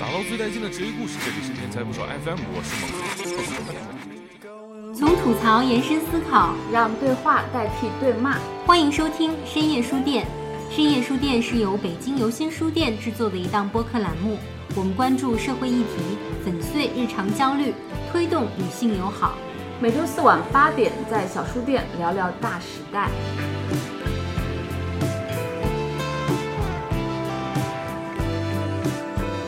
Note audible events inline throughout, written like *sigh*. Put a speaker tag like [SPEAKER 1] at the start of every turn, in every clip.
[SPEAKER 1] 打捞最带劲的职业故事，这里是天才不少 FM，我是猛哥。
[SPEAKER 2] 从吐槽延伸思考，
[SPEAKER 3] 让对话代替对骂。
[SPEAKER 2] 欢迎收听深夜书店。深夜书店是由北京游心书店制作的一档播客栏目，我们关注社会议题，粉碎日常焦虑，推动女性友好。
[SPEAKER 3] 每周四晚八点，在小书店聊聊大时代。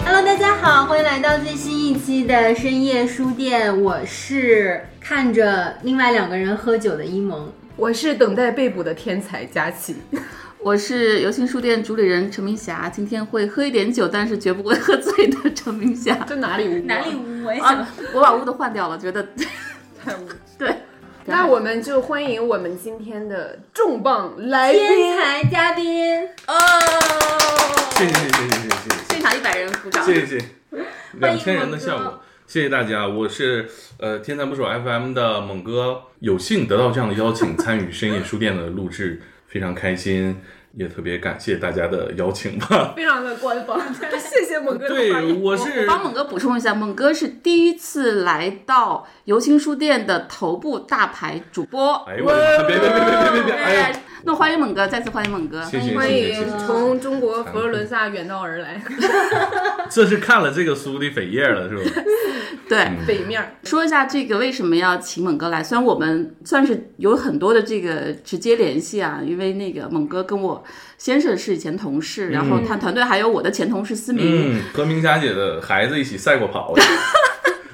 [SPEAKER 2] Hello，大家好，欢迎来到最新一期的深夜书店，我是看着另外两个人喝酒的一萌。
[SPEAKER 3] 我是等待被捕的天才佳琪。
[SPEAKER 4] 我是游行书店主理人陈明霞，今天会喝一点酒，但是绝不会喝醉的陈明霞。
[SPEAKER 2] *laughs*
[SPEAKER 3] 这哪里无？
[SPEAKER 2] 哪里污？我也想。
[SPEAKER 4] 啊，我把屋都换掉了，
[SPEAKER 2] *laughs*
[SPEAKER 4] 觉得
[SPEAKER 3] 太污？
[SPEAKER 4] 对。
[SPEAKER 3] 那我们就欢迎我们今天的重磅来
[SPEAKER 2] 天
[SPEAKER 3] 宾。
[SPEAKER 2] 才嘉宾，哦
[SPEAKER 4] 哦，
[SPEAKER 1] 谢谢谢谢谢谢谢
[SPEAKER 4] 现场一百人鼓掌。
[SPEAKER 1] 谢谢，两千人的效果，谢谢大家。我是呃天才捕手 FM 的猛哥，有幸得到这样的邀请，参与深夜书店的录制，非常开心，也特别感谢大家的邀请
[SPEAKER 4] *laughs*
[SPEAKER 1] 吧。
[SPEAKER 3] 非常的官方，谢谢猛哥的发
[SPEAKER 1] 对，
[SPEAKER 3] 言。
[SPEAKER 1] 我
[SPEAKER 4] 我
[SPEAKER 1] 是
[SPEAKER 4] 帮猛哥补充一下，猛哥是第一次来到游行书店的头部大牌主播。
[SPEAKER 1] 哎呦我的妈！别别别别别别别！哎呦，
[SPEAKER 4] 那欢迎猛哥，再次欢迎猛哥。
[SPEAKER 1] 谢谢
[SPEAKER 3] 欢
[SPEAKER 1] 谢谢
[SPEAKER 3] 迎
[SPEAKER 1] 谢谢。
[SPEAKER 3] 从中国佛罗伦萨远道而来，
[SPEAKER 1] 这是看了这个书的扉页了是吧？
[SPEAKER 4] 对，
[SPEAKER 1] 嗯
[SPEAKER 3] 北面儿。
[SPEAKER 4] 说一下这个为什么要请猛哥来？虽然我们算是有很多的这个直接联系啊，因为那个猛哥跟我先生是以前同事，然后他团队还有我的前同事思
[SPEAKER 3] *laughs*
[SPEAKER 4] 明，
[SPEAKER 1] 嗯，和明霞姐的孩子一起赛过跑的，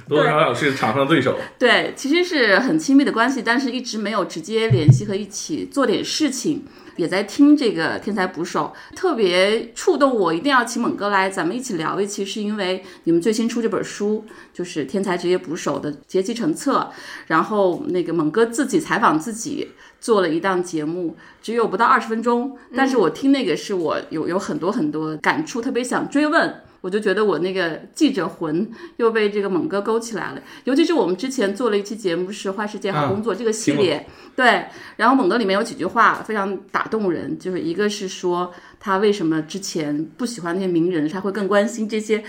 [SPEAKER 1] 多多少少是场上对手。
[SPEAKER 4] 对，其实是很亲密的关系，但是一直没有直接联系和一起做点事情。也在听这个《天才捕手》，特别触动我，一定要请猛哥来，咱们一起聊一期，是因为你们最新出这本书，就是《天才职业捕手》的结集成册，然后那个猛哥自己采访自己做了一档节目，只有不到二十分钟，但是我听那个是我有有很多很多感触，特别想追问。我就觉得我那个记者魂又被这个猛哥勾起来了，尤其是我们之前做了一期节目是《坏世界好工作》这个系
[SPEAKER 1] 啊听过
[SPEAKER 4] 列，对，然后猛哥里面有几句话非常打动人，就是一个是说他为什么之前不喜欢那些名人，他会更关心这些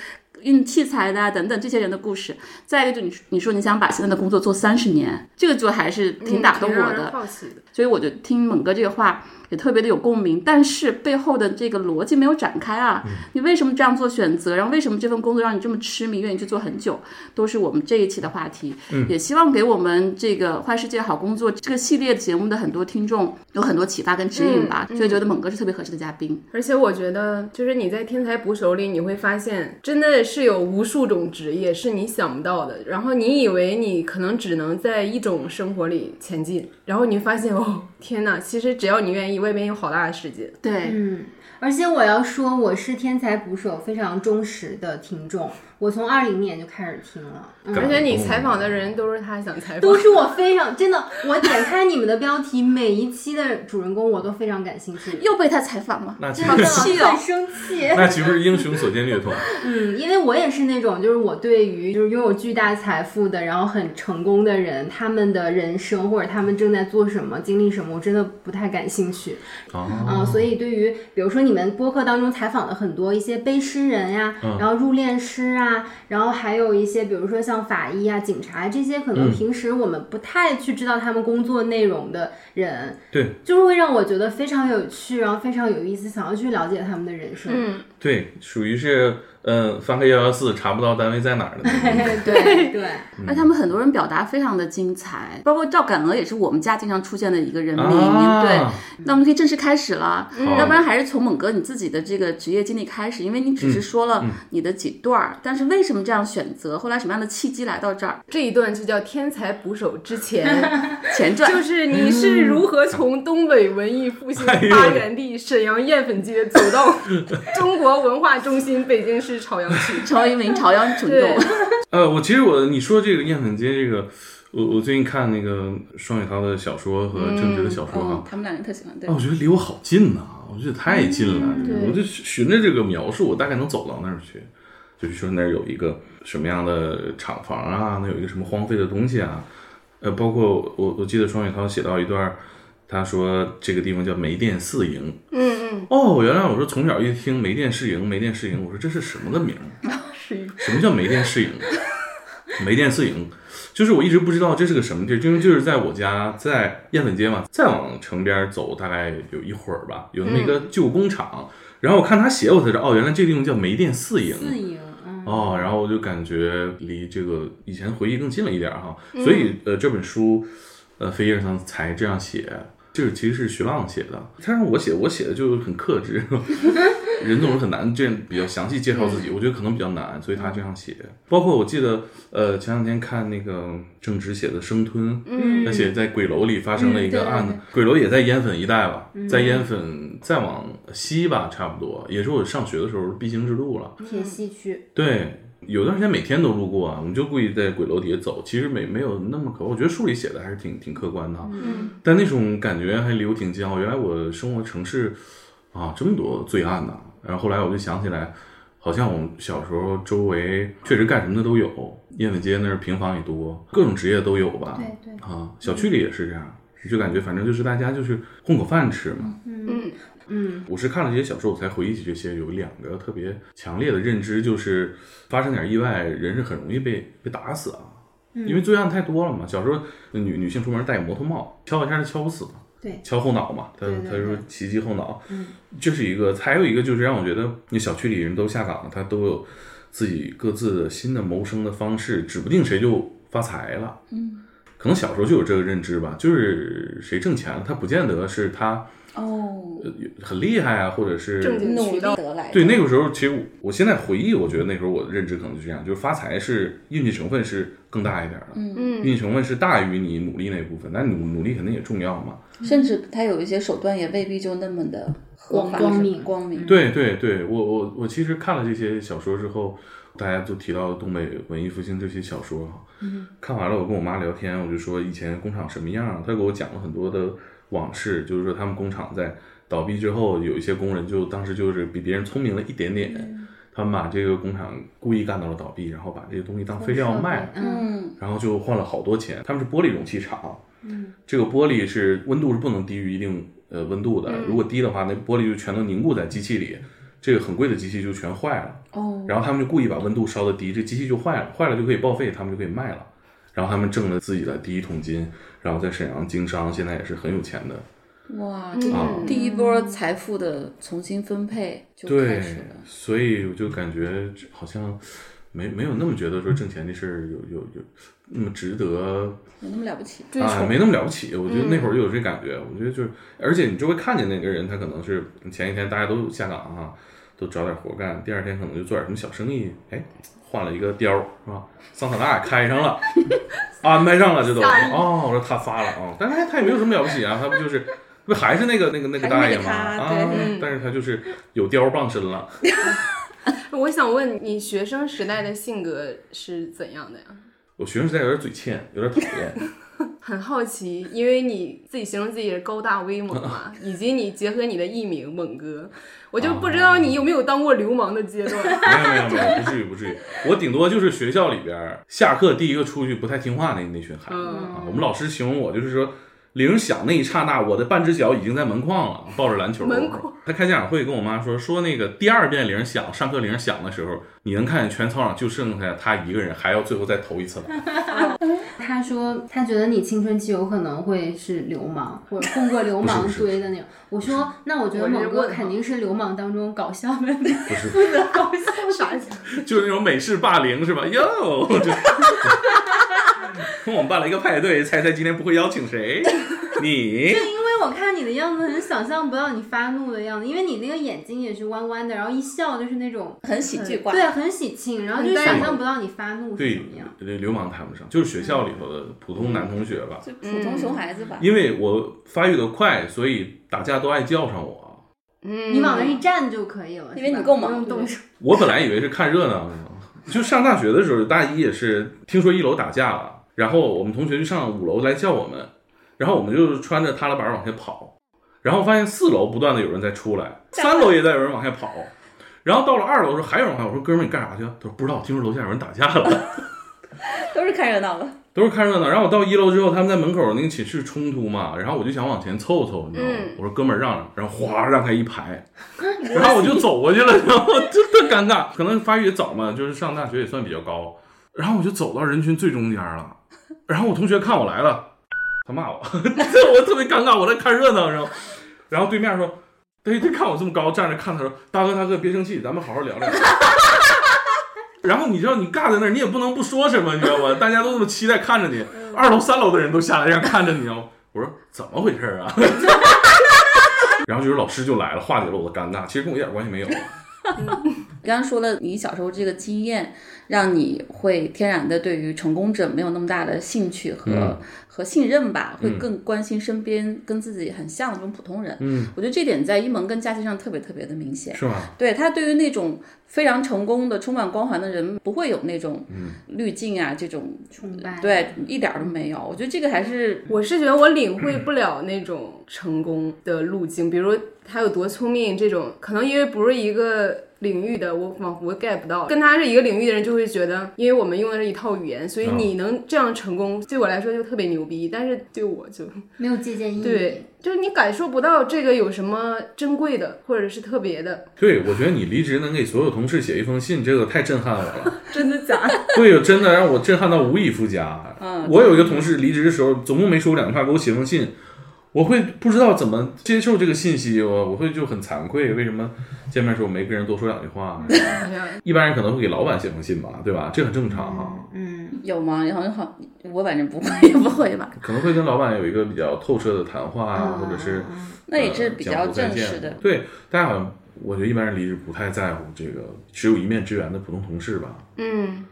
[SPEAKER 4] 运器材的啊等等这些人的故事。再一个就你你说你想把现在的工作做三十年，这个就还是嗯挺打动
[SPEAKER 3] 嗯挺
[SPEAKER 4] 我
[SPEAKER 3] 让
[SPEAKER 4] 的
[SPEAKER 3] 人。好奇的，
[SPEAKER 4] 所以我就听猛哥这个话也特别的有共鸣，但是背后的这个逻辑没有展开啊。你为什么这样做选择？然后为什么这份工作让你这么痴迷，愿意去做很久，都是我们这一期的话题。也希望给我们这个《坏世界好工作》这个系列节目的很多听众有很多启发跟指引吧。所以觉得猛哥是特别合适的嘉宾。
[SPEAKER 3] 而且我觉得，就是你在天才捕手里，你会发现，真的是有无数种职业是你想不到的。然后你以为你可能只能在一种生活里前进，然后你发现，哦，天哪！其实只要你愿意，外边有好大的世界。
[SPEAKER 4] 对，
[SPEAKER 2] 嗯，而且我要说，我是天才捕手非常忠实的听众，我从二零年就开始听了，嗯，
[SPEAKER 3] 而且你采访的人都是他想采访
[SPEAKER 2] 都。是我非常真的，我点开你们的标题，每一期的主人公我都非常感兴趣，
[SPEAKER 4] 又被他采访了。
[SPEAKER 1] 那岂
[SPEAKER 3] *laughs*
[SPEAKER 2] 真
[SPEAKER 1] 不
[SPEAKER 2] 的
[SPEAKER 1] 是
[SPEAKER 4] 气哦
[SPEAKER 2] 很生气。
[SPEAKER 1] 那岂不是英雄所见略同？
[SPEAKER 2] 嗯，因为我也是那种，就是我对于就是拥有巨大财富的，然后很成功的人，他们的人生或者他们正在做什么、经历什么，我真的不太感兴趣。啊、
[SPEAKER 3] 嗯
[SPEAKER 1] 哦，
[SPEAKER 2] 所以对于比如说你们播客当中采访的很多一些背诗人呀、
[SPEAKER 1] 嗯
[SPEAKER 2] 然后入殓师啊，然后还有一些比如说像法医啊、警察这些，可
[SPEAKER 1] 嗯
[SPEAKER 2] 能平时我们不太去知道他们工作内容的人，
[SPEAKER 1] 对
[SPEAKER 2] 就是会让我觉得非常有趣，然后非常有意思，想要去了解他们的人生。
[SPEAKER 3] 嗯，
[SPEAKER 1] 对，属于是嗯，翻开幺幺四查不到单位在哪儿的那
[SPEAKER 3] *laughs*
[SPEAKER 1] 种。
[SPEAKER 2] *laughs*
[SPEAKER 1] *laughs*
[SPEAKER 2] 对对，
[SPEAKER 4] 而他们很多人表达非常的精彩，包括赵敢鹅也是我们家经常出现的一个人名。
[SPEAKER 1] 啊
[SPEAKER 4] 对，那我们可以正式开始了，
[SPEAKER 1] 好
[SPEAKER 4] 要不然还是从猛哥你自己的这个职业经历开始，因为你只是说了你的几段儿，但是为什么这样选择？后来什么样的契机来到这 *laughs* 儿？
[SPEAKER 3] 这一段就叫天才捕手之 *laughs* 前，
[SPEAKER 4] 前传
[SPEAKER 3] 就是你是如何从东北文艺复兴的发源地沈阳艳粉街走到中国文化中心北京市朝阳区？
[SPEAKER 4] 成为一名朝阳群
[SPEAKER 3] 对
[SPEAKER 4] 众，
[SPEAKER 1] 呃，我其实我你说这个燕粉街这个，我我最近看那个双雪涛的小说和郑执的小说
[SPEAKER 4] 嗯
[SPEAKER 1] 哈，，
[SPEAKER 4] 他们两个人特喜欢，对
[SPEAKER 1] 啊，我觉得离我好近呐、我觉得太近了，
[SPEAKER 2] 对
[SPEAKER 1] 我就循着这个描述，我大概能走到那儿去。就是说那儿有一个什么样的厂房啊，那有一个什么荒废的东西啊，呃，包括我我记得双雪涛写到一段儿，他说这个地方叫煤电四营，
[SPEAKER 3] 嗯 *laughs* 嗯，
[SPEAKER 1] 哦，原来我说从小一听梅店市营，梅店市营，我说这是什么个名儿？什么叫梅店市营？梅店市营，就是我一直不知道这是个什么地儿，因为就是在我家在燕粉街嘛，再往城边走大概有一会儿吧，有那么一个旧工厂，然后我看他写我才知道，哦，原来这地方叫梅店四营。
[SPEAKER 2] 自营，嗯，
[SPEAKER 1] 哦，然后我就感觉离这个以前回忆更近了一点儿哈，所以呃这本书，呃扉页上才这样写，就是其实是徐浪写的，他让我写，我写的就很克制， *laughs* 任总是很难这样比较详细介绍
[SPEAKER 2] 嗯
[SPEAKER 1] 自己，我觉得可能比较难，所以他这样写。包括我记得呃前两天看那个郑执写的《生吞》，
[SPEAKER 2] 嗯
[SPEAKER 1] 他写在鬼楼里发生了一个案子，
[SPEAKER 2] 嗯
[SPEAKER 1] 鬼楼也在烟粉一带吧，在烟粉再往西吧，差不多也是我上学的时候必经之路了。
[SPEAKER 2] 铁西区，
[SPEAKER 1] 对，有段时间每天都路过啊，我们就故意在鬼楼底下走。其实没没有那么可，我觉得书里写的还是挺挺客观的啊，
[SPEAKER 3] 嗯
[SPEAKER 1] 但那种感觉还离我挺近啊。原来我生活城市啊，这么多罪案呢、然后后来我就想起来，好像我们小时候周围确实干什么的都有，燕尾街那儿平房也多，各种职业都有吧。
[SPEAKER 2] 对对，
[SPEAKER 1] 啊，小区里也是这样，就感觉反正就是大家就是混口饭吃嘛。
[SPEAKER 3] 嗯
[SPEAKER 2] 嗯
[SPEAKER 1] 我是看了这些小说，我才回忆起这些。有两个特别强烈的认知，就是发生点意外，人是很容易被被打死啊，
[SPEAKER 2] 嗯
[SPEAKER 1] 因为罪案太多了嘛。小时候女女性出门戴个摩托帽，敲一下是敲不死的，
[SPEAKER 2] 对
[SPEAKER 1] 敲后脑嘛。他
[SPEAKER 2] 对对
[SPEAKER 1] 他说袭击后脑，
[SPEAKER 2] 嗯
[SPEAKER 1] 这是一个。还有一个就是让我觉得，你小区里人都下岗了，他都有自己各自的新的谋生的方式，指不定谁就发财了。
[SPEAKER 4] 嗯，
[SPEAKER 1] 可能小时候就有这个认知吧，就是谁挣钱了，他不见得是他
[SPEAKER 4] 哦，
[SPEAKER 1] 很厉害啊，或者是
[SPEAKER 3] 正经
[SPEAKER 4] 努
[SPEAKER 3] 渠
[SPEAKER 4] 力
[SPEAKER 3] 道
[SPEAKER 4] 得来的
[SPEAKER 1] 对，那个时候，其实我我现在回忆，我觉得那时候我的认知可能就是这样，就是发财是运气成分是更大一点的，
[SPEAKER 3] 嗯
[SPEAKER 1] 运气成分是大于你努力那部分，但努努力肯定也重要嘛。
[SPEAKER 4] 甚至他有一些手段也未必就那么的合法
[SPEAKER 2] 光明
[SPEAKER 4] 光明。
[SPEAKER 1] 对对对，我我我其实看了这些小说之后，大家都提到东北文艺复兴这些小说哈，看完了我跟我妈聊天，我就说以前工厂什么样啊，她给我讲了很多的往事，就是说他们工厂在倒闭之后，有一些工人就当时就是比别人聪明了一点点，他们把这个工厂故意干到了倒闭，然后把这些东西当废料卖了，
[SPEAKER 2] 嗯
[SPEAKER 4] 嗯，
[SPEAKER 1] 然后就换了好多钱。他们是玻璃容器厂，嗯，这个玻璃是温度是不能低于一定呃温度
[SPEAKER 4] 嗯
[SPEAKER 1] 的，如果低的话，那玻璃就全都凝固在机器里，这个很贵的机器就全坏了。
[SPEAKER 4] 哦，
[SPEAKER 1] 然后他们就故意把温度烧的低，这机器就坏了，坏了就可以报废，他们就可以卖了。然后他们挣了自己的第一桶金，然后在沈阳经商，现在也是很有钱的。
[SPEAKER 4] 哇，这
[SPEAKER 1] 嗯
[SPEAKER 4] 第一波财富的重新分配就开
[SPEAKER 1] 对
[SPEAKER 4] 始了，。
[SPEAKER 1] 所以我就感觉好像没没有那么觉得说挣钱这事儿有有有那么值得
[SPEAKER 4] 有那么了不起？
[SPEAKER 3] 追
[SPEAKER 1] 啊，
[SPEAKER 3] 求
[SPEAKER 1] 没那么了不起。我觉得那会儿
[SPEAKER 4] 嗯
[SPEAKER 1] 就有这感觉，我觉得就是，而且你周围看见那个人，他可能是前一天大家都下岗啊，都找点活干，第二天可能就做点什么小生意，哎，换了一个貂儿是吧？桑塔纳也开上
[SPEAKER 4] *laughs*
[SPEAKER 1] 了，安排上了，这都哦，我说他发了啊、哦，但是他他也没有什么了不起啊，他不就是。不还是那个那个那个大
[SPEAKER 4] 还是那个
[SPEAKER 1] 爷吗？
[SPEAKER 4] 他
[SPEAKER 1] 啊
[SPEAKER 4] 对
[SPEAKER 3] 嗯，
[SPEAKER 1] 但是他就是有貂儿傍身了。
[SPEAKER 3] 我想问你，学生时代的性格是怎样的呀？
[SPEAKER 1] 我学生时代有点嘴欠，有点讨厌。
[SPEAKER 3] 很好奇，因为你自己形容自己是高大威猛嘛，以及你结合你的艺名猛哥，我就不知道你有没有当过流氓的阶段。
[SPEAKER 1] 没有没有没有，不至于不至于。我顶多就是学校里边儿下课第一个出去不太听话那那群孩子、
[SPEAKER 3] 嗯
[SPEAKER 1] 啊。我们老师形容我就是说，铃响那一刹那，我的半只脚已经在门框了，抱着篮球。
[SPEAKER 3] 门框。
[SPEAKER 1] 他开家长会跟我妈说，说那个第二遍铃响，上课铃响的时候，你能看见全操场就剩下他一个人，还要最后再投一次
[SPEAKER 3] *laughs*
[SPEAKER 1] 篮。
[SPEAKER 2] 他说他觉得你青春期有可能会是流氓，或者混过流
[SPEAKER 1] 不
[SPEAKER 2] 氓
[SPEAKER 1] 是不是
[SPEAKER 2] 堆的 *laughs* 那种。我说，那我觉得
[SPEAKER 3] 我是
[SPEAKER 2] 猛
[SPEAKER 3] 问
[SPEAKER 2] 哥
[SPEAKER 3] 号
[SPEAKER 2] 肯定是流氓当中搞笑的， *laughs*
[SPEAKER 1] 不是，
[SPEAKER 2] 负责搞笑
[SPEAKER 3] 啥意
[SPEAKER 2] 的。
[SPEAKER 3] 思？
[SPEAKER 1] 就是那种美式霸凌是吧？ *laughs* 哟，就跟我们办了一个派对，猜猜今天不会邀请谁？你
[SPEAKER 2] 就因为我看你的样子，很想象不到你发怒的样子，因为你那个眼睛也是弯弯的，然后一笑就是那种
[SPEAKER 4] 很喜剧化。
[SPEAKER 2] 对，很喜庆，然后就
[SPEAKER 3] 很带
[SPEAKER 2] 想
[SPEAKER 1] 感
[SPEAKER 2] 象不到你发怒是
[SPEAKER 1] 对
[SPEAKER 2] 什么样。，嗯
[SPEAKER 1] 流流氓谈不上，就是学校里头的普通男同学吧。
[SPEAKER 4] 就普通熊孩子吧。
[SPEAKER 1] 因为我发育的快，所以打架都爱叫上我。
[SPEAKER 3] 嗯，
[SPEAKER 2] 你往那一站就可以了，
[SPEAKER 4] 因为
[SPEAKER 2] 是吧
[SPEAKER 4] 你够猛
[SPEAKER 2] 不用动手。
[SPEAKER 1] 我本来以为是看热闹呢，就上大学的时候，大一也是听说一楼打架了，然后我们同学就上五楼来叫我们，然后我们就穿着踏拉板往下跑，然后发现四楼不断的有人在出来，三楼也在有人往下跑，然后到了二楼的时候还有人往下，我说哥们儿你干啥去啊？他说不知道，听说楼下有人打架了。
[SPEAKER 4] *laughs* 都是看热闹的。
[SPEAKER 1] 都是看热闹。然后我到一楼之后，他们在门口那个寝室冲突嘛，然后我就想往前凑凑，你知道吗？
[SPEAKER 3] 嗯
[SPEAKER 1] 我说哥们儿让让，然后哗让开一排，然后我就走过去了，然 *laughs* 后真的尴尬。可能发育也早嘛，就是上大学也算比较高，然后我就走到人群最中间了，然后我同学看我来了，他骂我， *laughs* 这我特别尴尬，我在看热闹，然后然后对面说。对，他看我这么高站着看，他说：“大哥，大哥，别生气，咱们好好聊聊。”然后你知道你尬在那儿，你也不能不说什么，你知 *laughs* 道吗？大家都那么期待看着你，二楼、三楼的人都下来这样看着你哦。我说怎么回事儿啊？ *laughs* 然后就是老师就来了，化解了我的尴尬，其实跟我一点关系没有。啊
[SPEAKER 4] 刚刚说了，你小时候这个经验，让你会天然的对于成功者没有那么大的兴趣和、
[SPEAKER 1] 嗯
[SPEAKER 4] 和信任吧，会
[SPEAKER 1] 嗯
[SPEAKER 4] 更关心身边跟自己很像的这种普通人。
[SPEAKER 1] 嗯，
[SPEAKER 4] 我觉得这点在一萌跟佳琪上特别特别的明显。
[SPEAKER 1] 是吗？
[SPEAKER 4] 对他对于那种非常成功的、充满光环的人，不会有那种
[SPEAKER 1] 嗯
[SPEAKER 4] 滤镜啊，这种
[SPEAKER 2] 崇拜，
[SPEAKER 4] 对一点儿都没有。我觉得这个还是
[SPEAKER 3] 我是觉得我领会不了那种成功的路径，比如他有多聪明这种，可能因为不是一个领域的，我仿佛 get 不到。跟他是一个领域的人就会觉得，因为我们用的是一套语言，所以
[SPEAKER 1] 嗯
[SPEAKER 3] 你能这样成功，对我来说就特别牛逼。但是对我就
[SPEAKER 2] 没有借鉴意义。
[SPEAKER 3] 对，就是你感受不到这个有什么珍贵的，或者是特别的。
[SPEAKER 1] 对，我觉得你离职能给所有同事写一封信，这个太震撼我了。
[SPEAKER 3] *laughs* 真的假的？
[SPEAKER 1] *laughs* 对，真的让我震撼到无以复加。
[SPEAKER 4] 嗯
[SPEAKER 1] 我有一个同事离职的时候，总共没说两句话，给我写封信，我会不知道怎么接受这个信息，我我会就很惭愧，为什么见面的时候没跟人多说两句话？
[SPEAKER 4] 嗯
[SPEAKER 3] 好
[SPEAKER 4] 啊
[SPEAKER 3] 像
[SPEAKER 1] 一般人可能会给老板写封信吧，对吧？这很正常哈、
[SPEAKER 2] 嗯，
[SPEAKER 4] *laughs* 有吗？然后好，我反正不会， *laughs* 不会吧？
[SPEAKER 1] 可能会跟老板有一个比较透彻的谈话啊，或者是
[SPEAKER 4] 嗯那也是
[SPEAKER 1] 呃
[SPEAKER 4] 比
[SPEAKER 1] 讲
[SPEAKER 4] 较
[SPEAKER 1] 不再
[SPEAKER 4] 正
[SPEAKER 1] 见
[SPEAKER 4] 式的。
[SPEAKER 1] 对，大家好像我觉得一般人离职不太在乎这个只有一面之缘的普通同事吧。
[SPEAKER 3] 嗯，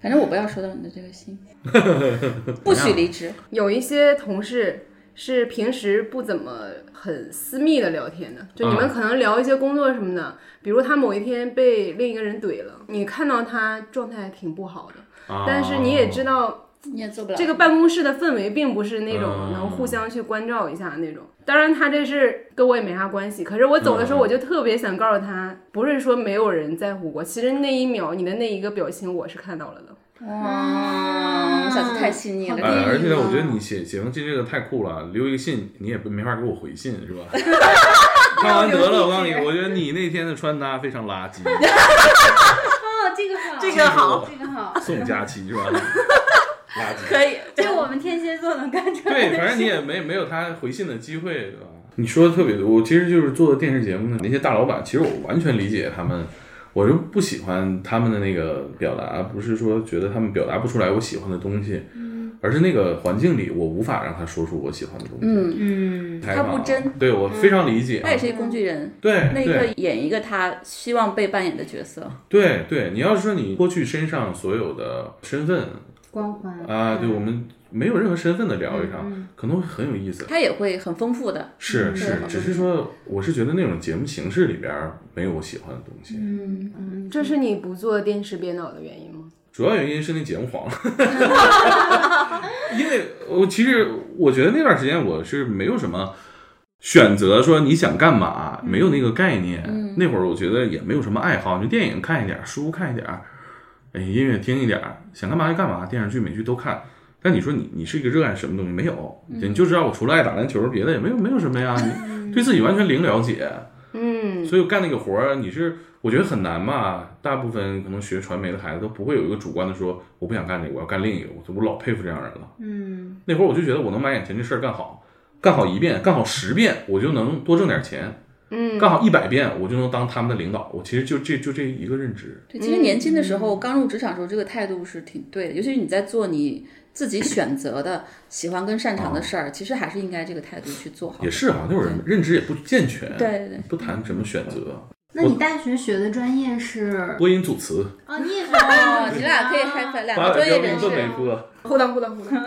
[SPEAKER 4] 反正我不要收到你的这
[SPEAKER 1] *laughs*
[SPEAKER 4] 个信，不许离职。
[SPEAKER 3] 有一些同事是平时不怎么很私密的聊天的，就你们
[SPEAKER 1] 嗯
[SPEAKER 3] 可能聊一些工作什么的，比如他某一天被另一个人怼了，你看到他状态挺不好的，
[SPEAKER 1] 啊、
[SPEAKER 3] 但是你也知道
[SPEAKER 4] 你也做不了
[SPEAKER 3] 这个办公室的氛围并不是那
[SPEAKER 1] 嗯
[SPEAKER 3] 种能互相去关照一下那种。当然，他这事跟我也没啥关系，可是我走的时候，
[SPEAKER 1] 嗯
[SPEAKER 3] 我就特别想告诉他，不是说没有人在乎我，其实那一秒你的那一个表情我是看到了的。
[SPEAKER 2] 嗯啊
[SPEAKER 4] 哇，小七太细腻
[SPEAKER 2] 好
[SPEAKER 1] 哎，
[SPEAKER 2] 的
[SPEAKER 1] *laughs*
[SPEAKER 4] 了。
[SPEAKER 1] 而且我觉得你写写封信这个太酷了，留一个信你也不没法给我回信是吧？看完得了，我告诉你，我觉得你那天的穿搭非常垃圾，
[SPEAKER 2] 哦，这个好，
[SPEAKER 4] 这个好，
[SPEAKER 2] 这个好，
[SPEAKER 1] 宋佳琪是吧？垃圾。
[SPEAKER 4] 可以，
[SPEAKER 2] 这我们天蝎座能干出来
[SPEAKER 1] 对，
[SPEAKER 2] 的
[SPEAKER 1] 反正你也没没有他回信的机会，对吧？你说的特别多，我其实就是做电视节目的那些大老板，其实我完全理解他们，我就不喜欢他们的那个表达，不是说觉得他们表达不出来我喜欢的东西，而是那个环境里我无法让他说出我喜欢的东西。
[SPEAKER 4] 嗯，
[SPEAKER 2] 嗯，
[SPEAKER 1] 采访
[SPEAKER 4] 他不真，
[SPEAKER 1] 对我非常理解啊。
[SPEAKER 4] 他也是一工具人。
[SPEAKER 1] 对
[SPEAKER 4] 那一刻
[SPEAKER 1] 对
[SPEAKER 4] 演一个他希望被扮演的角色，
[SPEAKER 1] 对对，你要是说你脱去身上所有的身份
[SPEAKER 2] 光环
[SPEAKER 1] 啊，
[SPEAKER 4] 嗯
[SPEAKER 1] 对我们没有任何身份的聊一场，可能会很有意思。
[SPEAKER 4] 他也会很丰富的。
[SPEAKER 1] 是是，
[SPEAKER 4] 嗯对
[SPEAKER 1] 只是说，我是觉得那种节目形式里边儿没有我喜欢的东西。
[SPEAKER 2] 嗯嗯，
[SPEAKER 3] 这是你不做电视编导的原因吗？
[SPEAKER 1] 主要原因是那节目黄了， *laughs* 因为我其实我觉得那段时间我是没有什么选择，说你想干嘛，没有那个概念。那会儿我觉得也没有什么爱好，就电影看一点儿，书看一点儿，哎，音乐听一点儿，想干嘛就干嘛，电视剧、美剧都看。但你说你你是一个热爱什么东西？没有，你就知道我除了爱打篮球，别的也没有没有什么呀，你对自己完全零了解。
[SPEAKER 3] 嗯，
[SPEAKER 1] 所以干那个活儿，你是我觉得很难嘛。大部分可能学传媒的孩子都不会有一个主观的说我不想干这个，我要干另一个。我我老佩服这样人了。
[SPEAKER 2] 嗯，
[SPEAKER 1] 那会儿我就觉得我能把眼前这事儿干好，干好一遍，干好十遍，我就能多挣点钱。嗯，干好一百遍，我就能当他们的领导。我其实就这就这一个认知。
[SPEAKER 4] 对，其实年轻的时
[SPEAKER 1] 嗯
[SPEAKER 4] 候，刚入职场的时候，这个态度是挺对的。尤其是你在做你自己选择的、喜欢跟擅长的事儿，其实还是应该这个态度去做好
[SPEAKER 1] 哦也。是啊，那会儿人认知也不健全，
[SPEAKER 4] 哦对嗯对对，
[SPEAKER 1] 不谈什么选择，
[SPEAKER 2] 那你大学学的专业是？
[SPEAKER 1] 播音组词，
[SPEAKER 2] 哦，你也是
[SPEAKER 4] 哦，
[SPEAKER 2] *laughs*
[SPEAKER 4] 你俩可以开分，两
[SPEAKER 1] 八百
[SPEAKER 4] 个专
[SPEAKER 1] 标
[SPEAKER 4] 业
[SPEAKER 1] 兵
[SPEAKER 4] 人
[SPEAKER 1] 奔
[SPEAKER 4] 士
[SPEAKER 1] 北
[SPEAKER 4] *laughs*
[SPEAKER 1] 坡。
[SPEAKER 3] 呼当呼当呼当，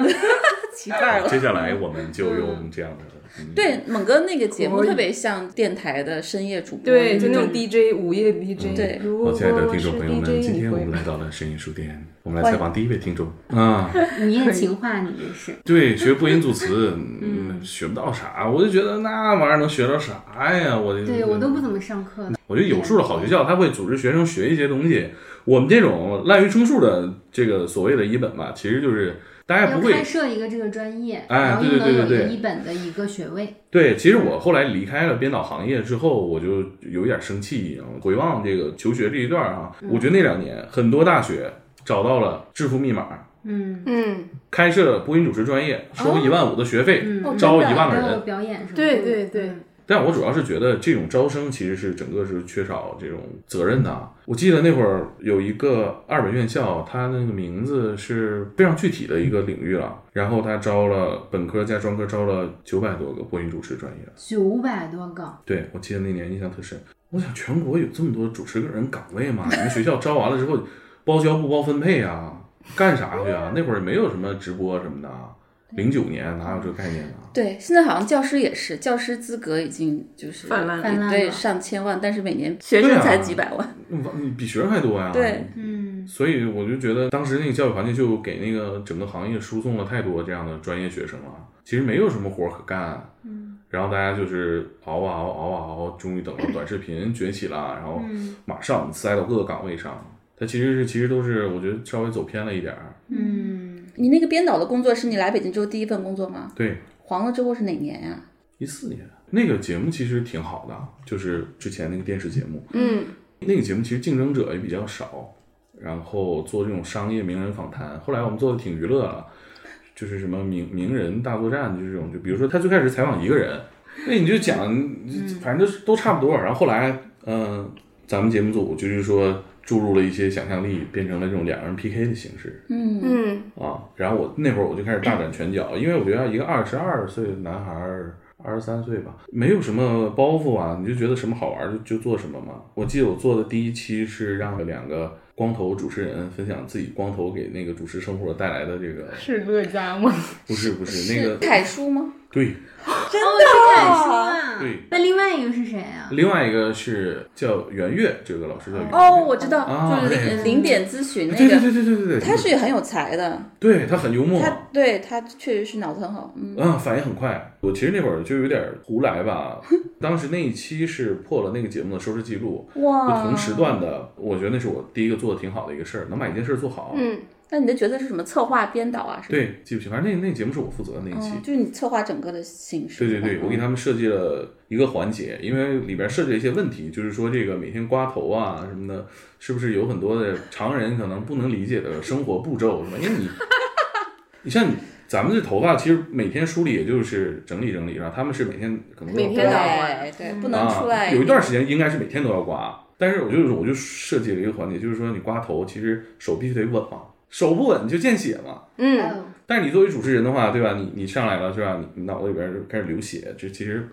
[SPEAKER 4] 齐范儿了。
[SPEAKER 1] 接下来我们就用这样的。嗯
[SPEAKER 4] 对，猛哥那个节目
[SPEAKER 3] 可以
[SPEAKER 4] 特别像电台的深夜主播，
[SPEAKER 3] 嗯对，嗯就那种 DJ 午夜 DJ。
[SPEAKER 4] 对
[SPEAKER 1] 好，
[SPEAKER 3] 如
[SPEAKER 2] 哦
[SPEAKER 1] 亲爱的
[SPEAKER 3] 果
[SPEAKER 1] 听众朋友
[SPEAKER 3] 我是
[SPEAKER 1] 们，
[SPEAKER 3] DJ
[SPEAKER 1] 今天我
[SPEAKER 3] 你
[SPEAKER 1] 们
[SPEAKER 3] 会
[SPEAKER 1] 来到了声音书店，我们来采访第一位听众啊，
[SPEAKER 2] 你也情话，你这是
[SPEAKER 1] 对，学播音组词，嗯，学不到啥，我就觉得那玩意儿能学到啥呀？我就
[SPEAKER 2] 对我都不怎么上课的，
[SPEAKER 1] 我觉得有数的好学校，它会组织学生学一些东西。我们这种滥竽充数的这个所谓的一本吧，其实就是大家
[SPEAKER 2] 要
[SPEAKER 1] 不会
[SPEAKER 2] 开设一个这个专业，
[SPEAKER 1] 哎
[SPEAKER 2] 然后
[SPEAKER 1] 对
[SPEAKER 2] 又
[SPEAKER 1] 对
[SPEAKER 2] 能有
[SPEAKER 1] 对对
[SPEAKER 2] 一个
[SPEAKER 1] 对
[SPEAKER 2] 一本的一个学位。
[SPEAKER 1] 对，其实我后来离开了编导行业之后，我就有点生气。回望这个求学这一段儿
[SPEAKER 2] 嗯
[SPEAKER 1] 啊，我觉得那两年很多大学找到了致富密码，
[SPEAKER 2] 嗯，
[SPEAKER 3] 嗯，
[SPEAKER 1] 开设播音主持专业，收一万五的学费，
[SPEAKER 2] 哦嗯
[SPEAKER 3] 哦
[SPEAKER 1] 招
[SPEAKER 3] 真
[SPEAKER 1] 一
[SPEAKER 3] 的
[SPEAKER 1] 万个
[SPEAKER 2] 还
[SPEAKER 1] 人
[SPEAKER 2] 有。表演什么的。
[SPEAKER 3] 对对对，
[SPEAKER 1] 但我主要是觉得这种招生其实是整个是缺少这种责任的啊。我记得那会儿有一个二本院校，它那个名字是非常具体的一个领域了，然后它招了本科加专科招了九百多个播音主持专业。
[SPEAKER 2] 九百多个，
[SPEAKER 1] 对，我记得那年印象特深。我想全国有这么多主持人岗位吗？你们学校招完了之后，包教不包分配啊？干啥去啊？那会儿没有什么直播什么的啊，零九年哪有这概念啊？
[SPEAKER 4] 对，现在好像教师也是，教师资格已经就是
[SPEAKER 3] 泛滥了
[SPEAKER 2] 泛滥
[SPEAKER 4] 对，
[SPEAKER 2] 了
[SPEAKER 4] 上千万，但是每年学
[SPEAKER 1] 对
[SPEAKER 4] 生
[SPEAKER 1] 啊
[SPEAKER 4] 才几百万，
[SPEAKER 1] 嗯你比学生还多呀、
[SPEAKER 4] 对
[SPEAKER 2] 嗯，
[SPEAKER 1] 所以我就觉得当时那个教育环境就给那个整个行业输送了太多这样的专业学生了，其实没有什么活可干。嗯，然后大家就是熬啊熬熬啊熬，终于等到短视频崛起了，然后马上塞到各个岗位上。它其实是其实都是我觉得稍微走偏了一点儿。
[SPEAKER 2] 嗯，
[SPEAKER 4] 你那个编导的工作是你来北京之后第一份工作吗？
[SPEAKER 1] 对，
[SPEAKER 4] 黄了之后是哪年呀、
[SPEAKER 1] 一四年那个节目其实挺好的，就是之前那个电视节目，
[SPEAKER 3] 嗯，
[SPEAKER 1] 那个节目其实竞争者也比较少，然后做这种商业名人访谈。后来我们做的挺娱乐了，就是什么名名人大作战，就是这种，就比如说他最开始采访一个人，那你就讲，反正都是都差不多。然后后来，嗯、咱们节目组就是说注入了一些想象力，变成了这种两个人 PK 的形式
[SPEAKER 4] 嗯，
[SPEAKER 3] 嗯，
[SPEAKER 1] 啊。然后我那会儿我就开始大展拳脚，因为我觉得一个二十二岁的男孩儿。二十三岁吧，没有什么包袱啊，你就觉得什么好玩儿就就做什么嘛。我记得我做的第一期是让两个光头主持人分享自己光头给那个主持生活带来的这个，
[SPEAKER 3] 是乐嘉吗？
[SPEAKER 1] 不是不是那个，
[SPEAKER 4] 凯叔吗？
[SPEAKER 1] 对
[SPEAKER 2] 真的凯叔啊？
[SPEAKER 1] 对。
[SPEAKER 2] 那另外一个是谁啊？
[SPEAKER 1] 另外一个是叫袁岳，这个老师叫袁岳。
[SPEAKER 4] 哦，我知道，
[SPEAKER 1] 啊
[SPEAKER 4] 就是
[SPEAKER 1] 对
[SPEAKER 4] 零零点咨询那
[SPEAKER 1] 对对
[SPEAKER 4] 个，
[SPEAKER 1] 对对对对对，
[SPEAKER 4] 他是很有才的，
[SPEAKER 1] 对他很幽默，
[SPEAKER 4] 他对他确实是脑子很好，嗯，
[SPEAKER 1] 嗯，反应很快。我其实那会儿就有点胡来
[SPEAKER 3] *laughs*
[SPEAKER 1] 吧，当时那一期是破了那个节目的收视记录，
[SPEAKER 3] 哦
[SPEAKER 1] 就
[SPEAKER 4] 哇，
[SPEAKER 1] 同时段的，我觉得那是我第一个做的挺好的一个事儿，能把一件事儿做好。啊
[SPEAKER 3] 嗯，
[SPEAKER 4] 那你的角色是什么？策划、编导啊？是吗，
[SPEAKER 1] 对，记不清，反正那那节目是我负责的那一期
[SPEAKER 4] 哦，。就是你策划整个的形式。嗯
[SPEAKER 1] 对对对，我给他们设计了一个环节，因为里边设计了一些问题，就是说这个每天刮头啊什么的，是不是有很多的常人可能不能理解的生活步骤，是吧？因
[SPEAKER 3] *laughs*
[SPEAKER 1] 为你，你像你咱们这头发，其实每天梳理也就是整理整理，然后他们是每天可能都要
[SPEAKER 3] 每
[SPEAKER 4] 对
[SPEAKER 3] 天
[SPEAKER 1] 刮
[SPEAKER 3] 都要
[SPEAKER 4] 对对，不能出
[SPEAKER 1] 啊，
[SPEAKER 4] 来。
[SPEAKER 1] 有一段时间应该是每天都要刮，但是我就是我就设计了一个环节，就是说你刮头，其实手必须得稳嘛，手不稳就见血嘛。
[SPEAKER 3] 嗯，
[SPEAKER 2] 哦
[SPEAKER 1] 但是你作为主持人的话，对吧？你你上来了是吧？你你脑子里边就开始流血，这其实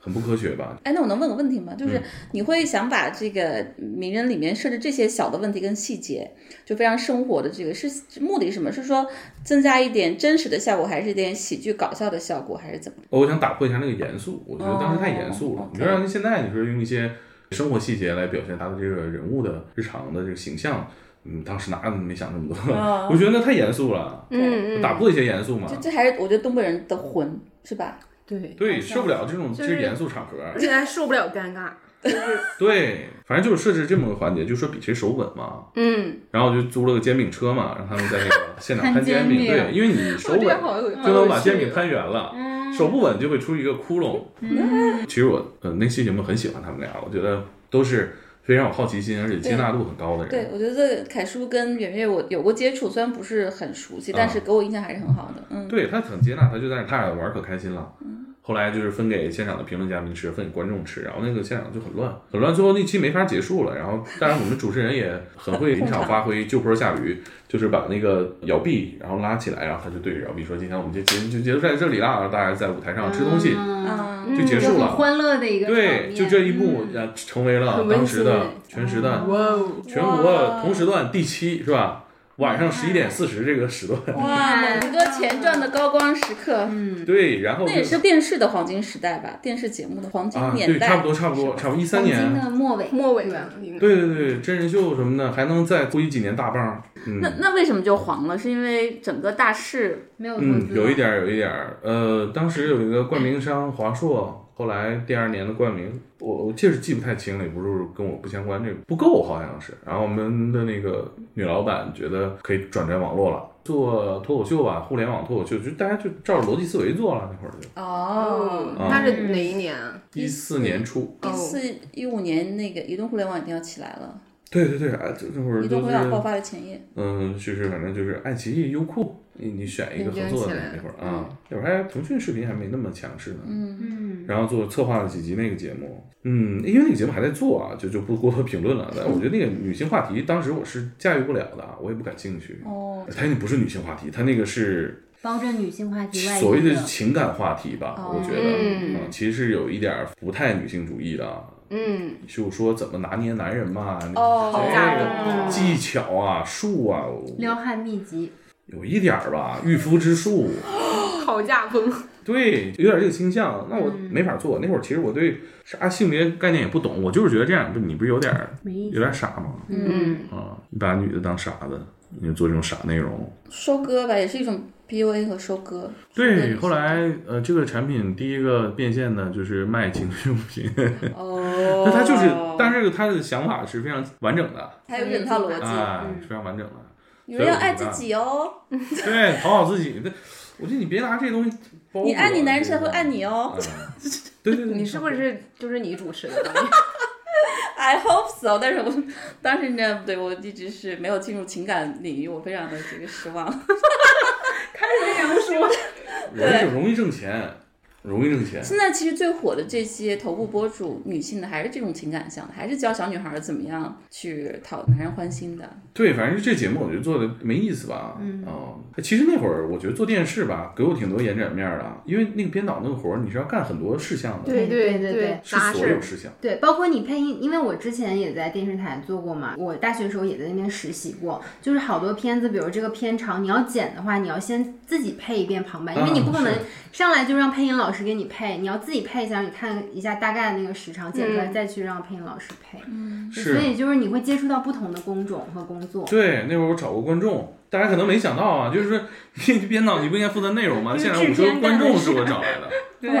[SPEAKER 1] 很不科学吧？
[SPEAKER 4] 哎，那我能问个问题吗？
[SPEAKER 1] 嗯
[SPEAKER 4] 就是你会想把这个名人里面设置这些小的问题跟细节，就非常生活的这个是目的是什么？是说增加一点真实的效果，还是一点喜剧搞笑的效果，还是怎么？
[SPEAKER 1] 我想打破一下那个严肃，我觉得当时太严肃了。
[SPEAKER 4] 哦
[SPEAKER 1] 你说让人现在你说用一些生活细节来表现他的这个人物的日常的这个形象，嗯，当时哪没想这么多？
[SPEAKER 4] 哦
[SPEAKER 1] 我觉得那太严肃了，
[SPEAKER 3] 嗯嗯，
[SPEAKER 1] 打破一些严肃嘛
[SPEAKER 4] 就。这还是我觉得东北人的魂是吧？
[SPEAKER 3] 对，
[SPEAKER 1] 对，受不了这种
[SPEAKER 3] 就
[SPEAKER 1] 这
[SPEAKER 3] 是
[SPEAKER 1] 严肃场合。
[SPEAKER 3] 而且还受不了尴尬，
[SPEAKER 1] 对，反正就是设置这么个环节，就说比谁手稳嘛。
[SPEAKER 3] 嗯，
[SPEAKER 1] 然后我就租了个煎饼车嘛，让他们在那个现场
[SPEAKER 2] 摊
[SPEAKER 1] 摊煎饼。
[SPEAKER 2] 煎饼
[SPEAKER 1] 对，因为你手
[SPEAKER 3] 我觉
[SPEAKER 1] 稳
[SPEAKER 3] 得，好有趣
[SPEAKER 1] 就能把煎饼摊圆了。
[SPEAKER 2] 嗯，
[SPEAKER 1] 手不稳就会出一个窟窿。其实我呃那期节目很喜欢他们俩，我觉得都是非常有好奇心，而且接纳度很高的
[SPEAKER 4] 对
[SPEAKER 1] 人。，
[SPEAKER 4] 我觉得凯叔跟圆圆我有过接触，虽然不是很熟悉，但是给我印象还是很好的。嗯，
[SPEAKER 1] 对他很接纳，他就在那儿他俩玩儿可开心了。后来就是分给现场的评论嘉宾吃，分给观众吃，然后那个现场就很乱，很乱。最后那期没法结束了，然后当然我们主持人也很会临场发挥，就坡下驴，就是把那个摇臂然后拉起来，然后他就对着摇臂说：“今天我们这节目就结束在这里啦，大家在舞台上吃东西
[SPEAKER 2] 嗯
[SPEAKER 4] 啊、
[SPEAKER 1] 就结
[SPEAKER 2] 就
[SPEAKER 1] 束
[SPEAKER 2] 很
[SPEAKER 1] 了。”
[SPEAKER 2] 欢乐的一个场
[SPEAKER 1] 对，
[SPEAKER 2] 面
[SPEAKER 1] 就这一幕，呃，成为了
[SPEAKER 3] 很温
[SPEAKER 1] 当时的
[SPEAKER 3] 馨
[SPEAKER 1] 全时段，
[SPEAKER 3] 哇哦，
[SPEAKER 1] 全国同时段第七是吧？晚上十一点四十这个时段，
[SPEAKER 4] 嗯哇，猛哥前传的高光时刻。
[SPEAKER 1] 对，然后
[SPEAKER 4] 那也
[SPEAKER 1] 就是
[SPEAKER 4] 电视的黄金时代吧，电视节目的黄金
[SPEAKER 1] 啊，
[SPEAKER 4] 年
[SPEAKER 1] 对，
[SPEAKER 4] 代，
[SPEAKER 1] 差不多，差不多，差不多一三
[SPEAKER 2] 黄金
[SPEAKER 1] 年，
[SPEAKER 2] 的末尾，
[SPEAKER 3] 末尾
[SPEAKER 2] 对
[SPEAKER 3] 的那个
[SPEAKER 1] *laughs* 对对对，真人秀什么的还能再推几年大棒， *laughs*
[SPEAKER 4] 那
[SPEAKER 1] 嗯
[SPEAKER 4] 那为什么就黄了？是因为整个大势
[SPEAKER 2] 没有投
[SPEAKER 1] 嗯，
[SPEAKER 2] 资，
[SPEAKER 1] 有一点儿有一点儿，呃，当时有一个冠名商华硕。后来第二年的冠名，我我确实记不太清了，也不是跟我不相关，这个不够好像是。然后我们的那个女老板觉得可以转战网络了，做脱口秀吧，互联网脱口秀，就大家就照着逻辑思维做了，那会儿就
[SPEAKER 3] 哦，那是哪一年啊？
[SPEAKER 1] 一四年初。
[SPEAKER 3] 哦
[SPEAKER 4] 一四一五年那个移动互联网一定要起来了，
[SPEAKER 1] 对对对，啊，就那会儿
[SPEAKER 4] 移
[SPEAKER 1] 就
[SPEAKER 4] 动互
[SPEAKER 1] 是
[SPEAKER 4] 联网爆发的前夜，
[SPEAKER 1] 嗯，就是反正就是爱奇艺、优酷，你你选一个合作的那会儿啊，那会儿还腾讯视频还没那么强势呢。
[SPEAKER 2] 嗯，
[SPEAKER 1] 然后做策划了几集那个节目，嗯，因为那个节目还在做啊，就就不过多评论了。但我觉得那个女性话题，当时我是驾驭不了的啊，我也不感兴趣。
[SPEAKER 4] 哦，
[SPEAKER 1] 它那不是女性话题，它那个是
[SPEAKER 2] 包着女性话题外衣
[SPEAKER 1] 所谓的
[SPEAKER 2] 的
[SPEAKER 1] 情感话题吧，我觉得，
[SPEAKER 3] 嗯
[SPEAKER 1] 嗯，其实是有一点儿不太女性主义的啊，
[SPEAKER 3] 嗯，
[SPEAKER 1] 就说怎么拿捏男人嘛，
[SPEAKER 4] 哦
[SPEAKER 1] 这
[SPEAKER 2] 杂
[SPEAKER 1] 个
[SPEAKER 2] 哦
[SPEAKER 1] 技巧啊、术啊，
[SPEAKER 2] 撩汉秘籍，
[SPEAKER 1] 有一点儿吧，御夫之术。
[SPEAKER 3] 讨价风，
[SPEAKER 1] 对，有点这个倾向，那我
[SPEAKER 4] 嗯
[SPEAKER 1] 没法做。那会儿其实我对啥性别概念也不懂，我就是觉得这样，不，你不是有点儿
[SPEAKER 2] 没意
[SPEAKER 1] 有
[SPEAKER 2] 思。
[SPEAKER 1] 点傻吗？
[SPEAKER 3] 嗯，
[SPEAKER 1] 啊，你把女的当傻子，你就做这种傻内容。
[SPEAKER 4] 收割吧，也是一种 PUA 和收割。
[SPEAKER 1] 对，后来呃，这个产品第一个变现的就是卖情趣用品，*laughs*
[SPEAKER 4] 哦，
[SPEAKER 1] 那它就是，但是它的想法是非常完整的，
[SPEAKER 4] 还有整套逻辑，
[SPEAKER 1] 啊，
[SPEAKER 2] 嗯
[SPEAKER 1] 是非常完整的。
[SPEAKER 4] 你们要爱自己哦，
[SPEAKER 1] 对，讨好自己，那我觉得你别拿这东西包裹。
[SPEAKER 4] 你爱你男人才会爱
[SPEAKER 1] 你。
[SPEAKER 4] 你哦
[SPEAKER 1] 嗯对
[SPEAKER 4] *laughs*
[SPEAKER 1] 对对，
[SPEAKER 3] 你是不是就是你主持的？ *laughs*
[SPEAKER 4] ，I hope so。但是我当时呢，对我一直是没有进入情感领域，我非常的这个失望。 *laughs*
[SPEAKER 1] 人是容易挣钱，容易挣钱。
[SPEAKER 4] 现在其实最火的这些头部博主，女性的还是这种情感向的，还是教小女孩儿怎么样去讨男人欢心的。
[SPEAKER 1] 对，反正这节目我觉得做的没意思吧。嗯、其实那会儿我觉得做电视吧，给我挺多延展面儿的，因为那个编导那个活儿，你是要干很多事项的，
[SPEAKER 3] 对
[SPEAKER 2] 对
[SPEAKER 3] 对
[SPEAKER 2] 对对
[SPEAKER 1] 是
[SPEAKER 3] 杂
[SPEAKER 1] 所有
[SPEAKER 3] 事，
[SPEAKER 1] 事项。
[SPEAKER 2] 对，包括你配音，因为我之前也在电视台做过嘛，我大学的时候也在那边实习过，就是好多片子，比如这个片长，你要剪的话，你要先自己配一遍旁白，因为
[SPEAKER 1] 啊
[SPEAKER 2] 你不可能
[SPEAKER 1] 是
[SPEAKER 2] 上来就让配音老师给你配，你要自己配一下，你看一下大概那个时长，剪出来再去让配音老师配，嗯所
[SPEAKER 1] 是，
[SPEAKER 2] 以就是你会接触到不同的工种和工作。
[SPEAKER 1] 对，那会儿我找过观众，大家可能没想到啊，就是说 *laughs* 你编导你不应该负责内容吗？
[SPEAKER 2] 因为
[SPEAKER 1] 现场我
[SPEAKER 2] 制
[SPEAKER 1] 说
[SPEAKER 2] 片
[SPEAKER 1] 观
[SPEAKER 2] 干的
[SPEAKER 1] 众是
[SPEAKER 2] 事
[SPEAKER 1] 我找来的，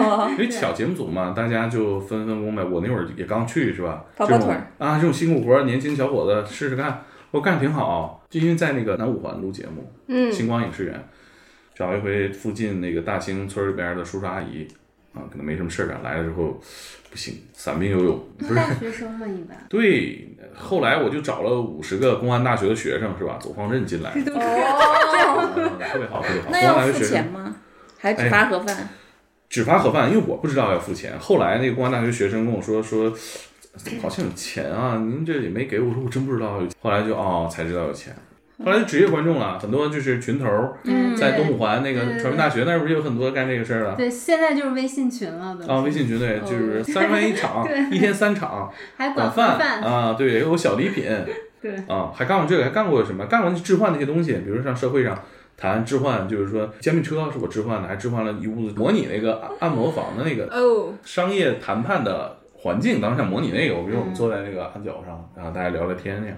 [SPEAKER 1] *laughs*
[SPEAKER 4] 哦，
[SPEAKER 1] 因为小节目组嘛，大家就分分工呗。我那会儿也刚去是吧？
[SPEAKER 4] 跑
[SPEAKER 1] 这
[SPEAKER 4] 跑
[SPEAKER 1] 种
[SPEAKER 4] 腿儿
[SPEAKER 1] 啊，这种辛苦活儿，年轻小伙子试试看，我干得挺好。就因为在那个南五环录节目，
[SPEAKER 3] 嗯，
[SPEAKER 1] 星光影视园，找一回附近那个大兴村里边的叔叔阿姨啊，可能没什么事儿干，来了之后不行，散兵游泳不
[SPEAKER 4] *laughs*
[SPEAKER 1] 是。啊
[SPEAKER 2] 大学生嘛，一般。
[SPEAKER 1] 对，后来我就找了五十个公安大学的学生，是吧？走方阵进来，
[SPEAKER 4] 哦，
[SPEAKER 1] 嗯 *laughs* 特别好，特别好。公
[SPEAKER 4] *laughs* 那
[SPEAKER 1] 安
[SPEAKER 4] 要
[SPEAKER 1] 大学
[SPEAKER 4] 付
[SPEAKER 1] 学生
[SPEAKER 4] 钱吗？还只发盒
[SPEAKER 1] 哎
[SPEAKER 4] 饭？
[SPEAKER 1] 只发盒饭，因为我不知道要付钱。后来那个公安大学学生跟我说说，好像有钱啊，您这里没给我，我说我真不知道。后来就哦才知道有钱。后来就职业观众了，很多就是群头儿
[SPEAKER 2] 嗯
[SPEAKER 1] 在
[SPEAKER 2] 对
[SPEAKER 1] 东五环那
[SPEAKER 2] 对对
[SPEAKER 1] 个
[SPEAKER 2] 对
[SPEAKER 1] 传媒大学那儿不是有很多干这个事儿的。
[SPEAKER 2] 对，现在就是微信群了都
[SPEAKER 1] 啊，微信群
[SPEAKER 2] 哦
[SPEAKER 1] 对，就是三十块钱一
[SPEAKER 2] *laughs*
[SPEAKER 1] 场，一天三场，
[SPEAKER 2] 还
[SPEAKER 1] 管
[SPEAKER 2] 管盒
[SPEAKER 1] 饭
[SPEAKER 2] 饭，
[SPEAKER 1] 啊，对，有小礼品
[SPEAKER 2] *laughs* 对
[SPEAKER 1] 啊，还干过这个，还干过什么？干过置换那些东西，比如上社会上谈置换，就是说煎饼车是我置换的，还置换了一屋子模拟那个按按摩房的那个
[SPEAKER 3] 哦，
[SPEAKER 1] 商业谈判的环境，当时想模拟那个，我比如我们坐在那个案角上，然后大家聊聊天那样，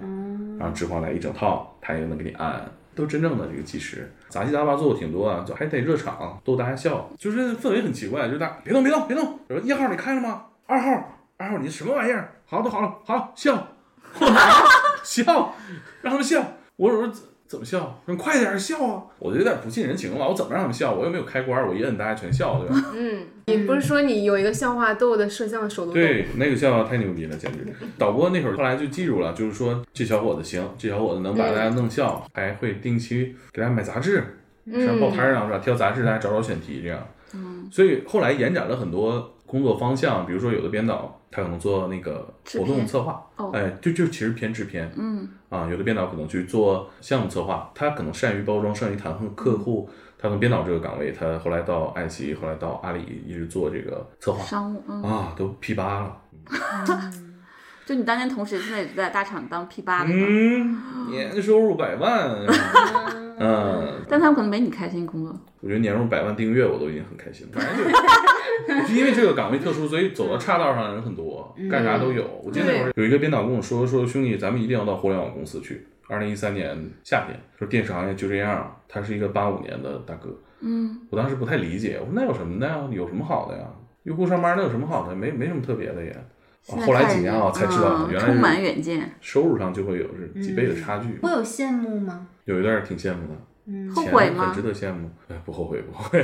[SPEAKER 1] 然后置换来一整套，他也能给你按，都真正的这个计时，杂七杂八做的挺多啊，就还得热场逗大家笑，就是氛围很奇怪，就是大家别动别动别动，我说一号你开了吗？二号二号你什么玩意儿？好都好了，好笑，笑，让他们笑，我说。怎么笑？说快点儿笑啊！我就有点不近人情了，我怎么让他们笑？我又没有开关，我一摁大家全笑，对吧？
[SPEAKER 3] 嗯，你不是说你有一个校花逗的摄像手都抖？
[SPEAKER 1] 对，那个笑话太牛逼了，简直！导播那会儿后来就记住了，就是说这小伙子行，这小伙子能把大家弄笑，还会定期给大家买杂志，上报摊儿上是吧？挑杂志，大家找找选题这样。嗯，所以后来延展了很多工作方向，比如说有的编导他可能做那个活
[SPEAKER 4] 制
[SPEAKER 1] 动
[SPEAKER 4] 片
[SPEAKER 1] 策划，
[SPEAKER 3] 哦
[SPEAKER 1] 哎，就就其实偏制片，嗯，啊，有的编导可能去做项目策划，他可能善于包装，善于谈和客户。他从编导这个岗位，他后来到爱奇艺，后来到阿里，一直做这个策划
[SPEAKER 4] 商务，嗯，
[SPEAKER 1] 啊，都 P 八了。
[SPEAKER 4] 就你当年同时现在也在大厂当 P 八的嘛，
[SPEAKER 1] 嗯，年收入百万，啊
[SPEAKER 4] *laughs*
[SPEAKER 1] 嗯，
[SPEAKER 4] 但他们可能没你开心工作。
[SPEAKER 1] 我觉得年入百万订阅我都已经很开心
[SPEAKER 4] *laughs*
[SPEAKER 1] 了。反正就是因为这个岗位特殊，所以走到岔道上的人很多，
[SPEAKER 4] 嗯
[SPEAKER 1] 干啥都有。我记得那会儿有一个编导跟我说，说兄弟，咱们一定要到互联网公司去。二零一三年夏天，说电视行业就这样，他是一个八五年的大哥，嗯，我当时不太理解，我说那有什么的呀？有什么好的呀？优酷上班那有什么好的？没没什么特别的也。啊
[SPEAKER 4] 现在
[SPEAKER 1] 后来
[SPEAKER 4] 看
[SPEAKER 1] 几年啊才知道，
[SPEAKER 4] 嗯
[SPEAKER 1] 原
[SPEAKER 4] 充满
[SPEAKER 1] 来
[SPEAKER 4] 远见，
[SPEAKER 1] 收入上就会有是几倍的差距。
[SPEAKER 2] 会有羡慕吗？
[SPEAKER 1] 有一段儿挺羡慕的，
[SPEAKER 2] 嗯，
[SPEAKER 4] 嗯后
[SPEAKER 1] 钱
[SPEAKER 4] 悔吗
[SPEAKER 1] 很值得羡慕。哎，不后悔，不 *laughs* 后悔。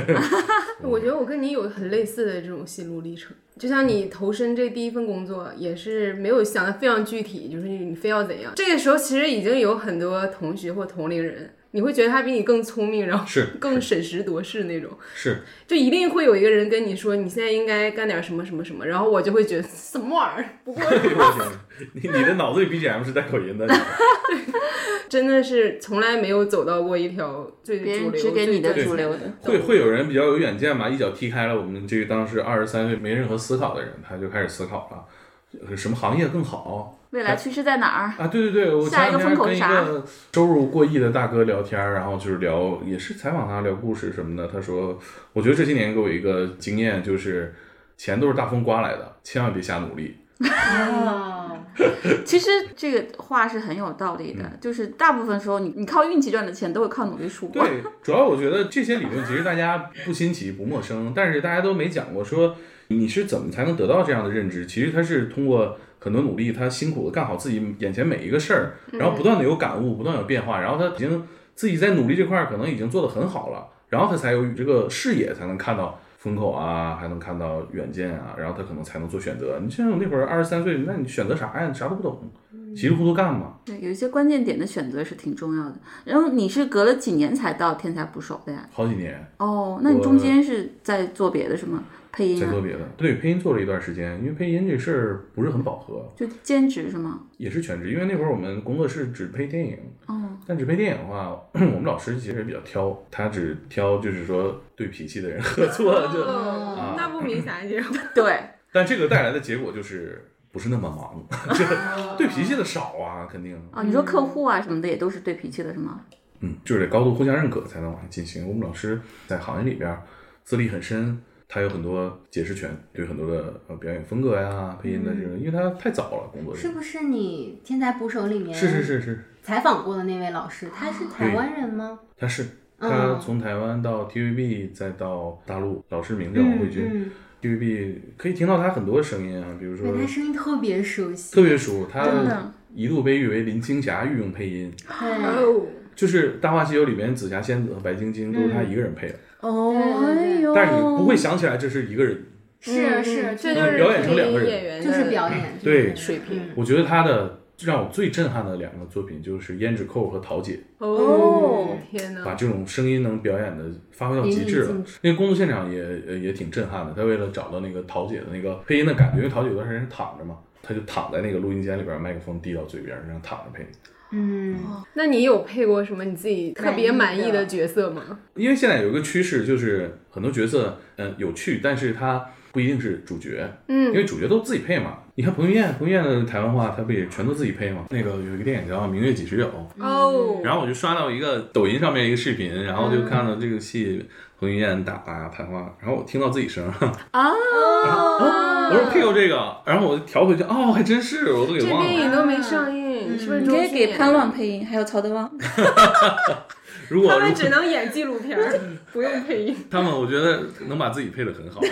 [SPEAKER 3] 我觉得我跟你有很类似的这种心路历程，就像
[SPEAKER 1] 嗯
[SPEAKER 3] 你投身这第一份工作，也是没有想的非常具体，就是你非要怎样。这个时候其实已经有很多同学或同龄人，你会觉得他比你更聪明，然后
[SPEAKER 1] 是
[SPEAKER 3] *laughs* 更审时度势那种，
[SPEAKER 1] 是 *laughs*
[SPEAKER 3] 就一定会有一个人跟你说你现在应该干点什么什么什么，然后我就会觉得什么玩意儿。
[SPEAKER 1] *laughs*
[SPEAKER 3] 不过
[SPEAKER 1] 哎呦我天，你你的脑子里 BGM 是带口音的， *laughs*
[SPEAKER 3] 真的是从来没有走到过一条最
[SPEAKER 4] 别
[SPEAKER 3] 主
[SPEAKER 4] 人
[SPEAKER 3] 流、
[SPEAKER 4] 指给你的
[SPEAKER 3] 最
[SPEAKER 4] 主流的，
[SPEAKER 1] 会会有人比较有远见吧，一脚踢开了我们这个当时二十三岁没任何思考的人，他就开始思考了。呃什么行业更好
[SPEAKER 4] 未来趋势在哪
[SPEAKER 1] *laughs*
[SPEAKER 4] 儿？
[SPEAKER 1] 啊？对对对，我前
[SPEAKER 4] 下一个
[SPEAKER 1] 两天
[SPEAKER 4] 风口
[SPEAKER 1] 跟
[SPEAKER 4] 是
[SPEAKER 1] 一
[SPEAKER 4] 啥
[SPEAKER 1] 个收入过亿的大哥聊天儿，然后就是聊，也是采访他聊故事什么的。他说，我觉得这些年给我一个经验就是，钱都是大风刮来的，千万别瞎努力。
[SPEAKER 2] 哦，
[SPEAKER 4] 其实这个话是很有道理的，
[SPEAKER 1] 嗯
[SPEAKER 4] 就是大部分时候你你靠运气赚的钱都会靠努力输
[SPEAKER 1] *laughs*
[SPEAKER 4] 光。
[SPEAKER 1] 对，主要我觉得这些理论其实大家不新奇、不陌生，但是大家都没讲过说你是怎么才能得到这样的认知。其实他是通过很多努力，他辛苦的干好自己眼前每一个事儿，然后不断的有感悟，不断地有变化，然后他已经自己在努力这块儿可能已经做得很好了，然后他才有这个视野，才能看到。风口啊，还能看到远见啊，然后他可能才能做选择。你像我那会儿二十三岁，那你选择啥呀？你啥都不懂，稀里糊涂干嘛？
[SPEAKER 4] 对，有一些关键点的选择是挺重要的。然后你是隔了几年才到天才捕手的呀？
[SPEAKER 1] 好几年，
[SPEAKER 4] 哦，那你中间是在做别的是吗？配音
[SPEAKER 1] 在
[SPEAKER 4] 啊
[SPEAKER 1] 做，别的。对，配音做了一段时间，因为配音这事儿不是很饱和，
[SPEAKER 4] 就兼职是吗？
[SPEAKER 1] 也是全职。因为那会儿我们工作室只配电影，
[SPEAKER 4] 哦，
[SPEAKER 1] 但只配电影的话， *clears throat* 我们老师其实也比较挑，他只挑就是说对脾气的人 *laughs* 合作。
[SPEAKER 3] *laughs*
[SPEAKER 1] 就，啊
[SPEAKER 3] 哦，那不明啥这样。
[SPEAKER 4] 对，
[SPEAKER 1] 但这个带来的结果就是不是那么忙， *laughs* 就对脾气的少啊，肯定。
[SPEAKER 4] 哦，你说客户啊什么的也都是对脾气的是吗？
[SPEAKER 1] 嗯，就是得高度互相认可才能往下进行。我们老师在行业里边儿资历很深，他有很多解释权，对很多的呃表演风格呀、配音的这种，因为他太早了工作
[SPEAKER 2] 是
[SPEAKER 1] 室。
[SPEAKER 2] 不是你《天才捕手》里面
[SPEAKER 1] 是是是是，
[SPEAKER 2] 采访过的那位老师，他是台湾人吗？
[SPEAKER 1] 他是
[SPEAKER 2] 嗯
[SPEAKER 1] 他从台湾到 TVB 再到大陆，老师名叫王慧
[SPEAKER 2] 嗯
[SPEAKER 1] 君。
[SPEAKER 2] 嗯，
[SPEAKER 1] TVB 可以听到他很多声音啊，比如说
[SPEAKER 2] 对，他声音特别熟悉，
[SPEAKER 1] 特别熟，
[SPEAKER 4] 真
[SPEAKER 1] 他
[SPEAKER 4] 的
[SPEAKER 1] 一度被誉为林青霞御用配音，
[SPEAKER 2] 对，
[SPEAKER 3] 哦
[SPEAKER 1] 就是《大话西游》里面紫霞仙子和白晶晶都
[SPEAKER 2] 嗯
[SPEAKER 1] 是他一个人配的，
[SPEAKER 4] 哦
[SPEAKER 2] 对对对
[SPEAKER 4] 哎呦，
[SPEAKER 1] 但是你不会想起来这是一个人。
[SPEAKER 2] 是是，
[SPEAKER 3] 这
[SPEAKER 1] 就
[SPEAKER 3] 嗯就
[SPEAKER 1] 嗯
[SPEAKER 3] 是是
[SPEAKER 1] 表演成两个人
[SPEAKER 3] 演员的
[SPEAKER 2] 就是表演，
[SPEAKER 1] 对
[SPEAKER 2] 就是
[SPEAKER 3] 水平
[SPEAKER 1] 我觉得他的让我最震撼的两个作品就是《胭脂扣》和《桃姐》，
[SPEAKER 3] 哦，天哪！
[SPEAKER 1] 把这种声音能表演的发挥到极致
[SPEAKER 2] 嗯淋漓
[SPEAKER 1] 了
[SPEAKER 2] 尽。
[SPEAKER 1] 那个工作现场也呃也挺震撼的。他为了找到那个桃姐的那个配音的感觉，因为桃姐有段时间是躺着嘛，他就躺在那个录音间里边，麦克风递到嘴边，然后躺着配。
[SPEAKER 2] 嗯，
[SPEAKER 3] 那你有配过什么你自己特别满意的角色吗？
[SPEAKER 1] 因为现在有一个趋势，就是很多角色嗯有趣，但是他不一定是主角，因
[SPEAKER 3] 嗯，
[SPEAKER 1] 为主角都自己配嘛。你看彭于晏，彭于晏的台湾话他不也全都自己配吗？那个有一个电影叫《明月几时有》，
[SPEAKER 3] 哦，
[SPEAKER 1] 嗯然后我就刷到一个抖音上面一个视频，然后就看到这个戏彭于晏打啊谈话，然后我听到自己声儿，
[SPEAKER 4] 哦
[SPEAKER 1] 我说配过这个，然后我就调回去，哦，还真是，我都
[SPEAKER 3] 啊嗯这
[SPEAKER 1] 给忘
[SPEAKER 3] 电
[SPEAKER 1] 了。
[SPEAKER 3] 影都没上映，是不是？
[SPEAKER 4] 你可以给潘乱配音，还有曹德旺。
[SPEAKER 1] 如果
[SPEAKER 3] 他
[SPEAKER 1] 如
[SPEAKER 3] 们
[SPEAKER 1] 果
[SPEAKER 3] 只能演纪录片儿，
[SPEAKER 1] *laughs*
[SPEAKER 3] 不用配 *laughs* 音。
[SPEAKER 1] 他们，我觉得能把自己配得很好。 *laughs*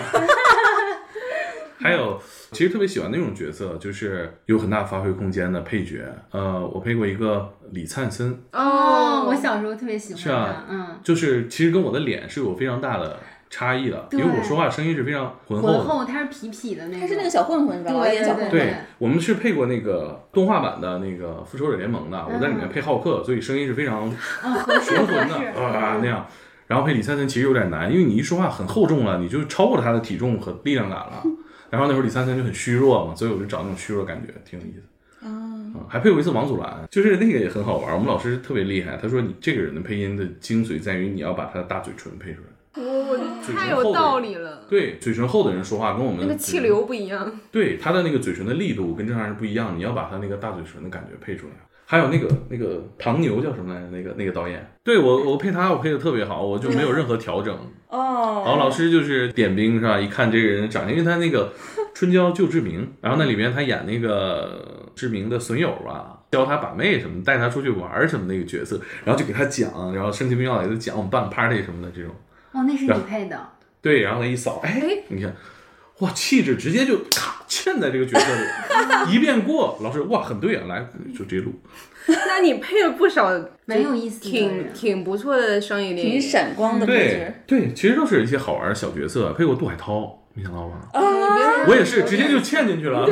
[SPEAKER 1] 还有，其实特别喜欢那种角色，就是有很大发挥空间的配角。呃，我配过一个李灿森，
[SPEAKER 2] 哦，我小时候特别喜
[SPEAKER 1] 是
[SPEAKER 2] 欢
[SPEAKER 1] 啊
[SPEAKER 2] 他，嗯，
[SPEAKER 1] 就是其实跟我的脸是有非常大的差异的，因
[SPEAKER 2] 对
[SPEAKER 1] 为我说话声音是非常浑厚的。
[SPEAKER 2] 浑厚，他是痞痞的那种，
[SPEAKER 4] 他是那个小混混是吧？
[SPEAKER 2] 对
[SPEAKER 4] 老演小混混。
[SPEAKER 1] 对，我们是配过那个动画版的那个《复仇者联盟》的，我在里面配浩克，所以声音是非常
[SPEAKER 2] 嗯，合 *laughs* 适
[SPEAKER 1] 浑
[SPEAKER 2] 合
[SPEAKER 1] 浑的
[SPEAKER 2] 适，
[SPEAKER 1] 啊那样。然后配李灿森其实有点难，因为你一说话很厚重了，你就超过了他的体重和力量感了。然后那会儿李灿森就很虚弱嘛，所以我就找那种虚弱感觉，挺有意思。
[SPEAKER 4] 啊，
[SPEAKER 3] 哦
[SPEAKER 1] 嗯，还配过一次王祖蓝，就是那个也很好玩。我们老师特别厉害，他说你这个人的配音的精髓在于你要把他的大嘴唇配出来。
[SPEAKER 3] 我太有道理了，
[SPEAKER 1] 对，嘴唇厚的人说话跟我们
[SPEAKER 3] 那个气流不一样。
[SPEAKER 1] 对他的那个嘴唇的力度跟正常人不一样，你要把他那个大嘴唇的感觉配出来。还有那个那个唐牛叫什么来着？那个那个导演，对我我配他，我配的特别好，我就没有任何调整。然后
[SPEAKER 4] 哦，
[SPEAKER 1] 老师就是点兵是吧？一看这个人长相，因为他那个《春娇救志明》，然后那里面他演那个志明的损友吧，教他把妹什么，带他出去玩儿什么那个角色，然后就给他讲，然后盛情并茂地给他讲我们办 party 什么的这种。
[SPEAKER 2] 哦，那是你配的，
[SPEAKER 1] 对，然后他一扫，哎，你看，哇，气质直接就咔嵌在这个角色里， *laughs* 一遍过。老师，哇，很对啊，来就直接录。
[SPEAKER 3] *laughs* 那你配了不 *laughs* 少
[SPEAKER 2] 蛮有意思的
[SPEAKER 3] 挺
[SPEAKER 2] 人，
[SPEAKER 3] 挺不错的商业电
[SPEAKER 4] 挺
[SPEAKER 3] 影。
[SPEAKER 4] 闪光的配
[SPEAKER 1] 对
[SPEAKER 4] 置。
[SPEAKER 1] 对，其实都是一些好玩的小角色，配过杜海涛，没想到吧？
[SPEAKER 4] 啊
[SPEAKER 3] 你别
[SPEAKER 2] 嗯
[SPEAKER 1] 我也是直接就嵌进去了。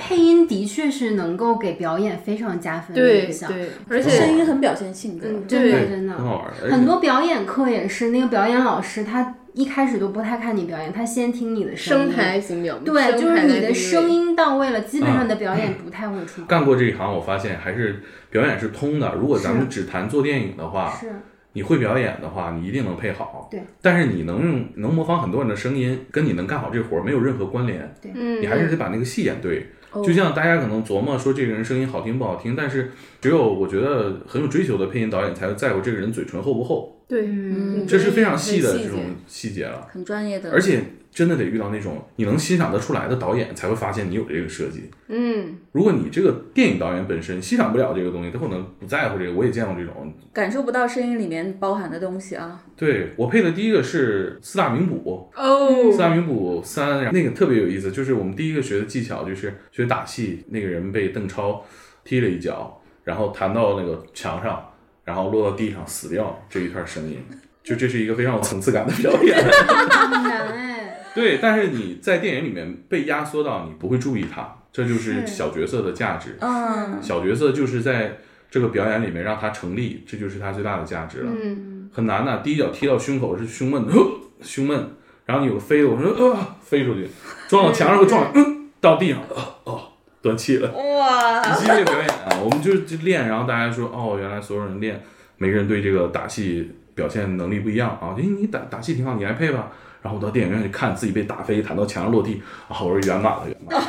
[SPEAKER 2] 配音的确是能够给表演非常加分的
[SPEAKER 3] 对
[SPEAKER 2] 影响，
[SPEAKER 3] 对，而
[SPEAKER 4] 声
[SPEAKER 3] 且
[SPEAKER 4] 音很表现性格，
[SPEAKER 1] 嗯
[SPEAKER 2] 真的
[SPEAKER 3] 对
[SPEAKER 2] 真的
[SPEAKER 1] 很好玩儿。而且
[SPEAKER 2] 很多表演课也是，那个表演老师他一开始都不太看你表演，他先听你的
[SPEAKER 3] 声
[SPEAKER 2] 音。
[SPEAKER 3] 台型表，
[SPEAKER 2] 对，就是你的声
[SPEAKER 3] 音
[SPEAKER 2] 音到位了，基本
[SPEAKER 1] 啊
[SPEAKER 2] 上你的表演不太会出
[SPEAKER 1] 干过这一行，我发现还是表演是通的。如果咱们只谈做电影的话，
[SPEAKER 2] 是
[SPEAKER 1] 你会表演的话，你一定能配好。
[SPEAKER 2] 对，
[SPEAKER 1] 但是你能用能模仿很多人的声音，跟你能干好这活儿没有任何关联。
[SPEAKER 2] 对
[SPEAKER 3] 嗯
[SPEAKER 1] 你还是得把那个戏演对。
[SPEAKER 4] 哦
[SPEAKER 1] 就像大家可能琢磨说这个人声音好听不好听，但是只有我觉得很有追求的配音导演才会在乎这个人嘴唇厚不厚，
[SPEAKER 3] 对，
[SPEAKER 2] 嗯
[SPEAKER 1] 这是非常细的
[SPEAKER 3] 很
[SPEAKER 1] 这种
[SPEAKER 3] 节
[SPEAKER 1] 细节了。
[SPEAKER 4] 很专业的，
[SPEAKER 1] 而且真的得遇到那种你能欣赏得出来的导演，才会发现你有这个设计。
[SPEAKER 3] 嗯，
[SPEAKER 1] 如果你这个电影导演本身欣赏不了这个东西，他可能不在乎这个。我也见过这种，
[SPEAKER 4] 感受不到声音里面包含的东西啊。
[SPEAKER 1] 对我配的第一个是四大名捕，四
[SPEAKER 3] 哦，
[SPEAKER 1] 大名捕三，然后那个特别有意思，就是我们第一个学的技巧就是学打戏，那个人被邓超踢了一脚，然后弹到那个墙上，然后落到地上死掉这一段声音，就这是一个非常有层次感的表演。 *laughs*
[SPEAKER 2] 很难哎。
[SPEAKER 1] 对，但是你在电影里面被压缩到，你不会注意它，这就是
[SPEAKER 2] 是
[SPEAKER 1] 小角色的价值。
[SPEAKER 4] 嗯，
[SPEAKER 1] 小角色就是在这个表演里面让他成立，这就是他最大的价值了。
[SPEAKER 3] 嗯，
[SPEAKER 1] 很难呐、第一脚踢到胸口是胸闷， *gasps* 呵胸闷，然后你有个飞的，我说呃，飞出去，撞到墙上会撞，嗯，到地上，哦哦，断气了。
[SPEAKER 4] 哇，
[SPEAKER 1] 你这个表演啊，我们就就练，然后大家说哦，原来所有人练，每个人对这个打戏表现能力不一样啊。诶，你打打戏挺好，你来配吧。然后我到电影院去看自己被打飞，弹到墙上落地，啊，我说圆满了，圆满了，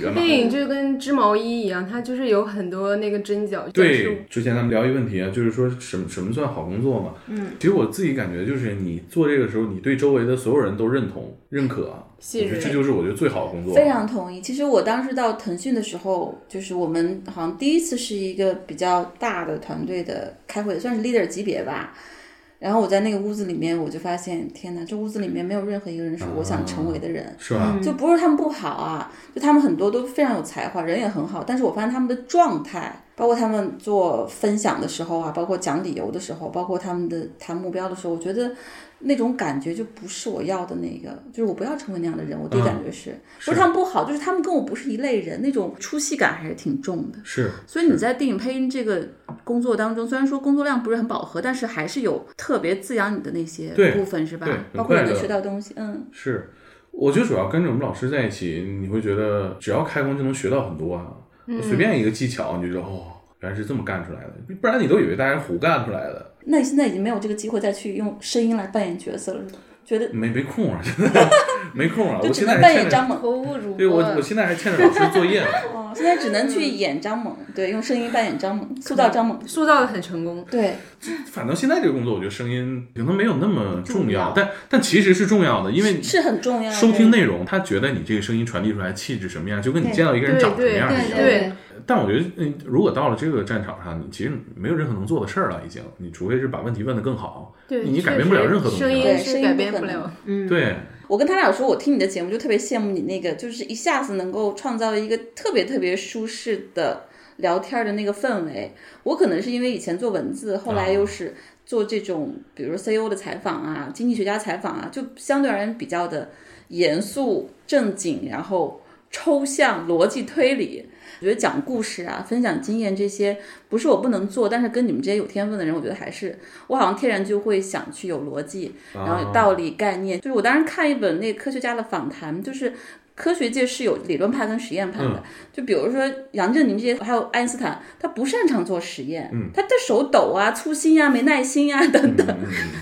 [SPEAKER 1] 圆满
[SPEAKER 3] 电
[SPEAKER 1] 了。
[SPEAKER 3] 影就跟织毛衣一样，它就是有很多那个针脚战术
[SPEAKER 1] 对，之前咱们聊一问题啊，就是说什么什么算好工作嘛？嗯，其实我自己感觉就是你做这个时候，你对周围的所有人都认同、认可，啊我
[SPEAKER 3] 信
[SPEAKER 1] 觉得
[SPEAKER 3] 任
[SPEAKER 1] 这就是我觉得最好的工作。
[SPEAKER 4] 非常同意。其实我当时到腾讯的时候，就是我们好像第一次是一个比较大的团队的开会，算是 leader 级别吧。然后我在那个屋子里面，我就发现，天哪，这屋子里面没有任何一个人是我想成为的人。
[SPEAKER 1] 是吧？
[SPEAKER 4] 就不是他们不好啊，就他们很多都非常有才华，人也很好，但是我发现他们的状态，包括他们做分享的时候啊，包括讲理由的时候，包括他们的谈目标的时候，我觉得那种感觉就不是我要的那个，就是我不要成为那样的人。我
[SPEAKER 1] 嗯
[SPEAKER 4] 第一感觉是，不是他们不好，就是他们跟我不是一类人，那种出戏感还是挺重的。
[SPEAKER 1] 是，
[SPEAKER 4] 所以你在电影配音这个工作当中，虽然说工作量不是很饱和，但是还是有特别滋养你的那些
[SPEAKER 1] 对
[SPEAKER 4] 部分，是吧
[SPEAKER 1] 对？
[SPEAKER 4] 包括你
[SPEAKER 1] 很快
[SPEAKER 4] 能
[SPEAKER 1] 乐
[SPEAKER 4] 学到东西，嗯。
[SPEAKER 1] 是，我觉得主要跟着我们老师在一起，你会觉得只要开工就能学到很多啊。
[SPEAKER 4] 嗯
[SPEAKER 1] 随便一个技巧，你就说哦，原来是这么干出来的，不然你都以为大家是胡干出来的，
[SPEAKER 4] 那你现在已经没有这个机会再去用声音来扮演角色了，是吧觉得
[SPEAKER 1] 没没空啊， *laughs* 没空啊。
[SPEAKER 4] 就
[SPEAKER 1] 我
[SPEAKER 4] 只
[SPEAKER 1] 现在还
[SPEAKER 4] 能扮
[SPEAKER 1] 欠着，
[SPEAKER 4] 演张嗯猛。
[SPEAKER 3] 口误主
[SPEAKER 1] 对我我现在还欠着老师作业呢。
[SPEAKER 4] 哦，现在只能去演张猛，对，用声音扮演张猛，塑造张猛。
[SPEAKER 3] 塑造的很成功。
[SPEAKER 4] 对，
[SPEAKER 1] 反正现在这个工作，我觉得声音可能没有那么重
[SPEAKER 4] 重
[SPEAKER 1] 要
[SPEAKER 4] 要，
[SPEAKER 1] 但但其实是重要的，因为
[SPEAKER 4] 是很重要的。
[SPEAKER 1] 收听内容，他觉得你这个声音传递出来气质什么样，就跟你见到一个人
[SPEAKER 3] 对
[SPEAKER 1] 长什么
[SPEAKER 3] 对
[SPEAKER 1] 样
[SPEAKER 2] 对
[SPEAKER 1] 一样。
[SPEAKER 2] 对，
[SPEAKER 1] 但我觉得，嗯，如果到了这个战场上，你其实没有任何能做的事儿了，已经。你除非是把问题问得更好，
[SPEAKER 3] 对，
[SPEAKER 1] 你
[SPEAKER 3] 确
[SPEAKER 1] 改变不了
[SPEAKER 3] 实
[SPEAKER 1] 任何东西
[SPEAKER 3] 声
[SPEAKER 4] 对
[SPEAKER 3] 音
[SPEAKER 4] 声
[SPEAKER 3] 是
[SPEAKER 4] 音
[SPEAKER 3] 改
[SPEAKER 4] 不
[SPEAKER 3] 变
[SPEAKER 4] 可
[SPEAKER 3] 不
[SPEAKER 4] 能
[SPEAKER 3] 了。
[SPEAKER 2] 嗯，
[SPEAKER 1] 对，
[SPEAKER 4] 我跟他俩说，我听你的节目就特别羡慕你那个，就是一下子能够创造一个特别特别舒适的聊天的那个氛围。我可能是因为以前做文字，后来又是做这种，比如说 CEO 的采访啊、经济学家采访啊，就相对而言比较的严肃、正经，然后抽象、逻辑推理。我觉得讲故事啊、分享经验这些，不是我不能做，但是跟你们这些有天分的人，我觉得还是我好像天然就会想去有逻辑，然后有道理概念。就是我当时看一本那个科学家的访谈，就是科学界是有理论派跟实验派的。就比如说杨振宁这些，还有爱因斯坦，他不擅长做实验，他的手抖啊、粗心呀、没耐心呀、等等。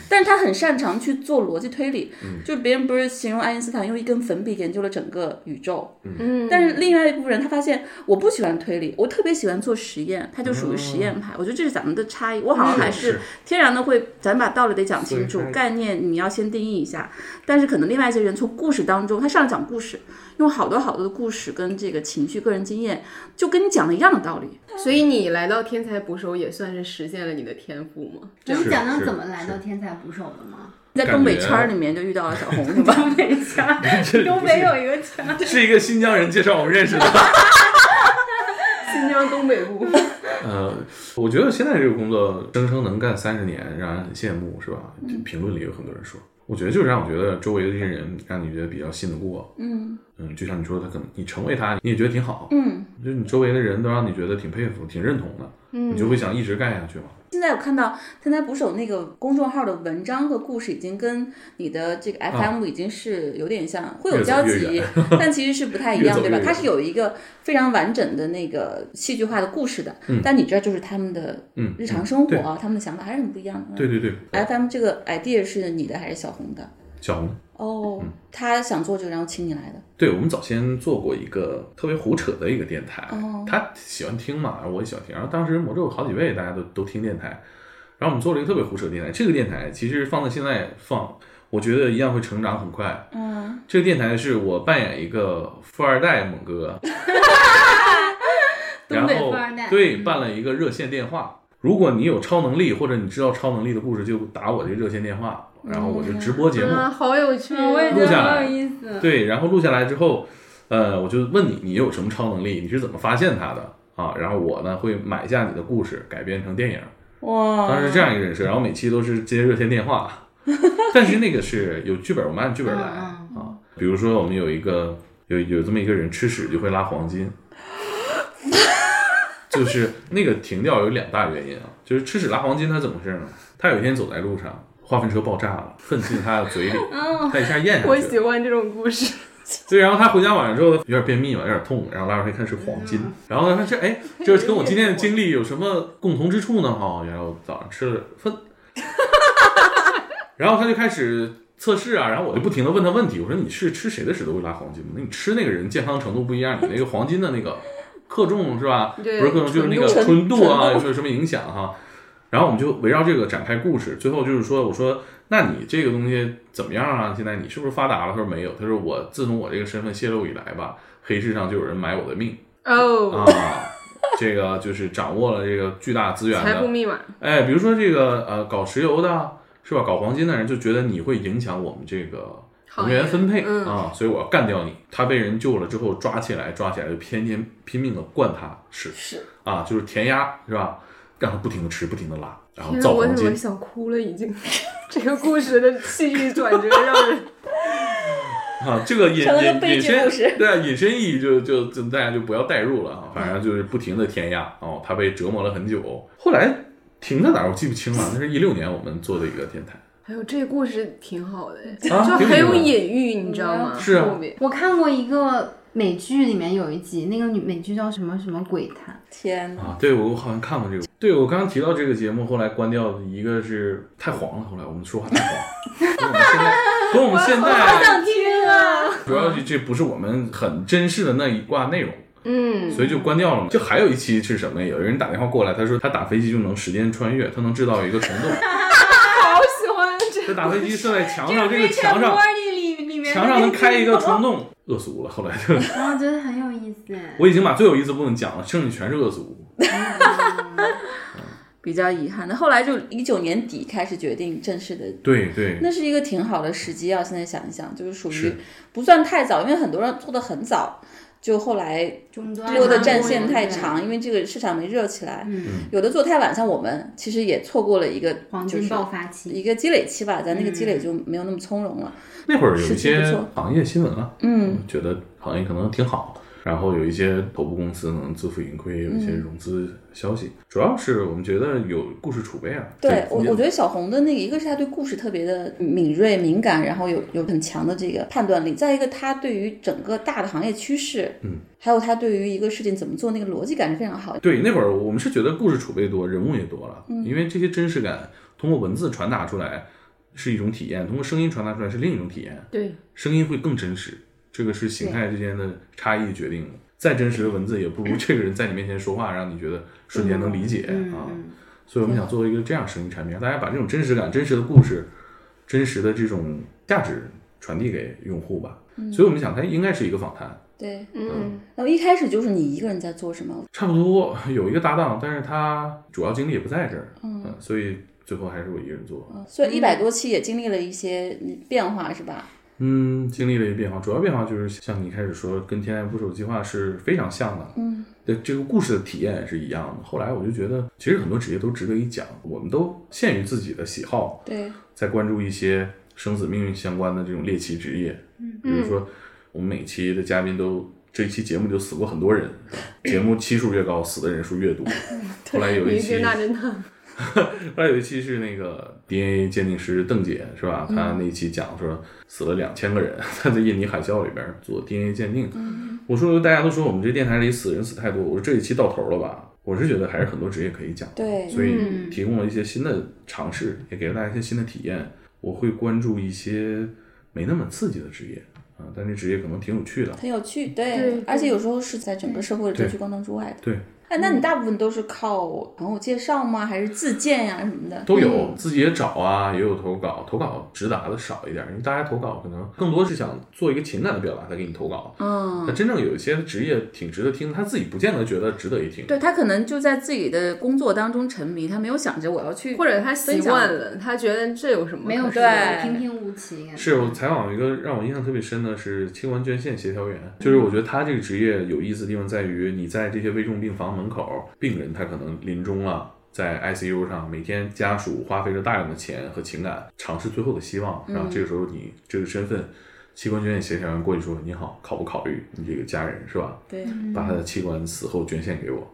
[SPEAKER 4] 但是他很擅长去做逻辑推理。就别人不是形容爱因斯坦用一根粉笔研究了整个宇宙，
[SPEAKER 3] 嗯，
[SPEAKER 4] 但是另外一部分人他发现我不喜欢推理，我特别喜欢做实验，他就属于实验派。我觉得这是咱们的差异。我好像还
[SPEAKER 1] 是是
[SPEAKER 4] 是天然的会，咱把道理得讲清楚
[SPEAKER 1] 对，
[SPEAKER 4] 概念你要先定义一下。但是可能另外一些人从故事当中，他上来讲故事，用好多好多的故事跟这个情绪、个人经验，就跟你讲了一样的道理。
[SPEAKER 3] 所以你来到天才捕手也算是实现了你的天赋嘛？
[SPEAKER 2] 能
[SPEAKER 1] 是
[SPEAKER 2] 讲讲
[SPEAKER 1] 是
[SPEAKER 2] 怎么来
[SPEAKER 1] 是
[SPEAKER 2] 到天才捕手的吗？
[SPEAKER 4] 在东北圈儿里面就遇到
[SPEAKER 1] *laughs*
[SPEAKER 4] 了小红，是吧？
[SPEAKER 2] 东北腔，东北有一个腔，
[SPEAKER 1] 是一个新疆人介绍我们认识的。
[SPEAKER 3] 新疆东北部，
[SPEAKER 1] 呃，我觉得现在这个工作声称能干三十年，让人很羡慕，是吧？就
[SPEAKER 4] 嗯
[SPEAKER 1] 评论里有很多人说，我觉得就是让我觉得周围的这些人让你觉得比较信得过，
[SPEAKER 4] 嗯
[SPEAKER 1] 嗯，就像你说的，可能你成为他，你也觉得挺好，
[SPEAKER 4] 嗯。
[SPEAKER 1] 就是你周围的人都让你觉得挺佩服、挺认同的，
[SPEAKER 3] 嗯
[SPEAKER 1] 你就会想一直干下去嘛。
[SPEAKER 4] 现在我看到天才捕手那个公众号的文章和故事，已经跟你的这个 FM 已经是有点像，会有交
[SPEAKER 1] 啊越走越
[SPEAKER 4] 集， *laughs* 但其实是不太一
[SPEAKER 1] 越
[SPEAKER 4] 样，
[SPEAKER 1] 走
[SPEAKER 4] 对吧
[SPEAKER 1] 越？远
[SPEAKER 4] 它是有一个非常完整的那个戏剧化的故事的，但你知道，就是他们的
[SPEAKER 1] 嗯
[SPEAKER 4] 日常生活
[SPEAKER 1] 嗯
[SPEAKER 4] 啊，他们的想法还是很不一样的。
[SPEAKER 1] 对对对，
[SPEAKER 4] ，FM 这个 idea 是你的还是小红的？
[SPEAKER 1] 小红，
[SPEAKER 4] 哦，他想做这个，然后请你来的。
[SPEAKER 1] 对我们早先做过一个特别胡扯的一个电台，
[SPEAKER 2] 哦
[SPEAKER 1] 他喜欢听嘛，我也喜欢听。然后当时魔咒有好几位大家都都听电台，然后我们做了一个特别胡扯的电台。这个电台其实放在现在放，我觉得一样会成长很快。
[SPEAKER 4] 嗯，
[SPEAKER 1] 这个电台是我扮演一个富二代猛哥，然
[SPEAKER 2] *laughs* 东北
[SPEAKER 1] 后
[SPEAKER 2] 富二代嗯
[SPEAKER 1] 对办了一个热线电话。如果你有超能力，或者你知道超能力的故事，就打我这热线电话，然后我就直播节目。
[SPEAKER 3] 啊，好有趣哦，
[SPEAKER 2] 嗯，我也觉
[SPEAKER 1] *laughs* 录
[SPEAKER 2] 得
[SPEAKER 1] 下来
[SPEAKER 2] 很有意思。
[SPEAKER 1] 对，然后录下来之后，呃，我就问你，你有什么超能力？你是怎么发现它的啊？然后我呢会买下你的故事，改编成电影，
[SPEAKER 4] 哇，
[SPEAKER 2] 哦
[SPEAKER 1] 当时是这样一个人设。然后每期都是接热线电
[SPEAKER 2] *laughs*
[SPEAKER 1] 话，但是那个是有剧本，我们按剧本来
[SPEAKER 2] 嗯
[SPEAKER 1] 啊。比如说我们有一个有有这么一个人吃屎就会拉黄
[SPEAKER 2] *laughs*
[SPEAKER 1] 金，就是那个停掉有两大原因啊，就是吃屎拉黄金他怎么回事呢？他有一天走在路上，化粪车爆炸了，粪进他的嘴里，
[SPEAKER 2] 哦
[SPEAKER 1] 他一下咽下去了。
[SPEAKER 3] 我喜欢这种故事。
[SPEAKER 1] 对，然后他回家晚上之后有点便秘嘛，有点痛，然后拉出来看是黄金，然后呢，他这哎，这跟我今天的经历有什么共同之处呢？哈、原来我早上吃了粪， *laughs* 然后他就开始测试啊，然后我就不停的问他问题，我说你是吃谁的屎都会拉黄金吗？那你吃那个人健康程度不一样，你那个黄金的那个克重是吧？不
[SPEAKER 3] 对
[SPEAKER 1] 是克重，就是那个
[SPEAKER 4] 纯
[SPEAKER 1] 纯度啊，有
[SPEAKER 4] 纯度
[SPEAKER 1] 没有什么影响哈、然后我们就围绕这个展开故事，最后就是说，我说那你这个东西怎么样啊？现在你是不是发达了？他说没有，他说我自从我这个身份泄露以来吧，黑市上就有人买我的命
[SPEAKER 3] 哦，
[SPEAKER 1] 啊，这个就是掌握了这个巨大资源
[SPEAKER 3] 财富
[SPEAKER 1] 的，
[SPEAKER 3] 密码，
[SPEAKER 1] 哎，比如说这个呃搞石油的是吧，搞黄金的人就觉得你会影响我们这个能源分配、
[SPEAKER 3] 嗯
[SPEAKER 1] 啊，所以我要干掉你。他被人救了之后抓起来，抓起来就天天拼命的灌他屎
[SPEAKER 4] 是
[SPEAKER 1] 啊，就是填鸭是吧？让他不停的吃，不停的拉，然后
[SPEAKER 3] 天呐，
[SPEAKER 1] 造
[SPEAKER 3] 我
[SPEAKER 1] 黄
[SPEAKER 3] 怎
[SPEAKER 1] 金
[SPEAKER 3] 么。想哭了？已经， *laughs* 这个故事的戏剧转折让人
[SPEAKER 1] 啊，这个引
[SPEAKER 4] 成了个
[SPEAKER 1] 引
[SPEAKER 4] 悲
[SPEAKER 1] 引
[SPEAKER 4] 剧故事
[SPEAKER 1] 申，对啊，引申意义就就就大家就不要代入了啊，反正就是不停的填鸭哦，他被折磨了很久，后来停在哪儿我记不清了，那是一六年我们做的一个电台，
[SPEAKER 3] 哎呦，这故事挺好的，哎
[SPEAKER 1] 啊
[SPEAKER 3] 就
[SPEAKER 1] 挺有
[SPEAKER 3] 很有
[SPEAKER 1] 意思的
[SPEAKER 3] 隐喻，你知道吗？
[SPEAKER 1] 是啊
[SPEAKER 3] 后面
[SPEAKER 2] 我看过一个美剧，里面有一集，那个女美剧叫什么什么鬼谈，
[SPEAKER 4] 天哪，
[SPEAKER 1] 啊，对我好像看过这个，对我刚刚提到这个节目，后来关掉的一个是太黄了，后来我们说话太黄，跟我们现在跟我们现在
[SPEAKER 4] 想听啊！
[SPEAKER 1] 主要是这不是我们很珍视的那一挂内容。
[SPEAKER 3] 嗯，
[SPEAKER 1] 所以就关掉了嘛。就还有一期是什么？有人打电话过来，他说他打飞机就能时间穿越，他能制造一个虫洞。
[SPEAKER 3] 好喜欢这
[SPEAKER 1] 这打飞机射在墙上，这
[SPEAKER 2] 这
[SPEAKER 1] 个墙上
[SPEAKER 2] 里里面
[SPEAKER 1] 墙上能开一个虫 *laughs* 洞，恶俗了。后来就
[SPEAKER 2] 然后觉得哦很有意思。
[SPEAKER 1] 我已经把最有意思的部分讲了，剩下全是恶俗。
[SPEAKER 2] 嗯
[SPEAKER 4] 比较遗憾的，后来就一九年底开始决定正式的，
[SPEAKER 1] 对对，
[SPEAKER 4] 那是一个挺好的时机啊。现在想一想，就是属于
[SPEAKER 1] 是
[SPEAKER 4] 不算太早，因为很多人做的很早，就后来
[SPEAKER 2] 终端
[SPEAKER 4] 溜的
[SPEAKER 3] 啊
[SPEAKER 4] 战线太
[SPEAKER 2] 对
[SPEAKER 4] 长，因为这个市场没热起来。
[SPEAKER 2] 嗯，
[SPEAKER 4] 有的做太晚，像我们其实也错过了一个
[SPEAKER 2] 黄
[SPEAKER 4] 就
[SPEAKER 2] 金
[SPEAKER 4] 是
[SPEAKER 2] 爆发期，嗯
[SPEAKER 4] 一个积累期吧，咱那个积累就没有那么从容了。
[SPEAKER 1] 那会儿有一
[SPEAKER 4] 是挺
[SPEAKER 1] 些
[SPEAKER 4] 不错
[SPEAKER 1] 行业新闻啊，
[SPEAKER 4] 嗯，
[SPEAKER 1] 觉得行业可能挺好。然后有一些头部公司能自负盈亏，有一
[SPEAKER 4] 嗯
[SPEAKER 1] 些融资消息，主要是我们觉得有故事储备啊。
[SPEAKER 4] 对我，我觉
[SPEAKER 1] 得
[SPEAKER 4] 得小红的那个，一个是她对故事特别的敏锐、敏感，然后有有很强的这个判断力；再一个，她对于整个大的行业趋势，
[SPEAKER 1] 嗯，
[SPEAKER 4] 还有她对于一个事情怎么做那个逻辑感是非常好的。嗯
[SPEAKER 1] 对那会儿我们是觉得故事储备多，人物也多了，因为这些真实感通过文字传达出来是一种体验，通过声音传达出来是另一种体验。
[SPEAKER 3] 对，
[SPEAKER 1] 声音会更真实，这个是形态之间的差异决定的。再真实的文字也不如这个人在你面前说话，让你觉得瞬间能理解、
[SPEAKER 4] 嗯
[SPEAKER 1] 啊。所以我们想做一个这样声音产品，让大家把这种真实感、真实的故事、真实的这种价值传递给用户吧。
[SPEAKER 4] 嗯
[SPEAKER 1] 所以我们想，它应该是一个访谈，
[SPEAKER 4] 对，
[SPEAKER 3] 嗯，
[SPEAKER 4] 然后一开始就是你一个人在做什么？
[SPEAKER 1] *laughs* 差不多有一个搭档，但是他主要精力也不在这儿，嗯，所以最后还是我一个人做。
[SPEAKER 4] 呃所以一百多期也经历了一些变化，是吧？
[SPEAKER 1] 嗯，经历了一个变化，主要变化就是像你开始说，跟《天籁扶手》计划是非常像的，嗯，对这个故事的体验也是一样的。后来我就觉得，其实很多职业都值得一讲，我们都限于自己的喜好，
[SPEAKER 4] 对，
[SPEAKER 1] 在关注一些生死命运相关的这种猎奇职业，嗯，比如说我们每期的嘉宾都这一期节目就死过很多人，节目期数越高，死的人数越多。后来 *laughs* 有一期，
[SPEAKER 3] 大侦探。
[SPEAKER 1] 后来有一期是那个 DNA 鉴定师邓姐是吧？她那一期讲说死了两千个人， *laughs* 她在印尼海啸里边做 DNA 鉴定。
[SPEAKER 4] 嗯
[SPEAKER 1] 我说大家都说我们这电台里死人死太多，我说这一期到头了吧？我是觉得还是很多职业可以讲，
[SPEAKER 4] 对嗯
[SPEAKER 1] 所以提供了一些新的尝试，也给了大家一些新的体验。我会关注一些没那么刺激的职业啊，但这职业可能挺有趣的。
[SPEAKER 4] 很有趣，
[SPEAKER 3] 对
[SPEAKER 4] 而且有时候是在整个社会的
[SPEAKER 1] 对
[SPEAKER 4] 格局功能之外的。
[SPEAKER 1] 对，
[SPEAKER 4] 哎，那你大部分都是靠朋友介绍吗？还是自荐呀、什么的？嗯
[SPEAKER 1] 都有自己也找啊，也有投稿，投稿直达的少一点，因为大家投稿可能更多是想做一个情感的表达，才给你投稿。嗯，那真正有一些职业挺值得听，他自己不见得觉得值得一听。
[SPEAKER 4] 对他可能就在自己的工作当中沉迷，他没有想着我要去
[SPEAKER 3] 或者他习惯了，他觉得这有什么可
[SPEAKER 2] 没有
[SPEAKER 3] 说
[SPEAKER 2] 什
[SPEAKER 4] 对
[SPEAKER 2] 么平平无奇感觉。
[SPEAKER 1] 是我采访一个让我印象特别深的是器官捐献协调员，就是我觉得他这个职业有意思的地方在于，你在这些危重病房门口，病人他可能临终了。在 ICU 上，每天家属花费着大量的钱和情感，尝试最后的希望。然后这个时候，你这个身份，器官捐献协调员过去说：“你好，考不考虑你这个家人是吧？
[SPEAKER 4] 对，
[SPEAKER 1] 把他的器官死后捐献给我。”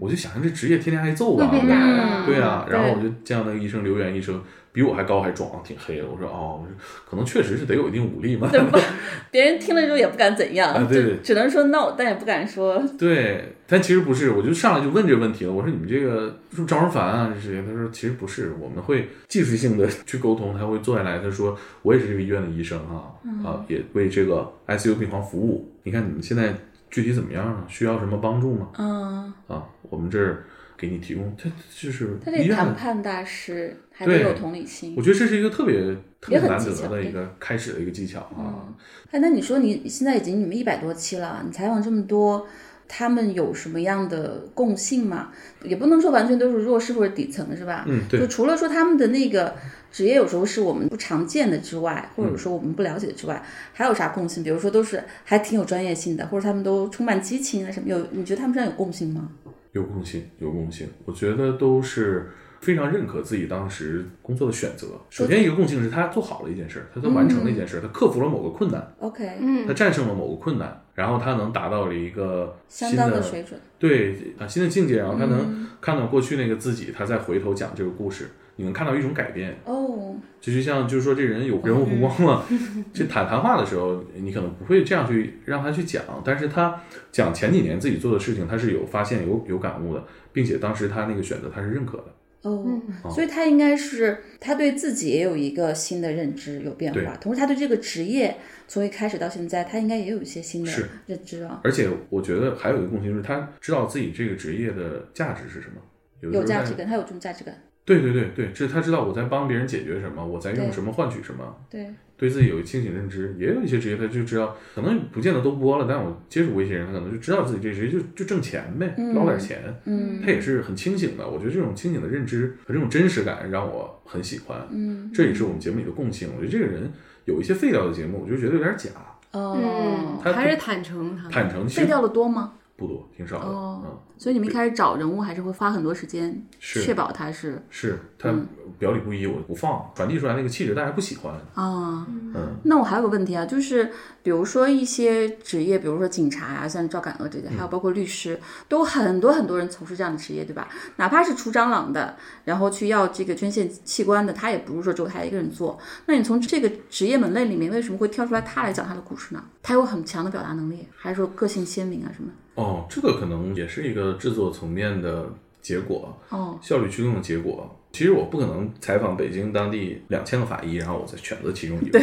[SPEAKER 1] 我就想象这职业天天挨揍啊，
[SPEAKER 2] 嗯会被打嗯的
[SPEAKER 1] 对啊，
[SPEAKER 4] 嗯对
[SPEAKER 1] 然后我就见到那个医生留言，医生比我还高还壮，挺黑的。我说哦，我说可能确实是得有一定武力嘛。 *laughs*
[SPEAKER 4] 别人听了之后也不敢怎样，
[SPEAKER 1] 啊对
[SPEAKER 4] 就
[SPEAKER 1] 对
[SPEAKER 4] 只能说 no，但也不敢说。
[SPEAKER 1] 对，但其实不是，我就上来就问这个问题了。我说你们这个是不是招人烦啊？这是他说其实不是，我们会技术性的去沟通。他会坐下来，他说我也是这个医院的医生啊，
[SPEAKER 4] 嗯
[SPEAKER 1] 啊，也为这个 ICU 病房服务。你看你们现在具体怎么样啊？需要什么帮助吗？
[SPEAKER 4] 嗯，
[SPEAKER 1] 啊，我们这儿给你提供。他就是
[SPEAKER 4] 他
[SPEAKER 1] 医
[SPEAKER 4] 这
[SPEAKER 1] 院
[SPEAKER 4] 谈
[SPEAKER 1] 的
[SPEAKER 4] 判大师还
[SPEAKER 1] 对
[SPEAKER 4] 得有同理心
[SPEAKER 1] 我。觉得这是一个特别特别
[SPEAKER 4] 也很
[SPEAKER 1] 难
[SPEAKER 4] 技
[SPEAKER 1] 得
[SPEAKER 4] 巧
[SPEAKER 1] 的一
[SPEAKER 4] 对
[SPEAKER 1] 个开始的一个技巧啊。
[SPEAKER 4] 哎，那你说你现在已经你们一百多期了，你采访这么多，他们有什么样的共性吗？也不能说完全都是弱势或者底层，是吧？
[SPEAKER 1] 嗯，对
[SPEAKER 4] 就，除了说他们的那个职业有时候是我们不常见的之外，或
[SPEAKER 1] 嗯
[SPEAKER 4] 者说我们不了解的之外，还有啥共性？比如说都是还挺有专业性的，或者他们都充满激情啊什么？有你觉得他们身上有共性吗？
[SPEAKER 1] 有共性，有共性。我觉得都是非常认可自己当时工作的选择。首先一个共性是他做好了一件事儿，他都完成了一件
[SPEAKER 4] 嗯
[SPEAKER 1] 事儿，他克服了某个困难，
[SPEAKER 4] OK，
[SPEAKER 1] 他战胜了某个困难，然后他能达到了一个
[SPEAKER 4] 相
[SPEAKER 1] 新
[SPEAKER 4] 当的水准。嗯
[SPEAKER 1] 对啊新的境界，然后他能看到过去那个自己，他再回头讲这个故事，你能看到一种改变。
[SPEAKER 4] 哦，
[SPEAKER 1] 这就像就是说这人
[SPEAKER 4] 嗯
[SPEAKER 1] 有人物弧光
[SPEAKER 4] *laughs*
[SPEAKER 1] 了，去谈谈话的时候，你可能不会这样去让他去讲，但是他讲前几年自己做的事情，他是有发现有有感悟的，并且当时他那个选择他是认可的，
[SPEAKER 4] 哦，所以他应该是他对自己也有一个新的认知有变化
[SPEAKER 1] 对，
[SPEAKER 4] 同时他对这个职业从一开始到现在，他应该也有一些新的
[SPEAKER 1] 是
[SPEAKER 4] 认知啊。
[SPEAKER 1] 而且我觉得还有一个共性就是他知道自己这个职业的价值是什么，有的
[SPEAKER 4] 有
[SPEAKER 1] 时候
[SPEAKER 4] 价
[SPEAKER 1] 在
[SPEAKER 4] 值感，他有这种价值感，
[SPEAKER 1] 对对对对，这他知道我在帮别人解决什么，我在用
[SPEAKER 4] 对
[SPEAKER 1] 什么换取什么，
[SPEAKER 4] 对，
[SPEAKER 1] 对自己有清醒认知，也有一些职业他就知道，可能不见得都播了，但我接触过一些人，他可能就知道自己这职业就就挣钱呗，
[SPEAKER 4] 嗯
[SPEAKER 1] 捞点钱，
[SPEAKER 4] 嗯
[SPEAKER 1] 他也是很清醒的。我觉得这种清醒的认知和这种真实感让我很喜欢，
[SPEAKER 4] 嗯，
[SPEAKER 1] 这也是我们节目里的共性。我觉得这个人有一些废掉的节目，我就觉得有点假。
[SPEAKER 4] 哦
[SPEAKER 3] 嗯，，
[SPEAKER 1] 他
[SPEAKER 3] 还是坦诚他。
[SPEAKER 1] 坦诚其
[SPEAKER 4] 嗯废
[SPEAKER 1] 实
[SPEAKER 4] 掉的多吗？
[SPEAKER 1] 不多，挺少的。
[SPEAKER 4] 哦
[SPEAKER 1] 嗯，
[SPEAKER 4] 所以你们一开始找人物还是会花很多时间，
[SPEAKER 1] 是
[SPEAKER 4] 确保他是
[SPEAKER 1] 是他
[SPEAKER 4] 嗯
[SPEAKER 1] 表里不一，我不放，传递出来那个气质大家不喜欢。
[SPEAKER 4] 啊。
[SPEAKER 1] 嗯，
[SPEAKER 4] 那我还有个问题啊，就是比如说一些职业，比如说警察啊，像赵敢鹅这些，
[SPEAKER 1] 嗯
[SPEAKER 4] 还有包括律师，都很多很多人从事这样的职业，对吧？哪怕是除蟑螂的，然后去要这个捐献器官的，他也不是说只有他一个人做。那你从这个职业门类里面，为什么会挑出来他来讲他的故事呢？他有很强的表达能力，还是说个性鲜明啊什么？
[SPEAKER 1] 哦，这个可能也是一个制作层面的结果，
[SPEAKER 4] 哦，
[SPEAKER 1] 效率驱动的结果。其实我不可能采访北京当地两千个法医，然后我再选择其中一个。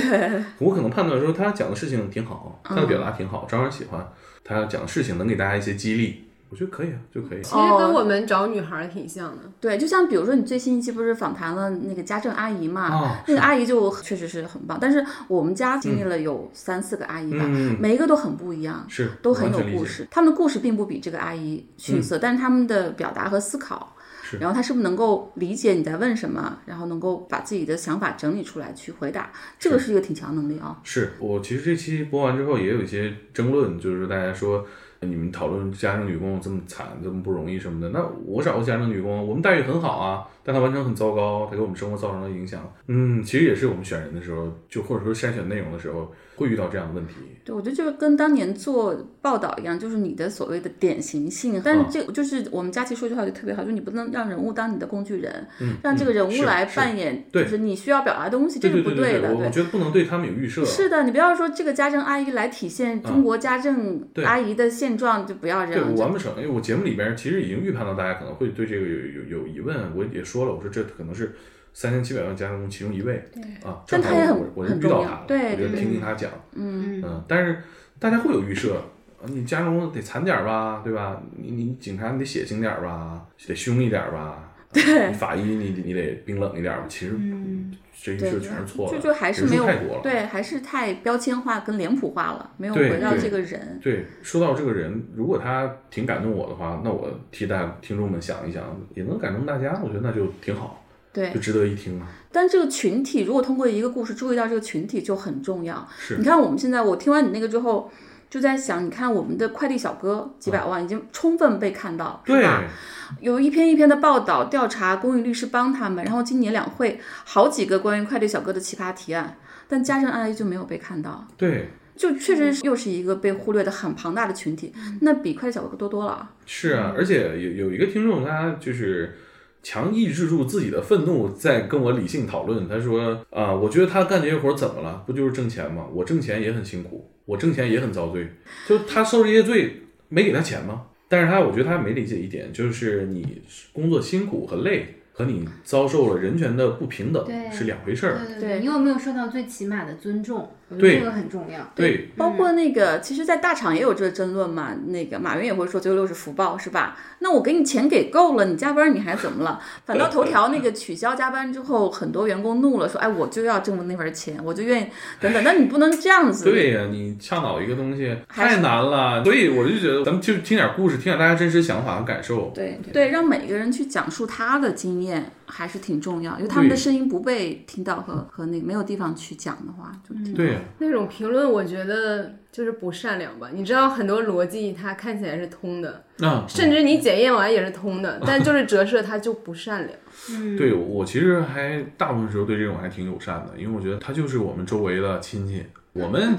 [SPEAKER 1] 我可能判断说他讲的事情挺好，
[SPEAKER 4] 嗯
[SPEAKER 1] 他的表达挺好，招人喜欢，他讲的事情能给大家一些激励，我觉得可以啊，就可以。
[SPEAKER 3] 其实跟我们找女孩儿挺像的，
[SPEAKER 4] 对，就像比如说你最新一期不是访谈了那个家政阿姨嘛，
[SPEAKER 1] 哦
[SPEAKER 4] 那个阿姨就确实是很棒，但是我们家经历了有三四个阿姨吧，
[SPEAKER 1] 嗯
[SPEAKER 4] 每一个都很不一样，
[SPEAKER 1] 是
[SPEAKER 4] 都很
[SPEAKER 1] 完
[SPEAKER 4] 有
[SPEAKER 1] 全理
[SPEAKER 4] 故
[SPEAKER 1] 解嗯
[SPEAKER 4] 事。他们的故事并不比这个阿姨逊色，但是他们的表达和思考
[SPEAKER 1] 是
[SPEAKER 4] 然后他是不是能够理解你在问什么，然后能够把自己的想法整理出来去回答，这个是一个挺强能力啊。
[SPEAKER 1] 是我其实这期播完之后也有一些争论，就是大家说你们讨论家政女工这么惨，这么不容易什么的。那我找过家政女工，我们待遇很好啊，但她完成很糟糕，她给我们生活造成了影响。嗯，其实也是我们选人的时候，就或者说筛选内容的时候会遇到这样的问题。
[SPEAKER 4] 对，我觉得就是跟当年做报道一样，就是你的所谓的典型性，但
[SPEAKER 1] 嗯
[SPEAKER 4] 是这就是我们佳琪说句话就特别好，就是你不能让人物当你的工具人，
[SPEAKER 1] 嗯，
[SPEAKER 4] 让这个人
[SPEAKER 1] 嗯
[SPEAKER 4] 物
[SPEAKER 1] 是
[SPEAKER 4] 来
[SPEAKER 1] 是
[SPEAKER 4] 扮演，
[SPEAKER 1] 对
[SPEAKER 4] 就是你需要表达的东西，这
[SPEAKER 1] 对
[SPEAKER 4] 是
[SPEAKER 1] 对
[SPEAKER 4] 不
[SPEAKER 1] 对对
[SPEAKER 4] 的，
[SPEAKER 1] 我我觉得不能对他们有预设。
[SPEAKER 4] 是的，你不要说这个家政阿姨来体现中国家政
[SPEAKER 1] 嗯对
[SPEAKER 4] 阿姨的现状，就不要这
[SPEAKER 1] 对，
[SPEAKER 4] 样。
[SPEAKER 1] 我
[SPEAKER 4] 就
[SPEAKER 1] 完不成，因为我节目里边其实已经预判到大家可能会对这个有有有疑问，我也说了，我说这可能是三千七百万家政工其中一位啊，正
[SPEAKER 4] 但他也
[SPEAKER 1] 好
[SPEAKER 4] 很
[SPEAKER 1] 我我是
[SPEAKER 4] 很
[SPEAKER 1] 遇
[SPEAKER 4] 重
[SPEAKER 1] 到
[SPEAKER 4] 要
[SPEAKER 1] 他了，
[SPEAKER 4] 对
[SPEAKER 1] 我就
[SPEAKER 4] 对对
[SPEAKER 1] 听听他讲，
[SPEAKER 2] 嗯
[SPEAKER 1] 嗯，但是大家会有预设，啊你家政工得惨点儿吧，对吧？你你警察你得血腥点儿吧，得凶一点儿吧，
[SPEAKER 4] 对
[SPEAKER 1] 你法医你你你得冰冷一点儿吧，其实
[SPEAKER 2] 嗯
[SPEAKER 1] 这预
[SPEAKER 4] 对
[SPEAKER 1] 设全是错
[SPEAKER 4] 就
[SPEAKER 1] 的，
[SPEAKER 4] 就还是
[SPEAKER 1] 人
[SPEAKER 4] 没
[SPEAKER 1] 数
[SPEAKER 4] 有
[SPEAKER 1] 太多了，
[SPEAKER 4] 对，还是太标签化跟脸谱化了，没有
[SPEAKER 1] 对
[SPEAKER 4] 回到
[SPEAKER 1] 对
[SPEAKER 4] 这个人。
[SPEAKER 1] 对，说到这个人，如果他挺感动我的话，那我替大家听众们想一想，也能感动大家，我觉得那就挺好，
[SPEAKER 4] 对
[SPEAKER 1] 就值得一听啊。
[SPEAKER 4] 但这个群体如果通过一个故事注意到这个群体就很重要。
[SPEAKER 1] 是
[SPEAKER 4] 你看我们现在，我听完你那个之后，就在想，你看我们的快递小哥几百万已经充分被看到，是
[SPEAKER 1] 啊对，
[SPEAKER 4] 吧？有一篇一篇的报道调查，公益律师帮他们，然后今年两会好几个关于快递小哥的奇葩提案，但家政阿姨就没有被看到，
[SPEAKER 1] 对，
[SPEAKER 4] 就确
[SPEAKER 1] 嗯
[SPEAKER 4] 实又是一个被忽略的很庞大的群体，那比快递小哥多多了。
[SPEAKER 1] 是啊，而且有有一个听众，他就是强抑制住自己的愤怒，在跟我理性讨论。他说啊、我觉得他干这些活儿怎么了？不就是挣钱吗？我挣钱也很辛苦，我挣钱也很遭罪。就他受这些罪，没给他钱吗？但是他，我觉得他没理解一点，就是你工作辛苦和累，和你遭受了人权的不平等
[SPEAKER 2] 对
[SPEAKER 1] 是两回事
[SPEAKER 2] 对
[SPEAKER 1] 儿。
[SPEAKER 2] 对
[SPEAKER 4] 对
[SPEAKER 2] 对，你有没有受到最起码的尊重？我觉
[SPEAKER 1] 对
[SPEAKER 2] 得这个很重要。
[SPEAKER 1] 对，
[SPEAKER 4] 包括那个，其实，在大厂也有这个争论嘛。那个马云也会说，九九六是福报，是吧？那我给你钱给够了，你加班你还怎么了？反倒头条那个取消加班之后，很多员工怒了，说：“哎，我就要挣那份钱，我就愿意等等。”那你不能这样子。
[SPEAKER 1] 对呀、你倡导一个东西
[SPEAKER 4] 还是
[SPEAKER 1] 太难了，所以我就觉得咱们就听点故事，听点大家真实想法和感受。
[SPEAKER 4] 对对，让每个人去讲述他的经验还是挺重要，因为他们的
[SPEAKER 1] 对
[SPEAKER 4] 声音不被听到和和那个没有地方去讲的话，就挺
[SPEAKER 1] 对呀、啊
[SPEAKER 3] 那种评论，我觉得就是不善良吧。你知道很多逻辑它看起来是通的，
[SPEAKER 1] 那
[SPEAKER 3] 甚至你检验完也是通的，但就是折射它就不善良。
[SPEAKER 2] 嗯，
[SPEAKER 1] 对我其实还大部分时候对这种还挺友善的，因为我觉得他就是我们周围的亲戚。我们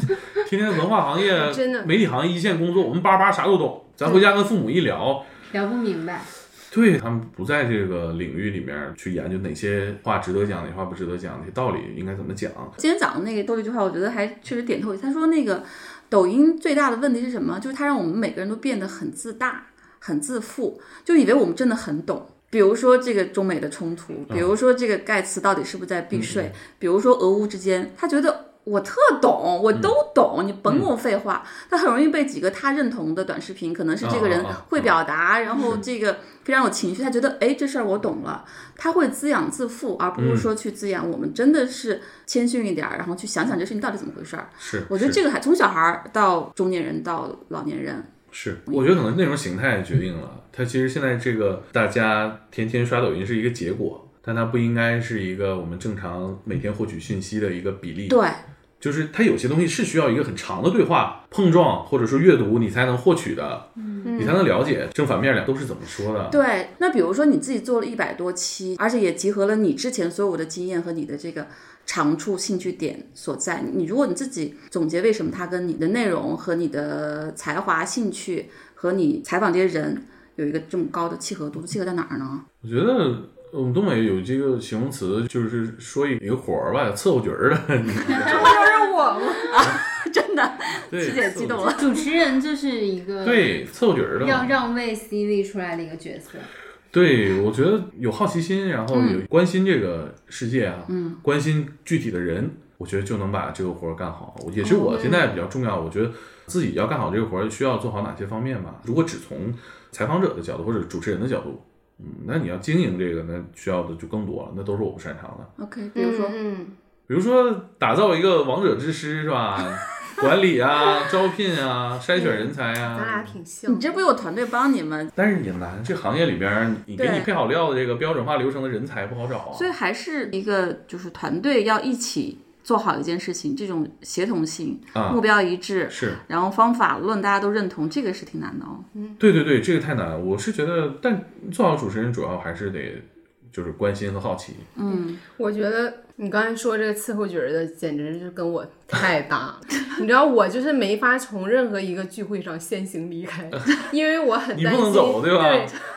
[SPEAKER 1] 天天文化行
[SPEAKER 4] *laughs*
[SPEAKER 1] 业、
[SPEAKER 3] 真的
[SPEAKER 1] 媒体行业一线工作，我们叭叭啥都懂。咱回家跟父母一聊，
[SPEAKER 2] 聊不明白。
[SPEAKER 1] 对他们不在这个领域里面去研究哪些话值得讲，哪些话不值得讲，哪些道理应该怎么讲。
[SPEAKER 4] 今天早上那个说了一句话，我觉得还确实点透。他说那个抖音最大的问题是什么？就是它让我们每个人都变得很自大、很自负，就以为我们真的很懂。比如说这个中美的冲突，
[SPEAKER 1] 啊
[SPEAKER 4] 比如说这个盖茨到底是不是在避税，
[SPEAKER 1] 嗯
[SPEAKER 4] 比如说俄乌之间，他觉得。我特懂，我都
[SPEAKER 1] 嗯
[SPEAKER 4] 懂，你甭跟我废话。他很容易被几个他认同的短视频，可能是这个人
[SPEAKER 1] 啊啊啊
[SPEAKER 4] 会表达，然后这
[SPEAKER 1] *laughs*
[SPEAKER 4] 个非常有情绪，他觉得哎这事儿我懂了，他会滋养自负，而不
[SPEAKER 1] 嗯
[SPEAKER 4] 是说去滋养我们真的是谦逊一点儿，然后去想想这事情到底怎么回事儿。
[SPEAKER 1] 是，
[SPEAKER 4] 我觉得
[SPEAKER 1] 是
[SPEAKER 4] 这个还从小孩儿到中年人到老年人，
[SPEAKER 1] 是，我觉得可能内容形态决定了它。其实现在这个大家天天刷抖音是一个结果，但它不应该是一个我们正常每天获取信息的一个比例。
[SPEAKER 4] 对
[SPEAKER 1] 就是它有些东西是需要一个很长的对话碰撞，或者说阅读，你才能获取的，你才能了解正反面两都是怎么说的。
[SPEAKER 4] 对。那比如说你自己做了一百多期，而且也集合了你之前所有的经验和你的这个长处、兴趣点所在。你如果你自己总结为什么它跟你的内容和你的才华、兴趣和你采访这些人有一个这么高的契合度，契合在哪儿呢？ *laughs*
[SPEAKER 1] 我觉得我们东北有这个形容词，就是说一个火儿吧，伺候局儿的。 *laughs* 你
[SPEAKER 3] 这不就是我吗？
[SPEAKER 4] 真的，
[SPEAKER 1] 对，
[SPEAKER 4] *laughs* 琪姐激动
[SPEAKER 1] 了。
[SPEAKER 4] 了。
[SPEAKER 2] 主持人就是一个
[SPEAKER 1] 对，伺候局儿的嘛。
[SPEAKER 2] 要让位 C 位出来的一个角色。
[SPEAKER 1] 对，我觉得有好奇心，然后有关心这个世界啊，嗯，关心具体的人，我觉得就能把这个活儿干好。我也是我现在比较重要，我觉得自己要干好这个活儿，需要做好哪些方面吧。如果只从采访者的角度或者主持人的角度，嗯，那你要经营这个，那需要的就更多了，那都是我不擅长的。
[SPEAKER 4] OK，比
[SPEAKER 3] 比
[SPEAKER 4] 如
[SPEAKER 3] 如
[SPEAKER 4] 说
[SPEAKER 3] 说，，嗯，
[SPEAKER 1] 比如说，打造一个王者之师是吧？ *laughs* 管理啊、招聘啊、筛选人才啊。
[SPEAKER 3] 咱俩挺像。
[SPEAKER 4] 你这不有团队帮你们？
[SPEAKER 1] 但是也难，这行业里边儿，你给
[SPEAKER 4] 对
[SPEAKER 1] 你配好料的这个标准化流程的人才不好找啊。
[SPEAKER 4] 所以还是一个就是团队要一起做好一件事情，这种协同性、
[SPEAKER 1] 啊
[SPEAKER 4] 目标一致，
[SPEAKER 1] 是
[SPEAKER 4] 然后方法论大家都认同，这个是挺难的哦。
[SPEAKER 1] 对对对，这个太难了。我是觉得，但做好主持人主要还是得就是关心和好奇。
[SPEAKER 4] 嗯
[SPEAKER 3] 我觉得你刚才说这个伺候角儿的，简直就跟我太搭了。你知道我就是没法从任何一个聚会上先行离开，因为我很
[SPEAKER 1] 你
[SPEAKER 3] 担
[SPEAKER 1] 不
[SPEAKER 3] 心，
[SPEAKER 1] 能走对吧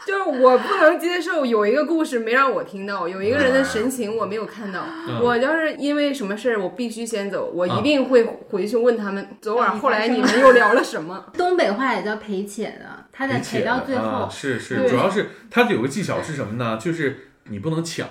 [SPEAKER 3] 就是我不能接受有一个故事没让我听到，有一个人
[SPEAKER 1] 哎
[SPEAKER 3] 的神情我没有看到。
[SPEAKER 1] 嗯
[SPEAKER 3] 我要是因为什么事儿我必须先走，我一定会回去问他们昨晚后来你们又聊了什么。
[SPEAKER 2] 东北话也叫陪且的，他得陪到最
[SPEAKER 1] 啊
[SPEAKER 2] 后。
[SPEAKER 1] 是是，
[SPEAKER 3] 对
[SPEAKER 1] 主要是它有个技巧是什么呢？就是你不能抢，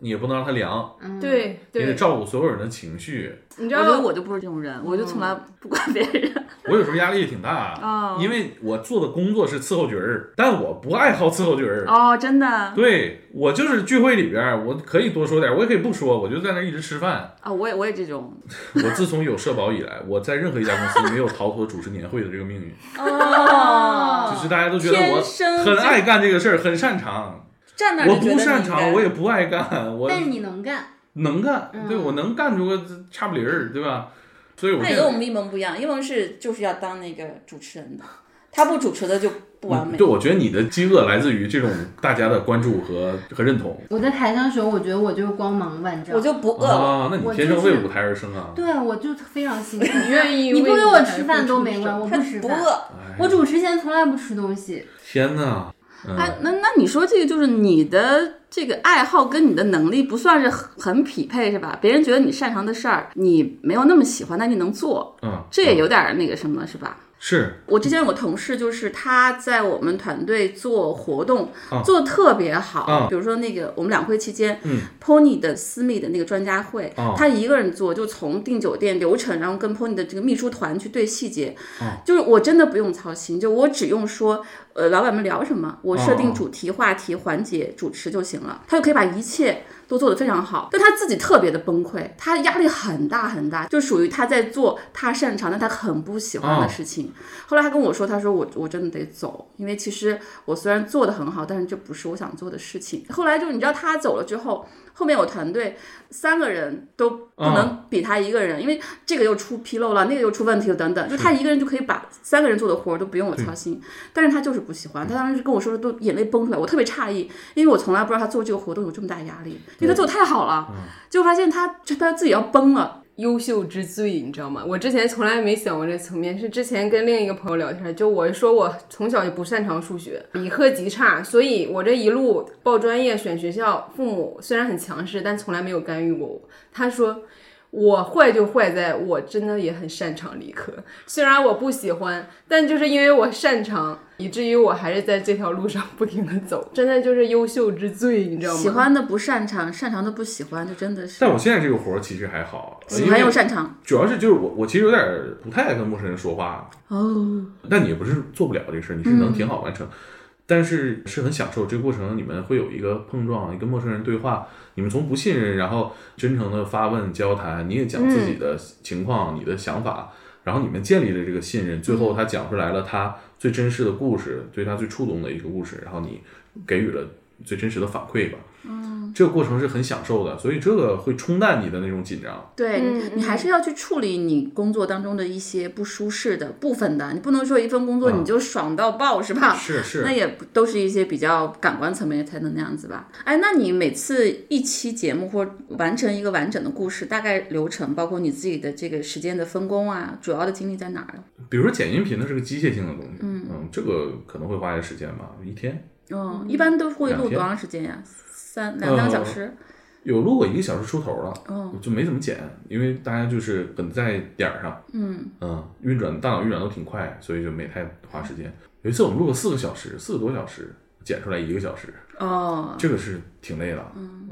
[SPEAKER 1] 你也不能让它凉，
[SPEAKER 2] 嗯，
[SPEAKER 3] 对
[SPEAKER 1] 你得
[SPEAKER 3] 对，
[SPEAKER 1] 照顾所有人的情绪。
[SPEAKER 3] 你知
[SPEAKER 4] 我觉得
[SPEAKER 3] 道
[SPEAKER 4] 我就不是这种人，我就从来不管别 *laughs* 人。
[SPEAKER 1] 我有时候压力也挺大，
[SPEAKER 4] 哦
[SPEAKER 1] 因为我做的工作是伺候角儿，但我不爱好伺候角儿。
[SPEAKER 4] 哦，真的啊、
[SPEAKER 1] 对我就是聚会里边儿，我可以多说点儿，我也可以不说，我就在那儿一直吃饭。
[SPEAKER 4] 啊我也我也这种。
[SPEAKER 1] 我自从有社保以来，我在任何一家公司没有逃脱主持年会的这个命运，
[SPEAKER 4] *laughs* 哦
[SPEAKER 1] 就是大家都觉得我
[SPEAKER 4] 天生就
[SPEAKER 1] 很爱干这个事儿，很擅长。
[SPEAKER 4] 站那儿
[SPEAKER 1] 我
[SPEAKER 4] 就觉得
[SPEAKER 1] 不
[SPEAKER 4] 你
[SPEAKER 1] 擅
[SPEAKER 4] 应
[SPEAKER 1] 长，
[SPEAKER 4] 该
[SPEAKER 1] 我也不爱干，我
[SPEAKER 2] 但是你能干，
[SPEAKER 1] 能干，
[SPEAKER 2] 嗯
[SPEAKER 1] 对我能干出个差不离儿，对吧？所以我
[SPEAKER 4] 那
[SPEAKER 1] 现
[SPEAKER 4] 也跟我
[SPEAKER 1] 在
[SPEAKER 4] 们一萌不一样，一萌是就是要当那个主持人的，他不主持的就不完美。
[SPEAKER 1] 对，我觉得你的饥饿来自于这种大家的关注和和认同
[SPEAKER 2] 我在台上的时候，我觉得我就是光芒万丈。
[SPEAKER 4] 我就不饿了。
[SPEAKER 1] 啊，那你天生为舞台而生啊。
[SPEAKER 2] 对我就非
[SPEAKER 4] *laughs*
[SPEAKER 2] 常辛苦。
[SPEAKER 3] 你愿意
[SPEAKER 2] 你不
[SPEAKER 3] 为
[SPEAKER 2] 给我
[SPEAKER 3] 你
[SPEAKER 2] 吃
[SPEAKER 3] 的
[SPEAKER 2] 饭
[SPEAKER 3] 付
[SPEAKER 2] 都
[SPEAKER 3] 出
[SPEAKER 2] 没
[SPEAKER 3] 什
[SPEAKER 2] 关，
[SPEAKER 3] 么
[SPEAKER 2] 我
[SPEAKER 4] 他
[SPEAKER 2] 不吃
[SPEAKER 4] 不
[SPEAKER 2] 饭。
[SPEAKER 4] 饿，
[SPEAKER 1] 哎呀
[SPEAKER 2] 我主持前从来不吃东西，
[SPEAKER 1] 天哪，嗯
[SPEAKER 4] 哎，那那你说这个就是你的这个爱好跟你的能力不算是很很匹配是吧？别人觉得你擅长的事儿，你没有那么喜欢，但你能做，
[SPEAKER 1] 嗯，
[SPEAKER 4] 这也有点儿那个什么是吧？
[SPEAKER 1] 是
[SPEAKER 4] 我之前有个同事，就是他在我们团队做活动，
[SPEAKER 1] 啊
[SPEAKER 4] 做的特别好。
[SPEAKER 1] 啊
[SPEAKER 4] 比如说那个我们两会期间、
[SPEAKER 1] 嗯
[SPEAKER 4] p o n y 的私密的那个专家会，
[SPEAKER 1] 啊
[SPEAKER 4] 他一个人做，就从订酒店流程，然后跟 Pony 的这个秘书团去对细节。
[SPEAKER 1] 啊
[SPEAKER 4] 就是我真的不用操心，就我只用说，呃，老板们聊什么，我设
[SPEAKER 1] 哦
[SPEAKER 4] 定
[SPEAKER 1] 哦
[SPEAKER 4] 主题、话题、环节、主持就行了，他就可以把一切都做得非常好，但他自己特别的崩溃，他压力很大很大，就属于他在做他擅长但他很不喜欢的事情。后来他跟我说，他说我我真的得走，因为其实我虽然做的很好，但是这不是我想做的事情。后来就你知道他走了之后，后面我团队三个人都不
[SPEAKER 3] 嗯
[SPEAKER 4] 能比他一个人，因为这个又出纰漏了，那个又出问题了，等等，就他一个人就可以把三个人做的活儿都不用我操心。但是他就是不喜欢，他当时跟我说的都眼泪崩出来，我特别诧异，因为我从来不知道他做这个活动有这么大压力，因为他做的太好了，
[SPEAKER 3] 嗯
[SPEAKER 4] 结果发现他就他自己要崩了。
[SPEAKER 3] 优秀之最，你知道吗？我之前从来没想过这层面，是之前跟另一个朋友聊天，就我说我从小就不擅长数学，理科极差，所以我这一路报专业、选学校，父母虽然很强势，但从来没有干预过我。他说。我坏就坏在我真的也很擅长理科，虽然我不喜欢，但就是因为我擅长，以至于我还是在这条路上不停的走，真的就是优秀之最，你知道吗？
[SPEAKER 4] 喜欢的不擅长，擅长的不喜欢，就真的是
[SPEAKER 1] 但我现在这个活儿其实还好，
[SPEAKER 4] 喜欢又擅长。
[SPEAKER 1] 主要是就是我我其实有点儿不太爱跟陌生人说话哦，但你也不是做不了这事儿，你是能挺好完成，但是是很享受这个过程，你们会有一个碰撞，你跟陌生人对话，你们从不信任，然后真诚的发问交谈，你也讲自己的情况、你的想法，然后你们建立了这个信任，最后他讲出来了他最真实的故事，对他最触动的一个故事，然后你给予了最真实的反馈吧。嗯，这个过程是很享受的，所以这个会冲淡你的那种紧张。
[SPEAKER 4] 对、
[SPEAKER 3] 嗯
[SPEAKER 4] 你你还是要去处理你工作当中的一些不舒适的部分的，你不能说一份工作
[SPEAKER 1] 嗯
[SPEAKER 4] 你就爽到爆，是吧？
[SPEAKER 1] 是是
[SPEAKER 4] 那也不都是一些比较感官层面才能那样子吧？哎，那你每次一期节目或完成一个完整的故事，大概流程，包括你自己的这个时间的分工啊，主要的精力在哪儿啊？
[SPEAKER 1] 比如说剪音频，它是个机械性的东西，嗯这个可能会花些时间吧，一天
[SPEAKER 4] 嗯，一般都会
[SPEAKER 1] 两
[SPEAKER 4] 录
[SPEAKER 1] 天
[SPEAKER 4] 多长时间呀、三两三个小
[SPEAKER 1] 呃
[SPEAKER 4] 时。
[SPEAKER 1] 有录过一个小时出头了，
[SPEAKER 4] 哦
[SPEAKER 1] 就没怎么剪，因为大家就是很在点儿上，
[SPEAKER 4] 嗯
[SPEAKER 1] 嗯，运转大脑运转都挺快，所以就没太花时间。有一次我们录了四个小时，四个多小时，剪出来一个小时，
[SPEAKER 4] 哦，
[SPEAKER 1] 这个是挺累了，嗯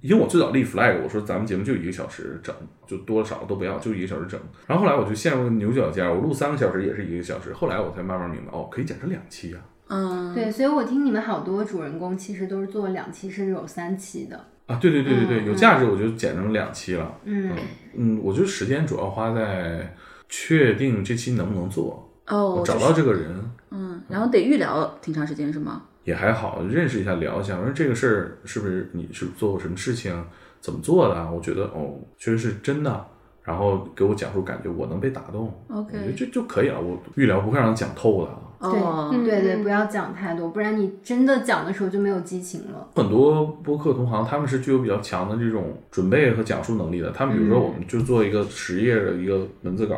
[SPEAKER 1] 因为我最早立 flag，我说咱们节目就一个小时整，就多少都不要，就一个小时整。然后后来我就陷入了牛角尖儿，我录三个小时也是一个小时，后来我才慢慢明白，哦，可以剪成两期啊。
[SPEAKER 4] 嗯，
[SPEAKER 2] 对，所以我听你们好多主人公其实都是做两期甚至有三期的。
[SPEAKER 1] 啊，对对对
[SPEAKER 4] 嗯
[SPEAKER 1] 对对，有价值我就剪成两期了。
[SPEAKER 2] 嗯，
[SPEAKER 1] 嗯，我觉得时间主要花在确定这期能不能做，
[SPEAKER 4] 哦
[SPEAKER 1] 我，找到这个人
[SPEAKER 4] 嗯，然后得预聊挺长时间是吗？
[SPEAKER 1] 也还好，认识一下聊一下，我说这个事儿是不是你是做过什么事情，怎么做的啊？我觉得哦，确实是真的。然后给我讲述，感觉我能被打动
[SPEAKER 4] OK
[SPEAKER 1] 我觉得这就可以了。我预聊不会让他讲透的啊。
[SPEAKER 4] 哦，
[SPEAKER 3] 嗯
[SPEAKER 2] 对对，不要讲太多，不然你真的讲的时候就没有激情了。
[SPEAKER 1] 很多播客同行，他们是具有比较强的这种准备和讲述能力的。他们比如说，我们就做一个十页的一个文字稿，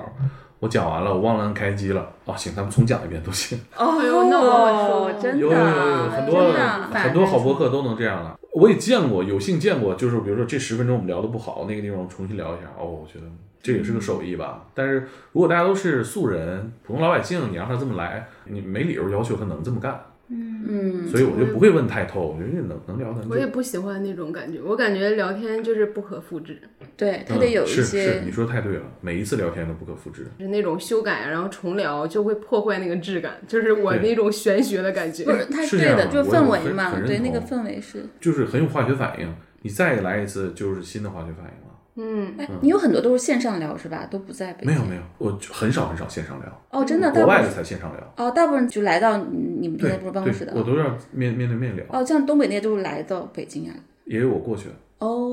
[SPEAKER 1] 我讲完了，我忘了按开机了，啊，行，他们重讲一遍都行。
[SPEAKER 4] 哦
[SPEAKER 3] 哎呦那我好说
[SPEAKER 4] 真的，啊
[SPEAKER 1] 有有有有很多
[SPEAKER 4] 真
[SPEAKER 2] 反
[SPEAKER 4] 的，
[SPEAKER 1] 很多好播客都能这样了。我也见过，有幸见过，就是比如说这十分钟我们聊的不好，那个地方我重新聊一下。哦，我觉得这也是个手艺吧。但是如果大家都是素人、普通老百姓，你让他这么来，你没理由要求他能这么干。
[SPEAKER 4] 嗯，
[SPEAKER 1] 所以我就不会问太透，我觉得能能聊能
[SPEAKER 3] 我也
[SPEAKER 1] 聊。
[SPEAKER 3] 不喜欢那种感觉，我感觉聊天就是不可复制，
[SPEAKER 4] 对他得有
[SPEAKER 1] 嗯
[SPEAKER 4] 一
[SPEAKER 1] 是是，你
[SPEAKER 4] 些，
[SPEAKER 1] 说太对了，每一次聊天都不可复制。
[SPEAKER 3] 就是那种修改然后重聊就会破坏那个质感，就是我那种玄学的感觉
[SPEAKER 4] 不。是他
[SPEAKER 1] 是
[SPEAKER 4] 对
[SPEAKER 1] 这样
[SPEAKER 4] 的，
[SPEAKER 1] 的
[SPEAKER 4] 就是
[SPEAKER 1] 我也
[SPEAKER 4] 氛
[SPEAKER 1] 很
[SPEAKER 4] 围嘛
[SPEAKER 1] 很，认
[SPEAKER 4] 对那个
[SPEAKER 1] 同嗯
[SPEAKER 4] 氛围是，
[SPEAKER 1] 就是很有化学反应。你再来一次，就是新的化学反应了。
[SPEAKER 3] 嗯，
[SPEAKER 4] 哎，你有很多都是线上聊是吧？都不在北京，
[SPEAKER 1] 没有没有，我就很少很少线上聊，
[SPEAKER 4] 哦，真的，大
[SPEAKER 1] 国
[SPEAKER 4] 部
[SPEAKER 1] 外
[SPEAKER 4] 分
[SPEAKER 1] 的才线上聊。
[SPEAKER 4] 哦，大部分就来到你们这
[SPEAKER 1] 对
[SPEAKER 4] 边不是办公室
[SPEAKER 1] 对，
[SPEAKER 4] 的
[SPEAKER 1] 我都要面面对面聊，
[SPEAKER 4] 哦，像东北那些都是来到北京呀，啊
[SPEAKER 1] 也有我过去的，
[SPEAKER 4] 哦，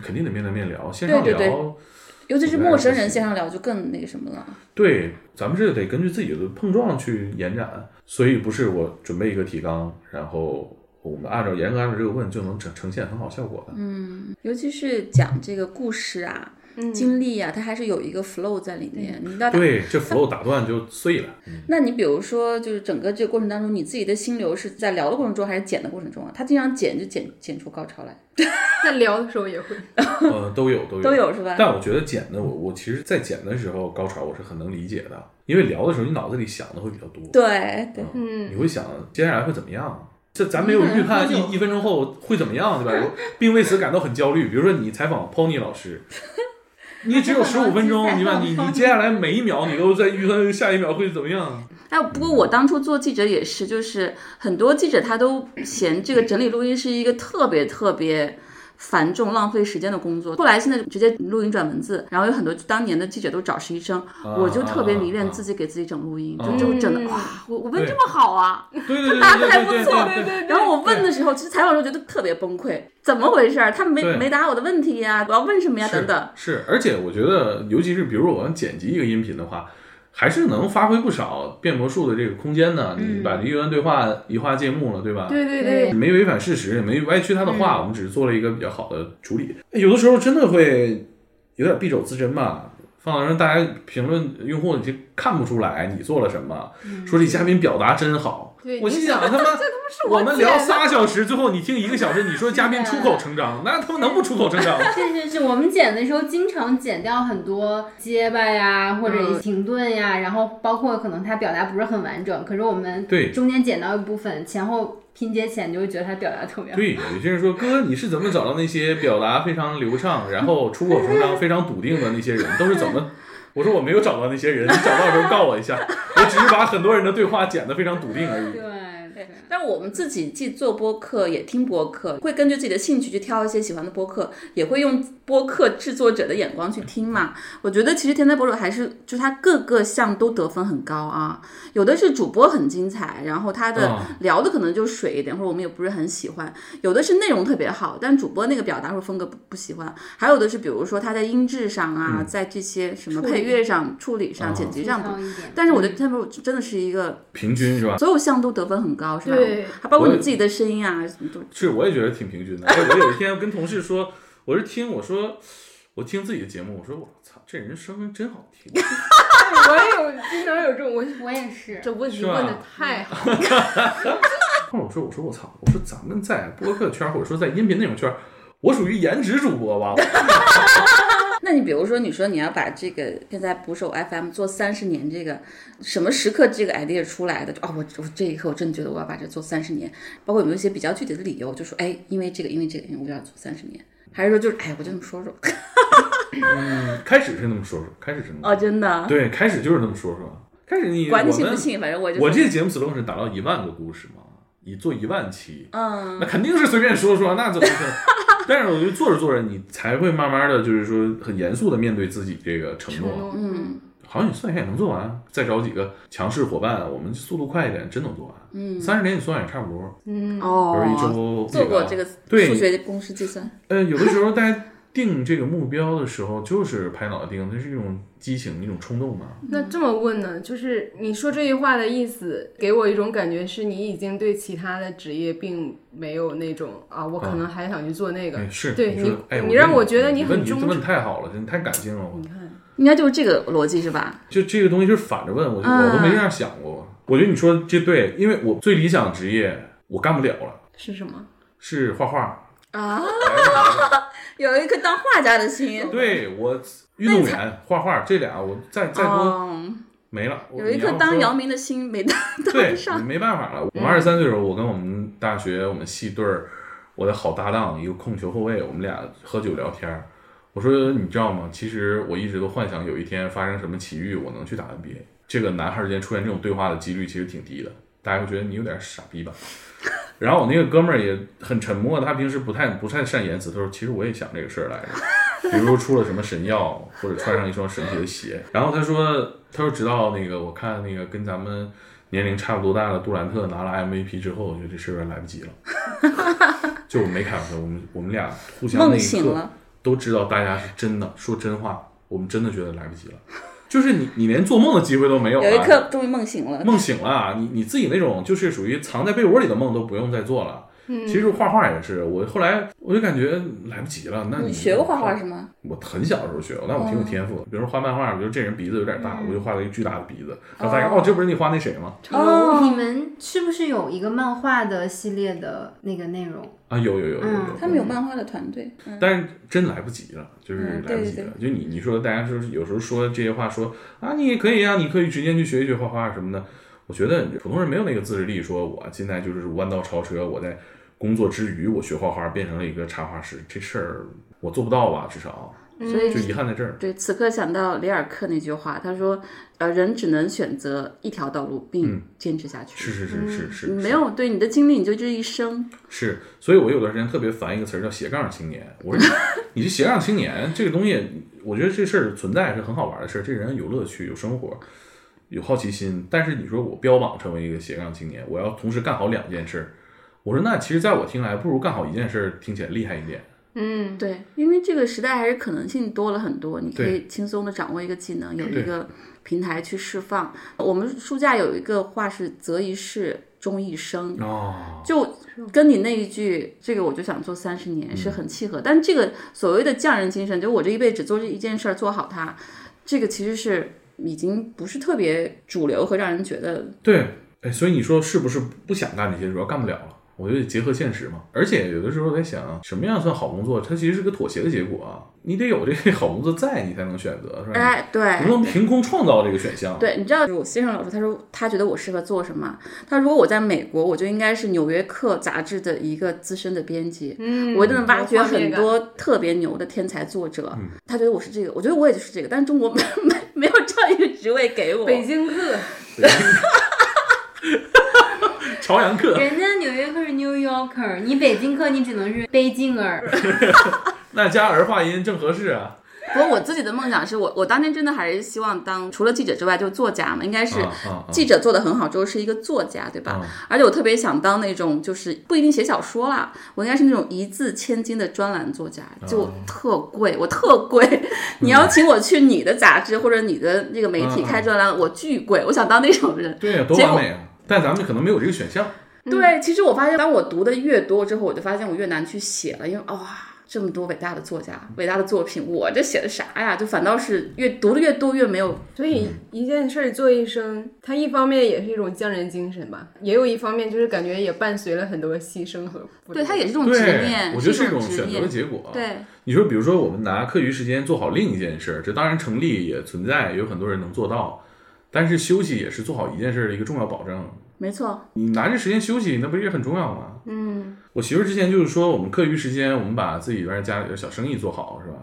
[SPEAKER 1] 肯定得面对面聊。线上
[SPEAKER 4] 对对
[SPEAKER 1] 聊，
[SPEAKER 4] 尤其是陌生人线上聊就更那个什么了，
[SPEAKER 1] 对，咱们是得根据自己的碰撞去延展，所以不是我准备一个提纲，然后我们按照严格按照这个问就能呈呈现很好效果的。
[SPEAKER 4] 嗯尤其是讲这个故事啊、经历啊，它还是有一个 flow 在里面，
[SPEAKER 1] 嗯
[SPEAKER 4] 你到
[SPEAKER 1] 对，这 flow 打断就碎
[SPEAKER 4] *laughs*
[SPEAKER 1] 了。
[SPEAKER 4] 那你比如说，就是整个这个过程当中，你自己的心流是在聊的过程中，还是剪的过程中啊？他经常剪就剪剪出高潮来，
[SPEAKER 3] 在聊的时候也会，
[SPEAKER 1] 呃，都有都有
[SPEAKER 4] 都有是吧？
[SPEAKER 1] 但我觉得剪的，我我其实，在剪的时候高潮我是很能理解的，因为聊的时候你脑子里想的会比较多，
[SPEAKER 4] 对对，
[SPEAKER 1] 嗯，你会想接下来会怎么样。这咱没有预
[SPEAKER 4] *laughs*
[SPEAKER 1] 判一一分钟后会怎么样，对吧？我并为此感到很焦虑。比如说你采访 Pony 老师，
[SPEAKER 4] *laughs*
[SPEAKER 1] 你只有十五分钟，你吧，你你接下来每一秒你都在预判下一秒会怎么样。
[SPEAKER 4] 哎，不过我当初做记者也是，就是很多记者他都嫌这个整理录音是一个特别特别繁重、浪费时间的工作。后来现在直接录音转文字，然后有很多当年的记者都找实习生，
[SPEAKER 1] 啊
[SPEAKER 4] 我就特别迷恋自己给自己整录音，就就整的
[SPEAKER 3] 嗯
[SPEAKER 4] 哇，我我问
[SPEAKER 1] 对
[SPEAKER 4] 这么好啊，
[SPEAKER 1] 对对对
[SPEAKER 4] 答
[SPEAKER 1] 对对
[SPEAKER 4] 的 *laughs* 还
[SPEAKER 1] 对
[SPEAKER 4] 不
[SPEAKER 1] 对
[SPEAKER 4] 错
[SPEAKER 1] 对对。
[SPEAKER 4] 然后我问的时候，其实采访的时候觉得特别崩溃，怎么回事儿？他没
[SPEAKER 1] 对
[SPEAKER 4] 没答我的问题呀、我要问什么呀？等等。
[SPEAKER 1] 是。是，而且我觉得，尤其是比如我们剪辑一个音频的话，还是能发挥不少变魔术的这个空间的。你把这一段对话移花接木嗯了，对嗯吧？
[SPEAKER 3] 对对对，
[SPEAKER 1] 没违反事实，也没歪曲他的话，我们只是做了一个比较好的处理。哎有的时候真的会有点敝帚自珍吧。放到让大家评论用户，你就看不出来你做了什么。说这嘉宾表达真好，
[SPEAKER 3] 对
[SPEAKER 1] 我嗯心想
[SPEAKER 3] 你
[SPEAKER 1] 他妈，
[SPEAKER 3] 我
[SPEAKER 1] 我们
[SPEAKER 3] 剪
[SPEAKER 1] 聊
[SPEAKER 3] 的
[SPEAKER 1] 仨小时，最后你听一个小时，你说嘉宾出口成 *laughs* 章，那他妈能不出口成章吗？
[SPEAKER 2] 是是是，我们剪的时候经常剪掉很多结巴呀，或
[SPEAKER 4] 嗯
[SPEAKER 2] 者停顿呀，然后包括可能他表达不是很完整，可是我们
[SPEAKER 1] 对
[SPEAKER 2] 中间剪到一部分，前后拼接起来，你就会觉得他表达特别好。
[SPEAKER 1] 对，有些人说哥，你是怎么找到那些表达非常流畅，然后出口成章、非常笃定的那些人，都是怎么？我说我没有找到那些人，你找到的时候告我一下，我只是把很多人的对话剪得非常笃定而已。
[SPEAKER 2] 对对。
[SPEAKER 4] 但我们自己既做播客也听播客，会根据自己的兴趣去挑一些喜欢的播客，也会用播客制作者的眼光去听嘛。我觉得其实天才博主还是就是他各个项都得分很高啊，有的是主播很精彩，然后他的
[SPEAKER 1] 嗯
[SPEAKER 4] 聊的可能就水一点，或者我们也不是很喜欢；有的是内容特别好，但主播那个表达或者风格不不喜欢；还有的是比如说他在音质上啊，在这些什么
[SPEAKER 3] 处理
[SPEAKER 4] 配乐上、处理嗯
[SPEAKER 1] 嗯
[SPEAKER 4] 上、剪辑
[SPEAKER 2] 粗
[SPEAKER 4] 上不
[SPEAKER 2] 糙。一点，
[SPEAKER 4] 但是我觉得天才博主真的是一个
[SPEAKER 1] 平均是吧？
[SPEAKER 4] 所有项都得分很高，是吧？
[SPEAKER 3] 对
[SPEAKER 4] 还包括
[SPEAKER 1] 啊我
[SPEAKER 4] 你自己的声音啊，什么都
[SPEAKER 1] 是，我也觉得挺平均的。哎我有一天跟同事说，我是听我说。我听自己的节目，我说我操，这人声音真好听，
[SPEAKER 3] 我也有经常有这种，我
[SPEAKER 2] 我也是，
[SPEAKER 3] 这问题
[SPEAKER 1] 是吧
[SPEAKER 3] 问的太好了，
[SPEAKER 1] 后来我说，我说我操，我说咱们在播客圈或者说在音频内容圈，我属于颜值主播哦吧？
[SPEAKER 4] 那你比如说，你说你要把这个现在捕手 FM 做三十年，这个什么时刻这个 idea 出来的？就哦，我我这一刻我真的觉得我要把这做三十年，包括有没有一些比较具体的理由，就说哎，因为这个，因为这个，因为我要做三十年，还是说就是哎，我就这么说说？
[SPEAKER 1] 嗯开始是那么说说，开始是那么说
[SPEAKER 4] 哦，真的，
[SPEAKER 1] 对，开始就是这么说说。开始你
[SPEAKER 4] 管你
[SPEAKER 1] 我
[SPEAKER 4] 信不
[SPEAKER 1] 们
[SPEAKER 4] 信，反正我就
[SPEAKER 1] 我这节目 slogan 是打造一万个故事嘛，你做一万期，
[SPEAKER 4] 嗯
[SPEAKER 1] 那肯定是随便说说， *laughs* 那怎么可能？但是我觉得做着做着，你才会慢慢的就是说很严肃的面对自己这个承诺。
[SPEAKER 3] 承诺
[SPEAKER 4] 嗯，
[SPEAKER 1] 好像你算一下也能做完，再找几个强势伙伴，我们速度快一点，真能做完。嗯，三十天你算也差不多，比如一
[SPEAKER 4] 哦，
[SPEAKER 1] 周
[SPEAKER 4] 做过
[SPEAKER 1] 几
[SPEAKER 4] 这个
[SPEAKER 1] 对
[SPEAKER 4] 数学公式计算，
[SPEAKER 1] 呃，有的时候大家定这个目标的时候，就是拍脑袋定，那是一种激情，一种冲动嘛。
[SPEAKER 3] 那这么问呢，就是你说这句话的意思，给我一种感觉是你已经对其他的职业并没有那种啊，我可能还想去做那个。
[SPEAKER 1] 哎，是，
[SPEAKER 3] 对
[SPEAKER 1] 你
[SPEAKER 3] 你
[SPEAKER 1] 说，哎，
[SPEAKER 3] 你让我
[SPEAKER 1] 觉
[SPEAKER 3] 觉得
[SPEAKER 1] 你
[SPEAKER 3] 你很
[SPEAKER 1] 问
[SPEAKER 3] 忠
[SPEAKER 1] 问太好了，真的太感性了，我
[SPEAKER 3] 你看，
[SPEAKER 4] 应该就是这个逻辑是吧？
[SPEAKER 1] 就这个东西是反着问，我就我都没这样想过。我觉得你说这对，因为我最理想职业我干不了了，
[SPEAKER 3] 是什么？
[SPEAKER 1] 是画画。
[SPEAKER 4] 啊，
[SPEAKER 1] 哎
[SPEAKER 4] 有一颗当画家的心。
[SPEAKER 1] 对我运动员、画画这俩，我再再多
[SPEAKER 4] 哦，
[SPEAKER 1] 没了。我
[SPEAKER 4] 有一
[SPEAKER 1] 你
[SPEAKER 4] 颗
[SPEAKER 1] 要
[SPEAKER 4] 当
[SPEAKER 1] 说
[SPEAKER 4] 姚明的心没当当
[SPEAKER 1] 对
[SPEAKER 4] 不，上。
[SPEAKER 1] 没办法了。我二十三岁的时候，我跟我们大学我们系队儿我的好搭档一个控球后卫，我们俩喝酒聊天儿。我说你知道吗？其实我一直都幻想有一天发生什么奇遇，我能去打 NBA。这个男孩之间出现这种对话的几率其实挺低的，大家会觉得你有点傻逼吧。然后我那个哥们儿也很沉默，他平时不太不太善言辞。他说：“其实我也想这个事儿来着。”比如说出了什么神药，或者穿上一双神奇的鞋。然后他说，他说直到那个我看那个跟咱们年龄差不多大的杜兰特拿了 MVP 之后，我觉得这事儿有点来不及了。 *laughs* 就我没看出来，我们我们俩互相那
[SPEAKER 4] 梦
[SPEAKER 1] 一
[SPEAKER 4] 醒
[SPEAKER 1] 刻
[SPEAKER 4] 了，
[SPEAKER 1] 都知道大家是真的说真话，我们真的觉得来不及了。 *laughs* 就是你你连做梦的机会都没有了，
[SPEAKER 4] 有一刻终于梦醒
[SPEAKER 1] *laughs*
[SPEAKER 4] 了。
[SPEAKER 1] 梦醒了，啊你你自己那种就是属于藏在被窝里的梦都不用再做了。
[SPEAKER 4] 嗯
[SPEAKER 1] 其实画画也是，我后来我就感觉来不及了。那嗯
[SPEAKER 4] 你
[SPEAKER 1] 你
[SPEAKER 4] 学过画画是吗？嗯
[SPEAKER 1] 我很小的时候学过，但我挺有天赋的。比如说画漫画，比如这人鼻子有点大，我就画了一个巨大的鼻子。然后大家哦，这不是你画那谁吗？
[SPEAKER 4] 哦
[SPEAKER 2] 你们是不是有一个漫画的系列的那个内容？
[SPEAKER 1] 啊，有有有有
[SPEAKER 2] 嗯
[SPEAKER 1] 有。
[SPEAKER 4] 他们有漫画的团队，嗯，
[SPEAKER 1] 但是真来不及了，就是
[SPEAKER 4] 嗯
[SPEAKER 1] 来
[SPEAKER 4] 对
[SPEAKER 1] 不及了。就你你说大家说有时候说这些话说啊，你也可以啊，你可以直接去学一学画画什么的。我觉得普通人没有那个自制力，说我现在就是弯道超车，我在工作之余我学画画变成了一个插画师，这事儿我做不到吧？至少
[SPEAKER 4] 所以
[SPEAKER 1] 就遗憾在这儿。
[SPEAKER 4] 对，此刻想到里尔克那句话，他说：“呃，人只能选择一条道路，并坚持下去。
[SPEAKER 1] 嗯是是是是是，
[SPEAKER 4] 嗯没有对你的经历，你就这一生。
[SPEAKER 1] 是，所以我有段时间特别烦一个词儿叫斜杠青年。我说你你这斜杠青年这个东西，我觉得这事儿存在是很好玩的事儿，这人有乐趣，有生活，有好奇心。但是你说我标榜成为一个斜杠青年，我要同时干好两件事儿，我说那其实在我听来，不如干好一件事儿听起来厉害一点。
[SPEAKER 3] 嗯，
[SPEAKER 4] 对，因为这个时代还是可能性多了很多，你可
[SPEAKER 1] 对
[SPEAKER 4] 以轻松的掌握一个技能，有
[SPEAKER 1] 对
[SPEAKER 4] 一个平台去释放。我们书架有一个话是“择一事，终一生”，
[SPEAKER 1] 哦，
[SPEAKER 4] 就跟你那一句“这个我就想做三十年”是很契合。但这个所谓的匠人精神，就我这一辈子做这一件事儿做好它，这个其实是已经不是特别主流和让人觉得
[SPEAKER 1] 对，哎，所以你说是不是不想干这些，主要干不了了？我觉得结合现实嘛，而且有的时候我在想，什么样算好工作？它其实是个妥协的结果啊，你得有这个好工作在，你才能选择，是吧？
[SPEAKER 4] 哎，对，
[SPEAKER 1] 不能凭空创造这个选项。
[SPEAKER 4] 对，你知道我先生老师，他说他觉得我适合做什么？他说如果我在美国，我就应该是《纽约客》杂志的一个资深的编辑，
[SPEAKER 3] 嗯
[SPEAKER 4] 我一定能挖掘
[SPEAKER 3] 有画面
[SPEAKER 4] 很
[SPEAKER 3] 感
[SPEAKER 4] 多特别牛的天才作者。他觉得我是这个，我觉得我也就是这个，但是中国没没没有这样一个职位给我。
[SPEAKER 3] 北京客，
[SPEAKER 1] *laughs* 朝阳课。
[SPEAKER 2] 人家纽约客是 New Yorker，你北京客你只能是北京
[SPEAKER 4] *laughs*
[SPEAKER 2] 儿。
[SPEAKER 1] 那加儿化音正合适啊。
[SPEAKER 4] 不过我自己的梦想是我，我当年真的还是希望当除了记者之外，就是作家嘛，应该是
[SPEAKER 1] 啊啊啊啊
[SPEAKER 4] 记者做的很好之后是一个作家，对吧？而且我特别想当那种就是不一定写小说啦，我应该是那种一字千金的专栏作家，就
[SPEAKER 1] 啊
[SPEAKER 4] 特贵，我特贵。
[SPEAKER 1] 嗯
[SPEAKER 4] *laughs* 你要请我去你的杂志或者你的那个媒体
[SPEAKER 1] 嗯嗯
[SPEAKER 4] 开专栏，我巨贵，我想当那种人。
[SPEAKER 1] 对呀，多
[SPEAKER 4] 结果
[SPEAKER 1] 完美啊！但咱们可能没有这个选项。
[SPEAKER 4] *laughs* 对，其实我发现，当我读的越多之后，我就发现我越难去写了，因为哇、这么多伟大的作家、伟大的作品，我这写的啥呀？就反倒是越读的越多，越没有
[SPEAKER 3] 所以
[SPEAKER 4] 嗯
[SPEAKER 3] 一件事儿做一生，它一方面也是一种匠人精神吧，也有一方面就是感觉也伴随了很多牺牲和不
[SPEAKER 4] 对，
[SPEAKER 3] 得
[SPEAKER 4] 它也是一种执念，
[SPEAKER 1] 对，我觉得
[SPEAKER 4] 是
[SPEAKER 1] 是一种
[SPEAKER 4] 执
[SPEAKER 1] 选择的
[SPEAKER 4] 念。
[SPEAKER 1] 结果。，啊
[SPEAKER 4] 对，
[SPEAKER 1] 你说，比如说，我们拿课余时间做好另一件事儿，这当然成立也存在，有很多人能做到，但是休息也是做好一件事儿的一个重要保证。
[SPEAKER 4] 没错，
[SPEAKER 1] 你拿着时间休息，那不是也很重要吗？嗯，我媳妇儿之前就是说，我们课余时间，我们把自己原来家里的小生意做好，是吧？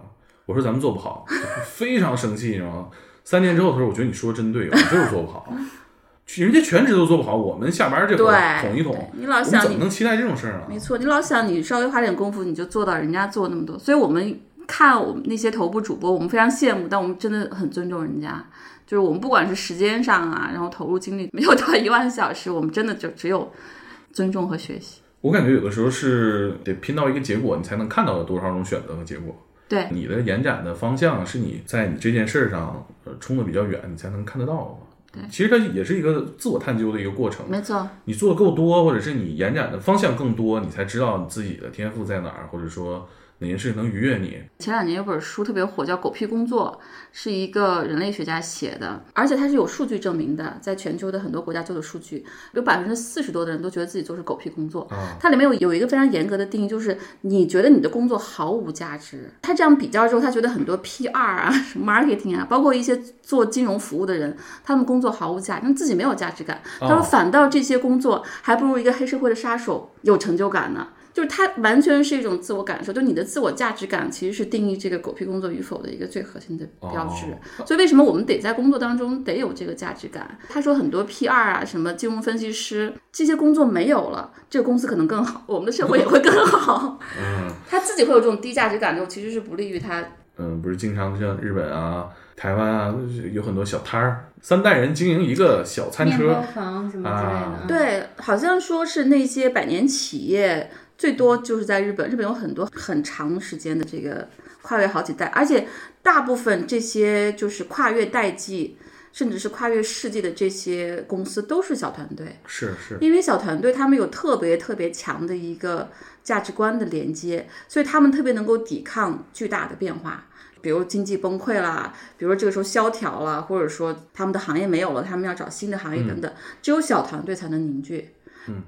[SPEAKER 1] 我说咱们做不好， *laughs* 非常生气，你知道吗？三年之后，她说：“我觉得你说真对，啊我们就是做不好， *laughs* 人家全职都做不好，我们下班这会儿
[SPEAKER 4] 对，
[SPEAKER 1] 捅一
[SPEAKER 4] 对
[SPEAKER 1] 捅，
[SPEAKER 4] 你老
[SPEAKER 1] 我们
[SPEAKER 4] 想
[SPEAKER 1] 怎么
[SPEAKER 4] 你，
[SPEAKER 1] 能期待这种事儿啊呢
[SPEAKER 4] 没？错，你老想你稍微花点功夫，你就做到人家做那么多。所以我们看我们那些头部主播，我们非常羡慕，但我们真的很尊重人家。就是我们不管是时间上啊，然后投入精力，没有到一万小时，我们真的就只有尊重和学习。
[SPEAKER 1] 我感觉有的时候是得拼到一个结果，你才能看到有多少种选择和结果。
[SPEAKER 4] 对，
[SPEAKER 1] 你的延展的方向是你在你这件事儿上呃冲的比较远，你才能看得到。
[SPEAKER 4] 对
[SPEAKER 1] 其实它也是一个自我探究的一个过程。
[SPEAKER 4] 没错，
[SPEAKER 1] 你做的够多，或者是你延展的方向更多，你才知道你自己的天赋在哪儿，或者说哪件事能愉悦你。
[SPEAKER 4] 前两年有本书特别火，叫《狗屁工作》，是一个人类学家写的，而且它是有数据证明的，在全球的很多国家都有数据，有百分之四十多的人都觉得自己做的是狗屁工作。它里面有有一个非常严格的定义，就是你觉得你的工作毫无价值。他这样比较之后，他觉得很多 PR 啊、什么 marketing 啊，包括一些做金融服务的人，他们工作毫无价值，他们自己没有价值感。他说，反倒这些工作还不如一个黑社会的杀手有成就感呢。就是他完全是一种自我感受，就你的自我价值感其实是定义这个狗屁工作与否的一个最核心的标志。哦所以为什么我们得在工作当中得有这个价值感？他说很多 PR 啊，什么金融分析师这些工作没有了，这个公司可能更好， *laughs* 我们的社会也会更 *laughs* 好。嗯，他自己会有这种低价值感的时候，其实是不利于他。
[SPEAKER 1] 嗯，不是经常像日本啊、台湾啊，有很多小摊儿，三代人经营一个小餐
[SPEAKER 2] 面包
[SPEAKER 1] 车，
[SPEAKER 2] 房什么之类的
[SPEAKER 1] 啊，
[SPEAKER 2] 嗯，
[SPEAKER 4] 对，好像说是那些百年企业最多就是在日本，日本有很多很长时间的这个跨越好几代，而且大部分这些就是跨越代际，甚至是跨越世纪的这些公司都是小团队。
[SPEAKER 1] 是是，
[SPEAKER 4] 因为小团队他们有特别特别强的一个价值观的连接，所以他们特别能够抵抗巨大的变化，比如经济崩溃啦，比如说这个时候萧条啦，或者说他们的行业没有了，他们要找新的行业
[SPEAKER 1] 嗯
[SPEAKER 4] 等等，只有小团队才能凝聚，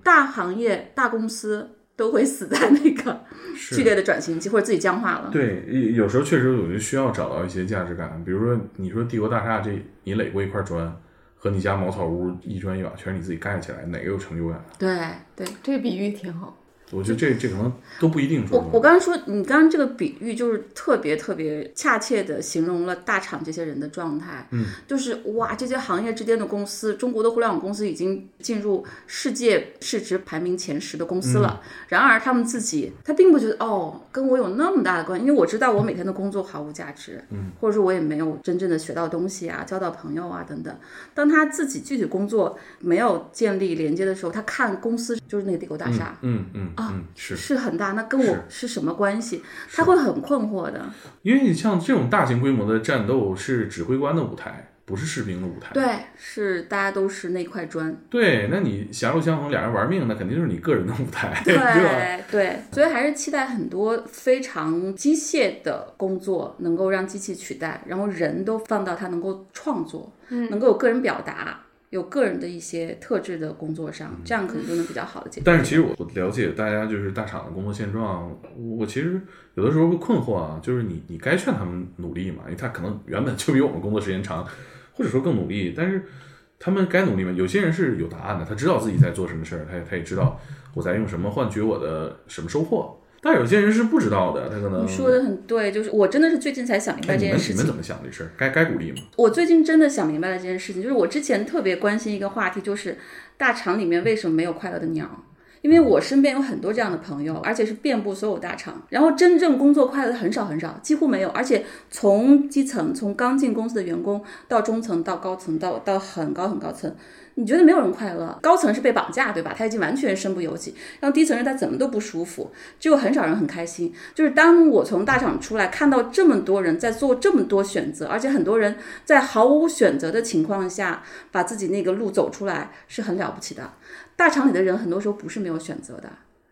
[SPEAKER 4] 大行业大公司都会死在那个
[SPEAKER 1] 是
[SPEAKER 4] 剧烈的转型期或者自己僵化了。
[SPEAKER 1] 对，有有时候确实我就需要找到一些价值感，比如说你说帝国大厦这你垒过一块砖，和你家茅草屋一砖一瓦全是你自己盖起来，哪个有成就感？啊
[SPEAKER 4] 对对，
[SPEAKER 3] 这个比喻挺好。
[SPEAKER 1] 我觉得这这可能都不一定说
[SPEAKER 4] 我
[SPEAKER 1] 明。
[SPEAKER 4] 我刚才说，你刚刚这个比喻就是特别特别恰切的形容了大厂这些人的状态。嗯，就是哇，这些行业之间的公司，中国的互联网公司已经进入世界市值排名前十的公司了。然而他们自己，他并不觉得哦，跟我有那么大的关系，因为我知道我每天的工作毫无价值，嗯，或者说我也没有真正的学到东西啊，交到朋友啊等等。当他自己具体工作没有建立连接的时候，他看公司就是那个帝国大厦。
[SPEAKER 1] 嗯嗯
[SPEAKER 4] 啊
[SPEAKER 1] 嗯，是
[SPEAKER 4] 是很大，那跟我是什么关系？他会很困惑的。
[SPEAKER 1] 因为像这种大型规模的战斗是指挥官的舞台，不是士兵的舞台。
[SPEAKER 4] 对，是大家都是那块砖，
[SPEAKER 1] 对，那你狭路相逢，俩人玩命，那肯定就是你个人的舞台， *laughs* *laughs* 对吧？
[SPEAKER 4] 对对，所以还是期待很多非常机械的工作能够让机器取代，然后人都放到他能够创作，能够有个人表达，有个人的一些特质的工作上，
[SPEAKER 1] 嗯
[SPEAKER 4] 这样可能就能比较好的解决。
[SPEAKER 1] 但是其实我我了解大家就是大厂的工作现状，我其实有的时候会困惑啊，就是你你该劝他们努力嘛，因为他可能原本就比我们工作时间长，或者说更努力，但是他们该努力吗？有些人是有答案的，他知道自己在做什么事儿，他也他也知道我在用什么换取我的什么收获，但有些人是不知道的，他可能
[SPEAKER 4] 你说的很对，就是我真的是最近才想明白
[SPEAKER 1] 哎
[SPEAKER 4] 这
[SPEAKER 1] 你
[SPEAKER 4] 件
[SPEAKER 1] 们
[SPEAKER 4] 事
[SPEAKER 1] 你
[SPEAKER 4] 情
[SPEAKER 1] 们。怎么想这事儿？该该鼓励吗？
[SPEAKER 4] 我最近真的想明白了这件事情，就是我之前特别关心一个话题，就是大厂里面为什么没有快乐的鸟？因为我身边有很多这样的朋友，而且是遍布所有大厂，然后真正工作快乐的很少很少，几乎没有。而且从基层，从刚进公司的员工到中层，到高层，到到很高很高层，你觉得没有人快乐？高层是被绑架，对吧？他已经完全身不由己，然后低层人他怎么都不舒服，只有很少人很开心。就是当我从大厂出来，看到这么多人在做这么多选择，而且很多人在毫无选择的情况下，把自己那个路走出来是很了不起的。大厂里的人很多时候不是没有选择的，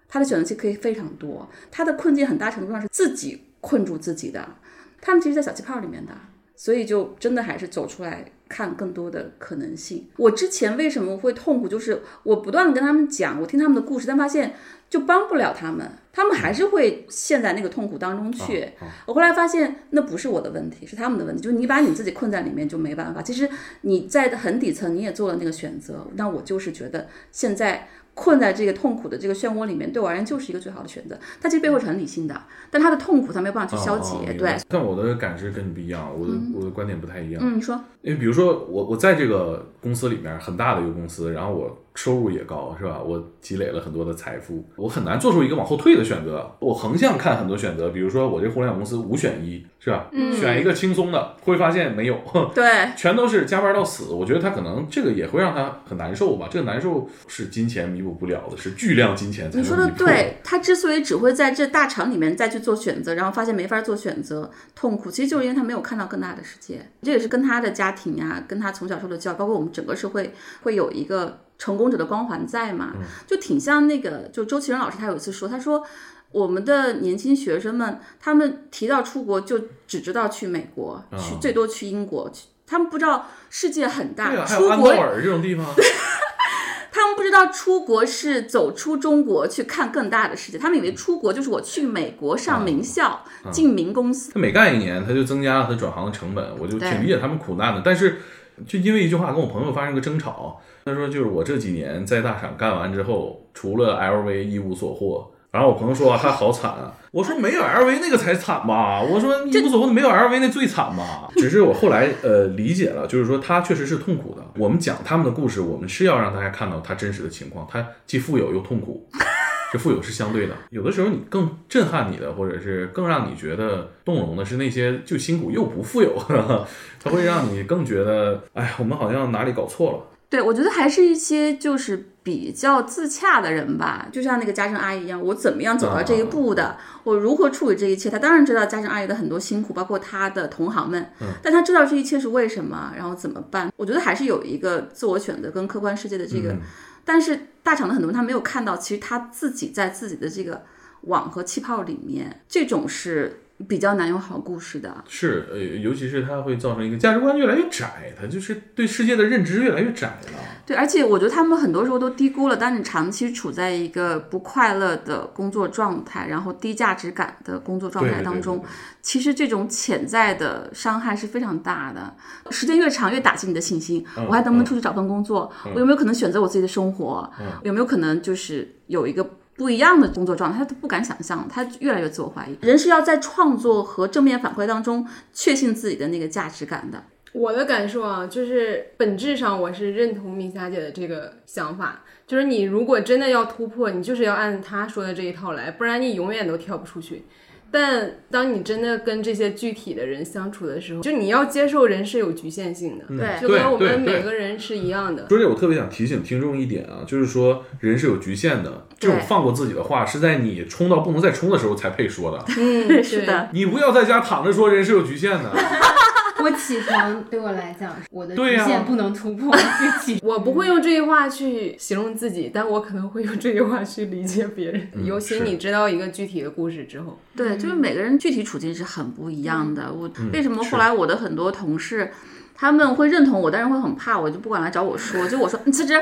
[SPEAKER 4] 他的选择其实可以非常多，他的困境很大程度上是自己困住自己的，他们其实，在小气泡里面的。所以就真的还是走出来看更多的可能性。我之前为什么会痛苦，就是我不断的跟他们讲，我听他们的故事，但发现就帮不了他们，他们还是会陷在那个痛苦当中去。
[SPEAKER 1] 嗯
[SPEAKER 4] 我后来发现那不是我的问题，是他们的问题，就是你把你自己困在里面就没办法。其实你在很底层你也做了那个选择，那我就是觉得现在。困在这个痛苦的这个漩涡里面，对我而言就是一个最好的选择。它其实背后是很理性的，但他的痛苦他没有办法去消解。
[SPEAKER 1] 哦明
[SPEAKER 4] 对嗯
[SPEAKER 1] 白，但我的感知跟你不一样，我的、我的观点不太一样。
[SPEAKER 4] 嗯，你说，
[SPEAKER 1] 因为比如说我我在这个公司里面很大的一个公司，然后我收入也高，是吧？我积累了很多的财富，我很难做出一个往后退的选择。我横向看很多选择，比如说我这互联网公司五选一，是吧？
[SPEAKER 4] 嗯
[SPEAKER 1] 选一个轻松的，会发现没有， *laughs*
[SPEAKER 4] 对，
[SPEAKER 1] 全都是加班到死。我觉得他可能这个也会让他很难受吧。这个难受是金钱弥补不了的，是巨量金钱才能
[SPEAKER 4] 你说的
[SPEAKER 1] 弥补
[SPEAKER 4] 对，他之所以只会在这大厂里面再去做选择，然后发现没法做选择，痛苦，其实就是因为他没有看到更大的世界。这也是跟他的家庭呀、跟他从小受的教育，包括我们整个社会会有一个成功者的光环在嘛，
[SPEAKER 1] 嗯
[SPEAKER 4] 就挺像那个，就周其仁老师他有一次说，他说。我们的年轻学生们，他们提到出国就只知道去美国，
[SPEAKER 1] 嗯
[SPEAKER 4] 去最多去英国，去他们不知道世界很大，
[SPEAKER 1] 对啊，还有
[SPEAKER 4] 出
[SPEAKER 1] 安道
[SPEAKER 4] 国
[SPEAKER 1] 尔这种地方，
[SPEAKER 4] 他们不知道出国是走出中国去看更大的世界，他们以为出国就是我去美国上名校、进名公司。
[SPEAKER 1] 他每干一年，他就增加了他转行的成本，我就
[SPEAKER 4] 对
[SPEAKER 1] 挺理解他们苦难的。但是，就因为一句话跟我朋友发生个争吵，他说就是我这几年在大厂干完之后，除了 LV 一无所获。然后我朋友说、啊、他好惨啊，我说没有 LV 那个才惨吧，我说一无所获没有 LV 那最惨吧。只是我后来呃理解了，就是说他确实是痛苦的。我们讲他们的故事，我们是要让大家看到他真实的情况，他既富有又痛苦。这富有是相对的，有的时候你更震撼你的，或者是更让你觉得动容的，是那些就辛苦又不富有， *laughs* 它会让你更觉得，哎，我们好像哪里搞错了。
[SPEAKER 4] 对，我觉得还是一些就是比较自洽的人吧，就像那个家政阿姨一样，我怎么样走到这一步的，我如何处理这一切。她当然知道家政阿姨的很多辛苦，包括她的同行们，但她知道这一切是为什么，然后怎么办。我觉得还是有一个自我选择跟客观世界的这个，但是大厂的很多人他没有看到，其实他自己在自己的这个网和气泡里面，这种是比较难有好故事的。
[SPEAKER 1] 是，呃，尤其是它会造成一个价值观越来越窄，它就是对世界的认知越来越窄了。
[SPEAKER 4] 对，而且我觉得他们很多时候都低估了，当你长期处在一个不快乐的工作状态，然后低价值感的工作状
[SPEAKER 1] 对
[SPEAKER 4] 态
[SPEAKER 1] 对
[SPEAKER 4] 当
[SPEAKER 1] 对
[SPEAKER 4] 中，其实这种潜在的伤害是非常大的。时间越长，越打击你的信心。
[SPEAKER 1] 嗯
[SPEAKER 4] 我还能不能出去找份工作？我有没有可能选择我自己的生活？
[SPEAKER 1] 嗯
[SPEAKER 4] 有没有可能就是有一个？不一样的工作状态，他都不敢想象，他越来越自我怀疑。人是要在创作和正面反馈当中确信自己的那个价值感的。
[SPEAKER 3] 我的感受啊，就是本质上我是认同米霞姐的这个想法，就是你如果真的要突破，你就是要按她说的这一套来，不然你永远都跳不出去。但当你真的跟这些具体的人相处的时候，就你要接受人是有局限性的，
[SPEAKER 4] 嗯对
[SPEAKER 3] 就跟我
[SPEAKER 1] 对
[SPEAKER 3] 们
[SPEAKER 1] 对
[SPEAKER 3] 每个人是一
[SPEAKER 4] *laughs*
[SPEAKER 3] 样的。
[SPEAKER 1] 说这，我特别想提醒听众一点啊，就是说人是有局限的，这种
[SPEAKER 4] 对
[SPEAKER 1] 放过自己的话，是在你冲到不能再冲的时候才配说的。
[SPEAKER 3] 嗯，
[SPEAKER 4] 是
[SPEAKER 3] 对
[SPEAKER 4] 的，，
[SPEAKER 1] 你不要在家躺着说人是有局限的。
[SPEAKER 2] 我起床对我来讲，我的
[SPEAKER 1] 对
[SPEAKER 2] 极
[SPEAKER 1] 呀
[SPEAKER 2] 限不能突破，就起
[SPEAKER 3] 我不会用这句话去形容自己，但我可能会用这句话去理解别人。
[SPEAKER 1] 嗯
[SPEAKER 3] 尤其
[SPEAKER 1] 是
[SPEAKER 3] 你知道一个具体的故事之后，
[SPEAKER 4] 对，就是每个人具体处境是很不一样的。我为什么
[SPEAKER 1] 是
[SPEAKER 4] 后来我的很多同事，他们会认同我，但是会很怕我，就不管来找我 *laughs* 说，就我说你辞职，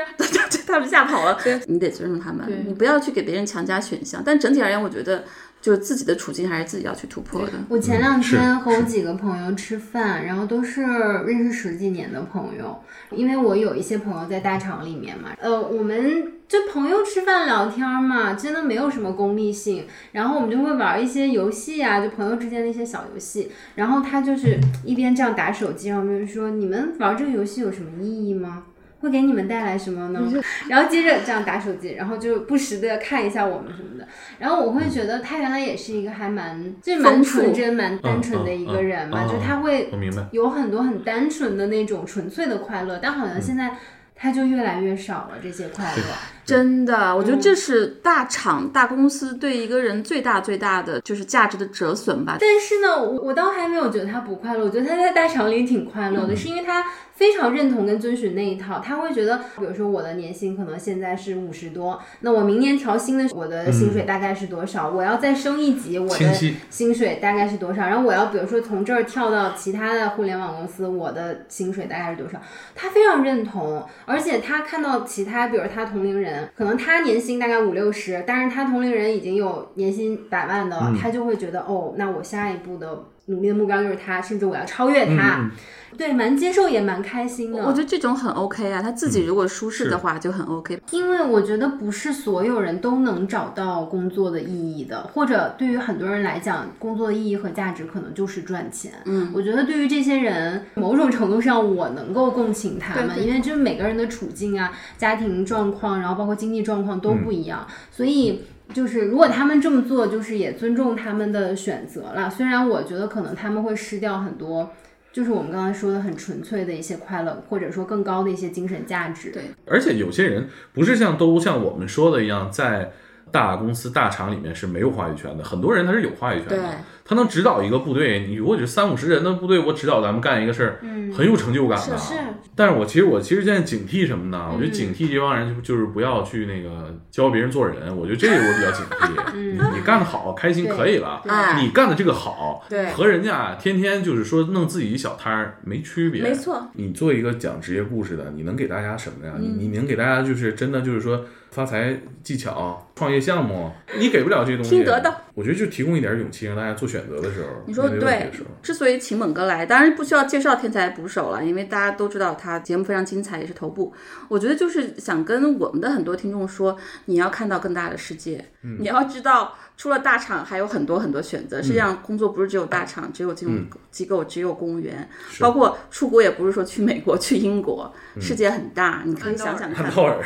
[SPEAKER 4] 他们吓跑了。你得尊重他们
[SPEAKER 3] 对，
[SPEAKER 4] 你不要去给别人强加选项。但整体而言，我觉得就是自己的处境还是自己要去突破的。
[SPEAKER 2] *laughs* 我前两天
[SPEAKER 1] 是
[SPEAKER 2] 和我几个朋友吃饭，然后都是认识十几年的朋友，因为我有一些朋友在大厂里面嘛，呃，我们就朋友吃饭聊天嘛，真的没有什么功利性，然后我们就会玩一些游戏啊，就朋友之间的一些小游戏，然后他就是一边这样打手机，然后一边说：“你们玩这个游戏有什么意义吗？”会给你们带来什么呢？然后接着这样打手机，然后就不时的看一下我们什么的。然后我会觉得他原来也是一个还蛮就是蛮
[SPEAKER 4] 丰富
[SPEAKER 2] 纯真、蛮单纯的一个人
[SPEAKER 1] 嗯
[SPEAKER 2] 嘛，
[SPEAKER 1] 嗯嗯
[SPEAKER 2] 就他会
[SPEAKER 1] 我明白。
[SPEAKER 2] 有很多很单纯的那种纯粹的快乐，但好
[SPEAKER 1] 嗯
[SPEAKER 2] 像现在他就越来越少了这些快乐。
[SPEAKER 4] 真的，我觉得这是大厂、大公司对一个人最大最大的就是价值的折损吧。
[SPEAKER 2] 但是呢，我我倒还没有觉得他不快乐，我觉得他在大厂里挺快
[SPEAKER 1] 嗯
[SPEAKER 2] 乐的，是因为他非常认同跟遵循那一套，他会觉得，比如说我的年薪可能现在是五十多，那我明年调薪的时候，我的薪水大概是多少？我要再升一级，我
[SPEAKER 1] 嗯清
[SPEAKER 2] 的
[SPEAKER 1] 晰
[SPEAKER 2] 薪水大概是多少？然后我要比如说从这儿跳到其他的互联网公司，我的薪水大概是多少？他非常认同，而且他看到其他，比如他同龄人，可能他年薪大概五六十，但是他同龄人已经有年薪百万的
[SPEAKER 1] 嗯
[SPEAKER 2] 了，他就会觉得哦，那我下一步的努力的目标就是他，甚至我要超越他。对，蛮接受也蛮开心的。
[SPEAKER 4] 我觉得这种很 OK 啊，他自己如果舒适的话就很 OK。
[SPEAKER 2] 因为我觉得不是所有人都能找到工作的意义的，或者对于很多人来讲，工作的意义和价值可能就是赚钱。
[SPEAKER 4] 嗯，
[SPEAKER 2] 我觉得对于这些人，某种程度上我能够共情他们，
[SPEAKER 4] 对对
[SPEAKER 2] 因为就是每个人的处境啊、家庭状况，然后包括经济状况都不一样，所以。就是如果他们这么做，就是也尊重他们的选择了。虽然我觉得可能他们会失掉很多，就是我们刚才说的很纯粹的一些快乐，或者说更高的一些精神价值。
[SPEAKER 4] 对
[SPEAKER 1] 而且有些人不是像都像我们说的一样，在大公司大厂里面是没有话语权的，很多人他是有话语权
[SPEAKER 4] 对
[SPEAKER 1] 的，他能指导一个部队。你如果只是三五十人的部队，我指导咱们干一个事儿，
[SPEAKER 2] 嗯
[SPEAKER 1] 很有成就感的。
[SPEAKER 2] 是
[SPEAKER 1] 但是我其实我其实现在警惕什么呢？我觉得
[SPEAKER 2] 嗯
[SPEAKER 1] 警惕这帮人就就是不要去那个教别人做人，我觉得这个我比较警惕。
[SPEAKER 2] *laughs* 嗯，
[SPEAKER 1] 你你干得好，开心
[SPEAKER 2] 对
[SPEAKER 1] 可以了。
[SPEAKER 4] 哎，
[SPEAKER 1] 你干的这个好，
[SPEAKER 3] 对
[SPEAKER 1] 和人家天天就是说弄自己一小摊儿没区别，
[SPEAKER 4] 没错，
[SPEAKER 1] 你做一个讲职业故事的，你能给大家什么呀？你
[SPEAKER 4] 嗯
[SPEAKER 1] 你能给大家就是真的就是说发财技巧、创业项目，你给不了这些东西。
[SPEAKER 4] 听得到，
[SPEAKER 1] 我觉得就提供一点勇气，让大家做选择的时候，
[SPEAKER 4] 你说
[SPEAKER 1] 面
[SPEAKER 4] 的
[SPEAKER 1] 对问
[SPEAKER 4] 对
[SPEAKER 1] 题的时候。
[SPEAKER 4] 之所以请猛哥来，当然不需要介绍天才捕手了，因为大家都知道他节目非常精彩，也是头部。我觉得就是想跟我们的很多听众说，你要看到更大的世界，你要知道除了大厂还有很多很多选择。实际上，工作不是只有大厂，只有金融机构，只有公务员，包括出国也不是说去美国、去英国，世界很大，你可以想想
[SPEAKER 1] 汉
[SPEAKER 4] 嗯看。
[SPEAKER 1] 道尔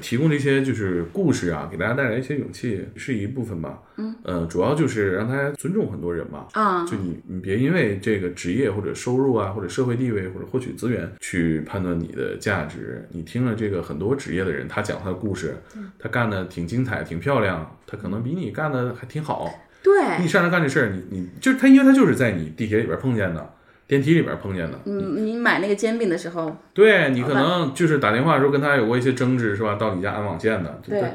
[SPEAKER 1] 提供这些就是故事啊，给大家带来一些勇气是一部分吧。嗯，呃，主要就是让大家尊重很多人嘛。
[SPEAKER 4] 啊、
[SPEAKER 1] 就你，你别因为这个职业或者收入啊，或者社会地位或者获取资源去判断你的价值。你听了这个很多职业的人，他讲他的故事，他干的挺精彩、挺漂亮，他可能比你干的还挺好。
[SPEAKER 4] 对，
[SPEAKER 1] 你上来干这事儿，你你就是他，因为他就是在你地铁里边碰见的，电梯里边碰见的。
[SPEAKER 4] 嗯，你买那个煎饼的时候，
[SPEAKER 1] 对你可能就是打电话的时候跟他有过一些争执，是吧？到你家安网线的，就他，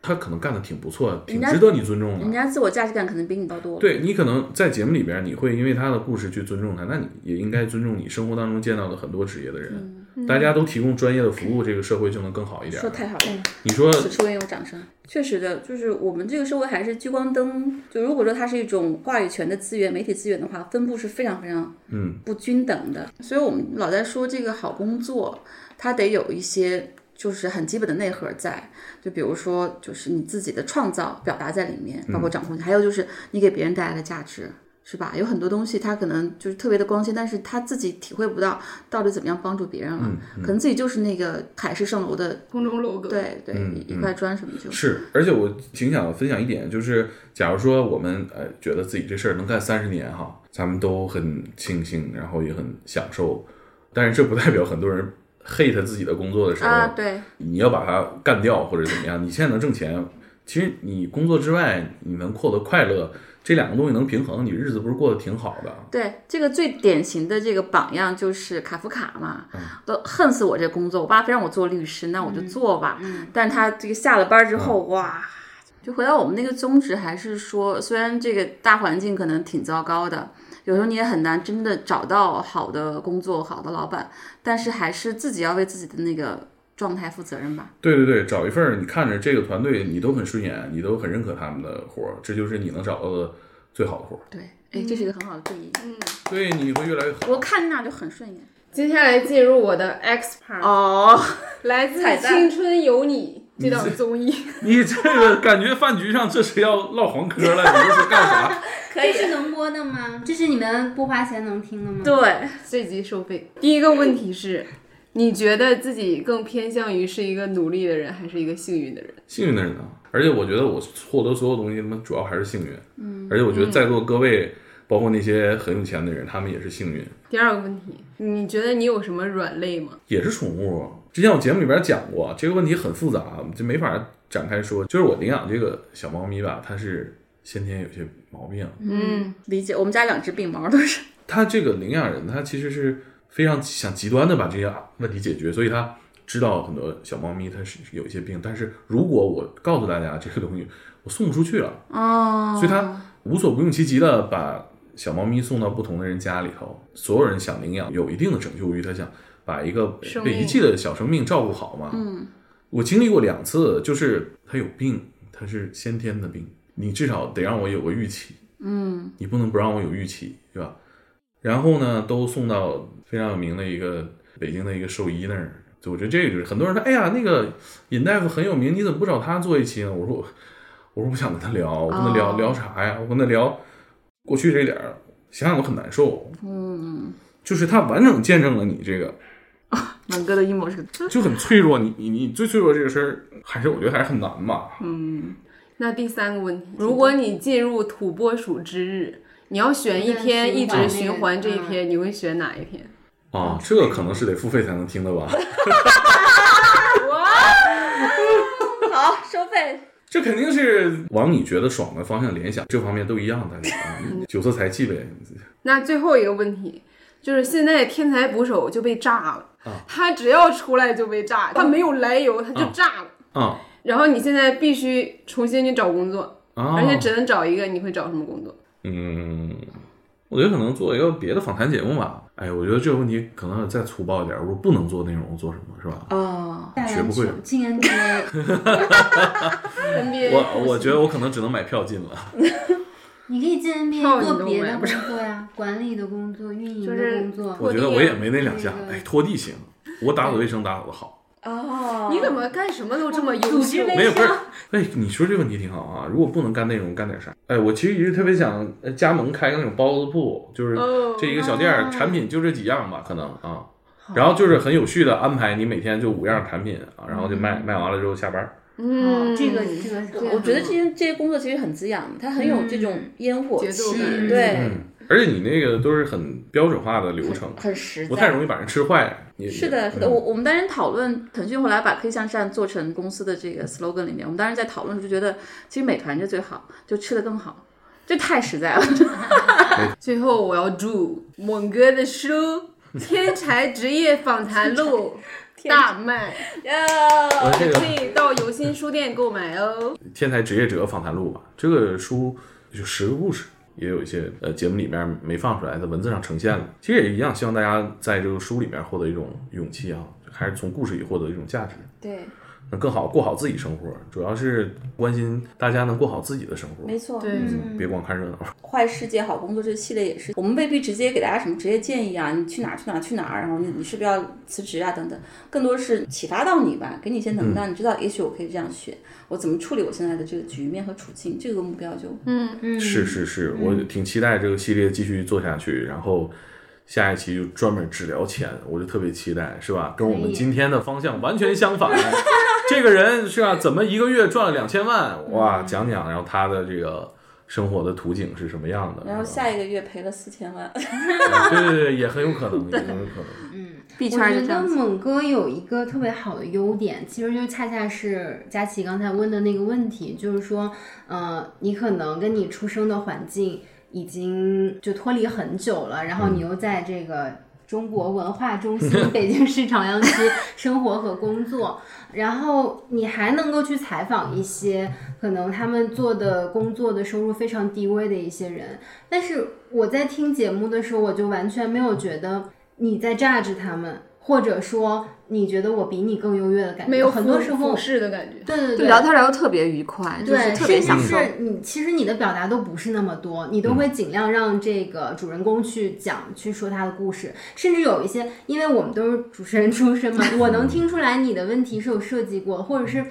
[SPEAKER 1] 他可能干的挺不错，挺
[SPEAKER 4] 人家
[SPEAKER 1] 值得你尊重的。
[SPEAKER 4] 人家自我价值感可能比你高多。
[SPEAKER 1] 对你可能在节目里边，你会因为他的故事去尊重他，那你也应该尊重你生活当中见到的很多职业的人。大家都提供专业的服务，这个社会就能更好一点
[SPEAKER 4] 嗯说。太好了。
[SPEAKER 1] 你说
[SPEAKER 4] 此处应有掌声。确实的，就是我们这个社会还是聚光灯。就如果说它是一种话语权的资源、媒体资源的话，分布是非常非常
[SPEAKER 1] 嗯
[SPEAKER 4] 不均等的。所以我们老在说这个好工作，它得有一些就是很基本的内核在。就比如说，就是你自己的创造表达在里面，包括掌控，还有就是你给别人带来的价值。是吧？有很多东西，他可能就是特别的光鲜，但是他自己体会不到到底怎么样帮助别人了。可能自己就是那个海市蜃楼的
[SPEAKER 3] 空中楼阁，
[SPEAKER 4] 对对，
[SPEAKER 1] 嗯
[SPEAKER 4] 一一
[SPEAKER 1] 嗯，
[SPEAKER 4] 块砖什么就是
[SPEAKER 1] 而且我挺想分享一点，就是假如说我们呃觉得自己这事儿能干三十年哈，咱们都很庆幸，然后也很享受，但是这不代表很多人 hate 自己的工作的时候，
[SPEAKER 4] 啊，对，
[SPEAKER 1] 你要把它干掉或者怎么样，你现在能挣钱，其实你工作之外你能获得快乐，这两个东西能平衡，你日子不是过得挺好的？
[SPEAKER 4] 对，这个最典型的这个榜样就是卡夫卡嘛，都恨死我这工作。我爸非让我做律师，那我就做吧。但是他这个下了班之后，哇，就回到我们那个宗旨，还是说，虽然这个大环境可能挺糟糕的，有时候你也很难真的找到好的工作、好的老板，但是还是自己要为自己的那个状态负责任吧。
[SPEAKER 1] 对对对，找一份儿你看着这个团队你都很顺眼，你都很认可他们的活儿，这就是你能找到的最好的活儿。
[SPEAKER 4] 对，哎，这是一个很好的建议，
[SPEAKER 3] 嗯，
[SPEAKER 1] 对，你会越来越好。
[SPEAKER 4] 我看那就很顺眼。
[SPEAKER 3] 接下来进入我的 X part，、
[SPEAKER 4] 哦，
[SPEAKER 3] 来自
[SPEAKER 4] 彩
[SPEAKER 3] 《
[SPEAKER 4] 蛋
[SPEAKER 3] 青春有你》这档综 *laughs* 艺。
[SPEAKER 1] *laughs* 你这个感觉饭局上这是要唠黄嗑了，你这是干啥？
[SPEAKER 4] 可以
[SPEAKER 2] 这是能播的吗？这是你们不花钱能听的吗？
[SPEAKER 4] 对。
[SPEAKER 3] 这集收费。第一个问题是，你觉得自己更偏向于是一个努力的人，还是一个幸运的人？
[SPEAKER 1] 幸运的人啊，而且我觉得我获得所有东西，他妈主要还是幸运。嗯，而且我觉得在座各位，包括那些很有钱的人，他们也是幸运。
[SPEAKER 3] 第二个问题，你觉得你有什么软肋吗？
[SPEAKER 1] 也是宠物。啊之前我节目里边讲过，这个问题很复杂，我们就没法展开说。就是我领养这个小猫咪吧，它是先天有些毛病。
[SPEAKER 3] 嗯，
[SPEAKER 4] 理解，我们家两只病毛都是。
[SPEAKER 1] 它这个领养人，他其实是非常想极端的把这些问题解决，所以他知道很多小猫咪它是有一些病。但是如果我告诉大家这个东西，我送不出去了，
[SPEAKER 4] 哦，
[SPEAKER 1] 所以他无所不用其极的把小猫咪送到不同的人家里头。所有人想领养，有一定的拯救欲，他想把一个
[SPEAKER 3] 生
[SPEAKER 1] 被
[SPEAKER 3] 命
[SPEAKER 1] 遗弃的小生命照顾好嘛。嗯，我经历过两次，就是他有病，他是先天的病，你至少得让我有个预期。嗯，你不能不让我有预期，对吧？然后呢，都送到非常有名的一个北京的一个兽医那儿。就我觉得这个就是很多人说，哎呀，那个尹大夫很有名，你怎么不找他做一期呢？我说我，我说不想跟他聊，我跟他聊、
[SPEAKER 4] 哦
[SPEAKER 1] 聊啥呀？我跟他聊过去这点儿，想想都很难受。
[SPEAKER 4] 嗯，
[SPEAKER 1] 就是他完整见证了你这个
[SPEAKER 4] 猛哥的阴谋是个，
[SPEAKER 1] 就很脆弱，你你你最脆弱这个事儿，还是我觉得还是很难吧。
[SPEAKER 4] 嗯，
[SPEAKER 3] 那第三个问题，如果你进入土拨鼠之日，你要选一天一
[SPEAKER 2] 一
[SPEAKER 3] 直
[SPEAKER 2] 直
[SPEAKER 3] 循
[SPEAKER 2] 循
[SPEAKER 3] 环
[SPEAKER 2] 环
[SPEAKER 3] 这
[SPEAKER 2] 这
[SPEAKER 3] 一
[SPEAKER 2] 一
[SPEAKER 3] 天，你会选哪一天？
[SPEAKER 1] 啊，这个可能是得付费才能听的吧？
[SPEAKER 4] 好，收费。
[SPEAKER 1] 这肯定是往你觉得爽的方向联想，这方面都一样的，啊酒色财气呗。
[SPEAKER 3] 那最后一个问题。就是现在天才捕手就被炸了，
[SPEAKER 1] 啊
[SPEAKER 3] 他只要出来就被炸，他没有来由他就炸了。
[SPEAKER 1] 啊
[SPEAKER 3] 然后你现在必须重新去找工作，
[SPEAKER 1] 啊！
[SPEAKER 3] 而且只能找一个，你会找什么工作？
[SPEAKER 1] 嗯，我觉得可能做一个别的访谈节目吧。哎，我觉得这个问题可能再粗暴一点，我不能做内容，我做什么是吧？
[SPEAKER 4] 哦，
[SPEAKER 2] 大
[SPEAKER 1] 学不
[SPEAKER 2] 篮
[SPEAKER 1] 会
[SPEAKER 2] 球进 NBA，
[SPEAKER 3] NBA
[SPEAKER 1] 我我觉得我可能只能买票进了。
[SPEAKER 2] 你可以进
[SPEAKER 3] 跳
[SPEAKER 2] NBA
[SPEAKER 3] 你都
[SPEAKER 2] 做别
[SPEAKER 3] 买
[SPEAKER 2] 的
[SPEAKER 3] 不
[SPEAKER 2] 工
[SPEAKER 3] 上
[SPEAKER 2] 作呀，管理的工作、运营
[SPEAKER 3] 就是
[SPEAKER 2] 的工作。哦
[SPEAKER 1] 我觉得我也没那两项
[SPEAKER 2] 这。个
[SPEAKER 1] 哎，拖地行，我打扫卫生打扫的好。
[SPEAKER 4] 哦
[SPEAKER 3] 你怎么干什么都这么啊优
[SPEAKER 2] 组织
[SPEAKER 3] 秀？
[SPEAKER 2] 卫
[SPEAKER 1] 没有不是
[SPEAKER 2] 生，
[SPEAKER 1] 哎，你说这问题挺好啊。如果不能干内容，干点啥？哎，我其实一直特别想呃加盟开个那种包子铺，就是
[SPEAKER 3] 哦
[SPEAKER 1] 这一个小店儿，
[SPEAKER 2] 哦
[SPEAKER 1] 产品就这几样吧，可能啊。然后就是很有序的安排，你每天就五样产品啊，然后就
[SPEAKER 4] 嗯
[SPEAKER 1] 卖卖完了之后下班儿。
[SPEAKER 2] 哦
[SPEAKER 3] 嗯，
[SPEAKER 2] 这个这个，这个
[SPEAKER 4] 我觉得这
[SPEAKER 2] 很好
[SPEAKER 4] 些这些工作其实很滋养，它很有这种烟火
[SPEAKER 3] 节奏
[SPEAKER 4] 气，
[SPEAKER 3] 感
[SPEAKER 4] 对，
[SPEAKER 1] 嗯，而且你那个都是很标准化的流程，
[SPEAKER 4] 很实在，
[SPEAKER 1] 不太容易把人吃坏。你
[SPEAKER 4] 是的，是的，
[SPEAKER 1] 嗯
[SPEAKER 4] 我我们当时讨论腾讯后来把 K 向善做成公司的这个 slogan 里面，我们当时在讨论就觉得，其实美团这最好，就吃的更好，这太实在了。
[SPEAKER 3] 最后我要祝猛哥的书 *laughs* 《天才职业访谈录》大卖，
[SPEAKER 4] 呃
[SPEAKER 1] 我这个
[SPEAKER 3] 可以到有心书店购买哦。
[SPEAKER 1] 《天才职业者访谈录》吧，这个书就十个故事，也有一些呃节目里面没放出来，在文字上呈现了。其实也一样，希望大家在这个书里面获得一种勇气啊，还是从故事里获得一种价值，
[SPEAKER 4] 对，
[SPEAKER 1] 能更好过好自己生活。主要是关心大家能过好自己的生活，
[SPEAKER 4] 没错，
[SPEAKER 3] 对，
[SPEAKER 1] 嗯别光看热闹。
[SPEAKER 4] 坏世界好工作这系列也是，我们未必直接给大家什么职业建议啊，你去哪儿去哪儿去哪儿，然后你你是不是要辞职啊等等，更多是启发到你吧，给你一些能量，你知道也许我可以这样选，我怎么处理我现在的这个局面和处境，这个目标就
[SPEAKER 1] 是是是，我
[SPEAKER 4] 嗯
[SPEAKER 1] 挺期待这个系列继续做下去，然后下一期就专门只聊钱，我就特别期待，是吧？跟我们
[SPEAKER 2] 可以
[SPEAKER 1] 今天的方向完全相
[SPEAKER 4] *laughs*
[SPEAKER 1] 反。这个人是吧？怎么一个月赚了两千万？哇，讲讲，然后他的这个生活的途径是什么样的？
[SPEAKER 4] 然后
[SPEAKER 1] 是吧
[SPEAKER 4] 下一个月赔了四千万，
[SPEAKER 1] 对对对，也很有可能，也很有可
[SPEAKER 4] *laughs*
[SPEAKER 1] 能。
[SPEAKER 4] 币
[SPEAKER 2] 我觉得。猛哥有一个特别好的优点，其实就恰恰是佳琪刚才问的那个问题，就是说，呃，你可能跟你出生的环境已经就脱离很久了，然后你又在这个中国文化中心北京市朝阳区生活和工作，然后你还能够去采访一些可能他们做的工作的收入非常低微的一些人，但是我在听节目的时候，我就完全没有觉得。你在榨制他们，或者说你觉得我比你更优越的感觉，
[SPEAKER 3] 没有
[SPEAKER 2] 很多
[SPEAKER 3] 俯
[SPEAKER 2] 时候
[SPEAKER 3] 俯，视的感觉。
[SPEAKER 2] 对对
[SPEAKER 4] 对，
[SPEAKER 2] 对。
[SPEAKER 4] 聊天聊得特别愉快，就是
[SPEAKER 2] 对，
[SPEAKER 4] 特别享
[SPEAKER 2] 甚至
[SPEAKER 4] 受。嗯
[SPEAKER 2] 是你，其实你的表达都不是那么多，你都会尽量让这个主人公去讲、去说他的故事，甚至有一些，因为我们都是主持人出身嘛，我
[SPEAKER 4] 嗯
[SPEAKER 2] 能听出来你的问题是有设计过，或者是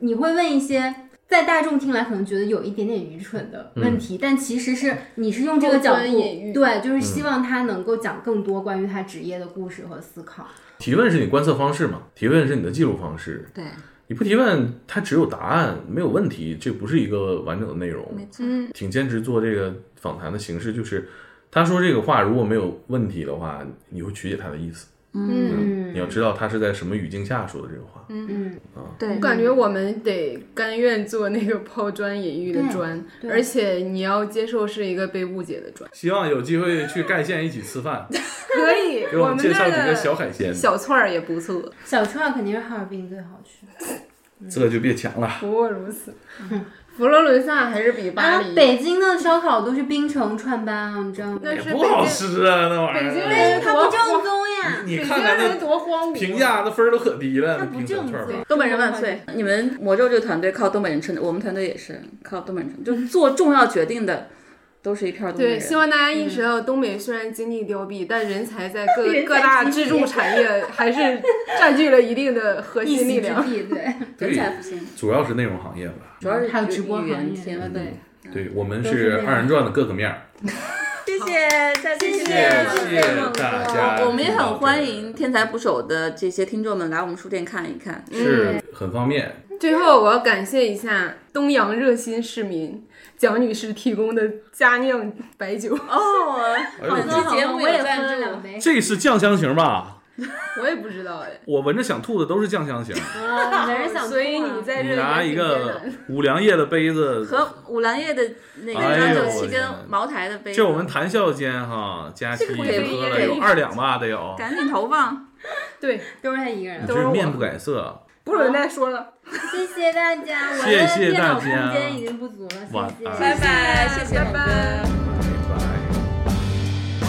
[SPEAKER 2] 你会问一些在大众听来可能觉得有一点点愚蠢的
[SPEAKER 4] 嗯
[SPEAKER 2] 问题，但其实是你是用这个角
[SPEAKER 3] 过
[SPEAKER 2] 度
[SPEAKER 3] 分隐喻，
[SPEAKER 2] 对，就是
[SPEAKER 4] 嗯
[SPEAKER 2] 希望他能够讲更多关于他职业的故事和思考。
[SPEAKER 1] 提问是你观测方式嘛？提问是你的记录方式。
[SPEAKER 4] 对，
[SPEAKER 1] 你不提问，它只有答案，没有问题，这不是一个完整的内容。
[SPEAKER 4] 没错。
[SPEAKER 3] 嗯，
[SPEAKER 1] 挺坚持做这个访谈的形式，就是他说这个话如果没有问题的话，你会曲解他的意思。
[SPEAKER 2] 嗯
[SPEAKER 1] 你要知道他是在什么语境下说的这个话。
[SPEAKER 2] 嗯，
[SPEAKER 4] 对
[SPEAKER 3] 我，感觉我们得甘愿做那个抛砖引玉的砖，
[SPEAKER 2] 对对
[SPEAKER 3] 而且你要接受是一个被误解的
[SPEAKER 1] *laughs*
[SPEAKER 3] 砖。
[SPEAKER 1] 希望有机会去盖县一起吃饭，
[SPEAKER 3] 可以，
[SPEAKER 1] *laughs* 给我
[SPEAKER 3] 们
[SPEAKER 1] 们介
[SPEAKER 3] 那
[SPEAKER 1] 绍几个
[SPEAKER 3] 儿
[SPEAKER 1] 小
[SPEAKER 3] 的
[SPEAKER 1] 海鲜，
[SPEAKER 4] *laughs* 小串儿也不错。
[SPEAKER 2] 小串儿肯定是哈尔滨最好吃。
[SPEAKER 1] 这就别抢了。
[SPEAKER 3] 不过如此。佛罗伦萨还是比巴
[SPEAKER 2] 啊
[SPEAKER 3] 黎，，
[SPEAKER 2] 北京的烧烤都是冰城串班啊，你知道吗？
[SPEAKER 3] 那
[SPEAKER 1] 也
[SPEAKER 3] 是
[SPEAKER 1] 不好
[SPEAKER 3] 北京
[SPEAKER 1] 吃啊，那玩意
[SPEAKER 3] 北京
[SPEAKER 1] 儿。
[SPEAKER 2] *laughs*
[SPEAKER 3] 人
[SPEAKER 2] 它
[SPEAKER 3] 多
[SPEAKER 2] 不正宗呀。
[SPEAKER 1] 你
[SPEAKER 3] 北
[SPEAKER 1] 看
[SPEAKER 3] 京
[SPEAKER 1] 看
[SPEAKER 3] 人
[SPEAKER 1] 那
[SPEAKER 3] 多荒芜，啊
[SPEAKER 1] 评价，那分儿都可低了，
[SPEAKER 2] 它
[SPEAKER 1] 那
[SPEAKER 2] 不
[SPEAKER 1] 评
[SPEAKER 2] 正
[SPEAKER 1] 小串儿吧
[SPEAKER 2] 宗。
[SPEAKER 4] 东北人万岁！你们魔咒这个团队靠东北人撑着，我们团队也是靠东北人撑着，就是做重要决定的都是一片儿东北
[SPEAKER 3] 对，
[SPEAKER 4] 人。
[SPEAKER 3] 希望大家意识到，东北虽然经济凋敝，但人才
[SPEAKER 2] *laughs*
[SPEAKER 3] 在各
[SPEAKER 2] 嗯人才
[SPEAKER 3] 各大
[SPEAKER 2] 济
[SPEAKER 3] 支
[SPEAKER 2] 济
[SPEAKER 3] 柱产
[SPEAKER 2] *laughs*
[SPEAKER 3] 业还是占据了一定的核
[SPEAKER 2] 一
[SPEAKER 3] 心
[SPEAKER 2] 席
[SPEAKER 3] 力
[SPEAKER 2] 之
[SPEAKER 3] 量。
[SPEAKER 2] 地，对，
[SPEAKER 4] 人才不行，
[SPEAKER 1] 主要是内容行业吧。
[SPEAKER 4] 主要是
[SPEAKER 2] 还有直播
[SPEAKER 4] 语
[SPEAKER 2] 行
[SPEAKER 4] 言
[SPEAKER 2] 业嗯
[SPEAKER 4] 天赋
[SPEAKER 2] 对。
[SPEAKER 1] 对我们
[SPEAKER 2] 都是这
[SPEAKER 1] 是
[SPEAKER 2] 样
[SPEAKER 1] 二人转的各个面儿，
[SPEAKER 4] 谢谢，再见，
[SPEAKER 2] 谢
[SPEAKER 1] 谢
[SPEAKER 2] 谢谢
[SPEAKER 1] 大家，
[SPEAKER 4] 我们也很欢迎天才捕手的这些听众们来我们书店看一看。
[SPEAKER 1] 是很方便。
[SPEAKER 3] 最后，我要感谢一下东阳热心市民蒋女士提供的佳酿白酒， *laughs*
[SPEAKER 4] 哦，
[SPEAKER 1] 呦
[SPEAKER 4] 本期节目
[SPEAKER 2] 我也
[SPEAKER 4] 有
[SPEAKER 2] 喝了
[SPEAKER 4] 赞
[SPEAKER 2] 两
[SPEAKER 4] 助，
[SPEAKER 1] *laughs*
[SPEAKER 2] 杯， *laughs*
[SPEAKER 1] 这是酱香型吧？
[SPEAKER 3] 我也不知道哎。
[SPEAKER 1] 我闻着想吐的都是酱香型。
[SPEAKER 2] 啊，没人想吐啊，
[SPEAKER 3] 所以你
[SPEAKER 2] *laughs*
[SPEAKER 3] 在
[SPEAKER 1] 你
[SPEAKER 3] 这
[SPEAKER 1] 拿
[SPEAKER 3] 里
[SPEAKER 1] 一个五粮液的杯子，
[SPEAKER 4] 和五粮液的那个
[SPEAKER 1] 哎呦
[SPEAKER 4] 张九
[SPEAKER 1] 我
[SPEAKER 4] 七
[SPEAKER 1] 天
[SPEAKER 4] 跟茅台的杯子，
[SPEAKER 1] 这我们谈笑间哈，佳琪
[SPEAKER 4] 这个
[SPEAKER 1] 喝
[SPEAKER 4] 可以
[SPEAKER 1] 了
[SPEAKER 4] 可以
[SPEAKER 1] 有二两吧，得有。
[SPEAKER 4] 赶紧投放，
[SPEAKER 3] 对，
[SPEAKER 2] 都是他一个
[SPEAKER 1] 你
[SPEAKER 2] 人。
[SPEAKER 1] 这是面不改色，
[SPEAKER 3] 不准再说了，
[SPEAKER 2] 谢谢大家，我
[SPEAKER 1] 谢
[SPEAKER 2] 的
[SPEAKER 1] 谢
[SPEAKER 2] 电脑
[SPEAKER 1] 大
[SPEAKER 2] 空
[SPEAKER 1] 家
[SPEAKER 2] 间已经不足了，
[SPEAKER 1] 晚
[SPEAKER 2] 谢谢，
[SPEAKER 1] 安
[SPEAKER 4] 拜拜，谢谢
[SPEAKER 3] 拜
[SPEAKER 4] 猛哥。。
[SPEAKER 3] 拜
[SPEAKER 1] 拜拜。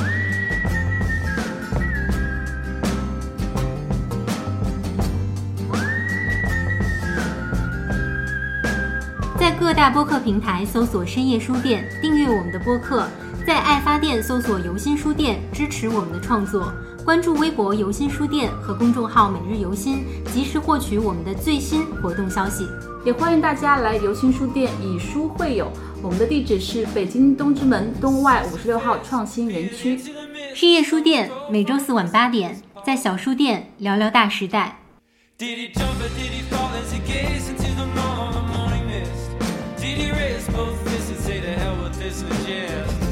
[SPEAKER 5] 在各大播客平台搜索“深夜书店”，订阅我们的播客；在爱发电搜索“游心书店”，支持我们的创作。关注微博“游心书店”和公众号“每日游心”，及时获取我们的最新活动消息。
[SPEAKER 6] 也欢迎大家来游心书店以书会友。我们的地址是北京东直门东外五十六号创新园区。
[SPEAKER 5] 深夜书店每周四晚八点，在小书店聊聊大时代。
[SPEAKER 7] Did he jump or did he fall as he gazed into the morning mist? Did he raise both fists and say to hell with this and yes?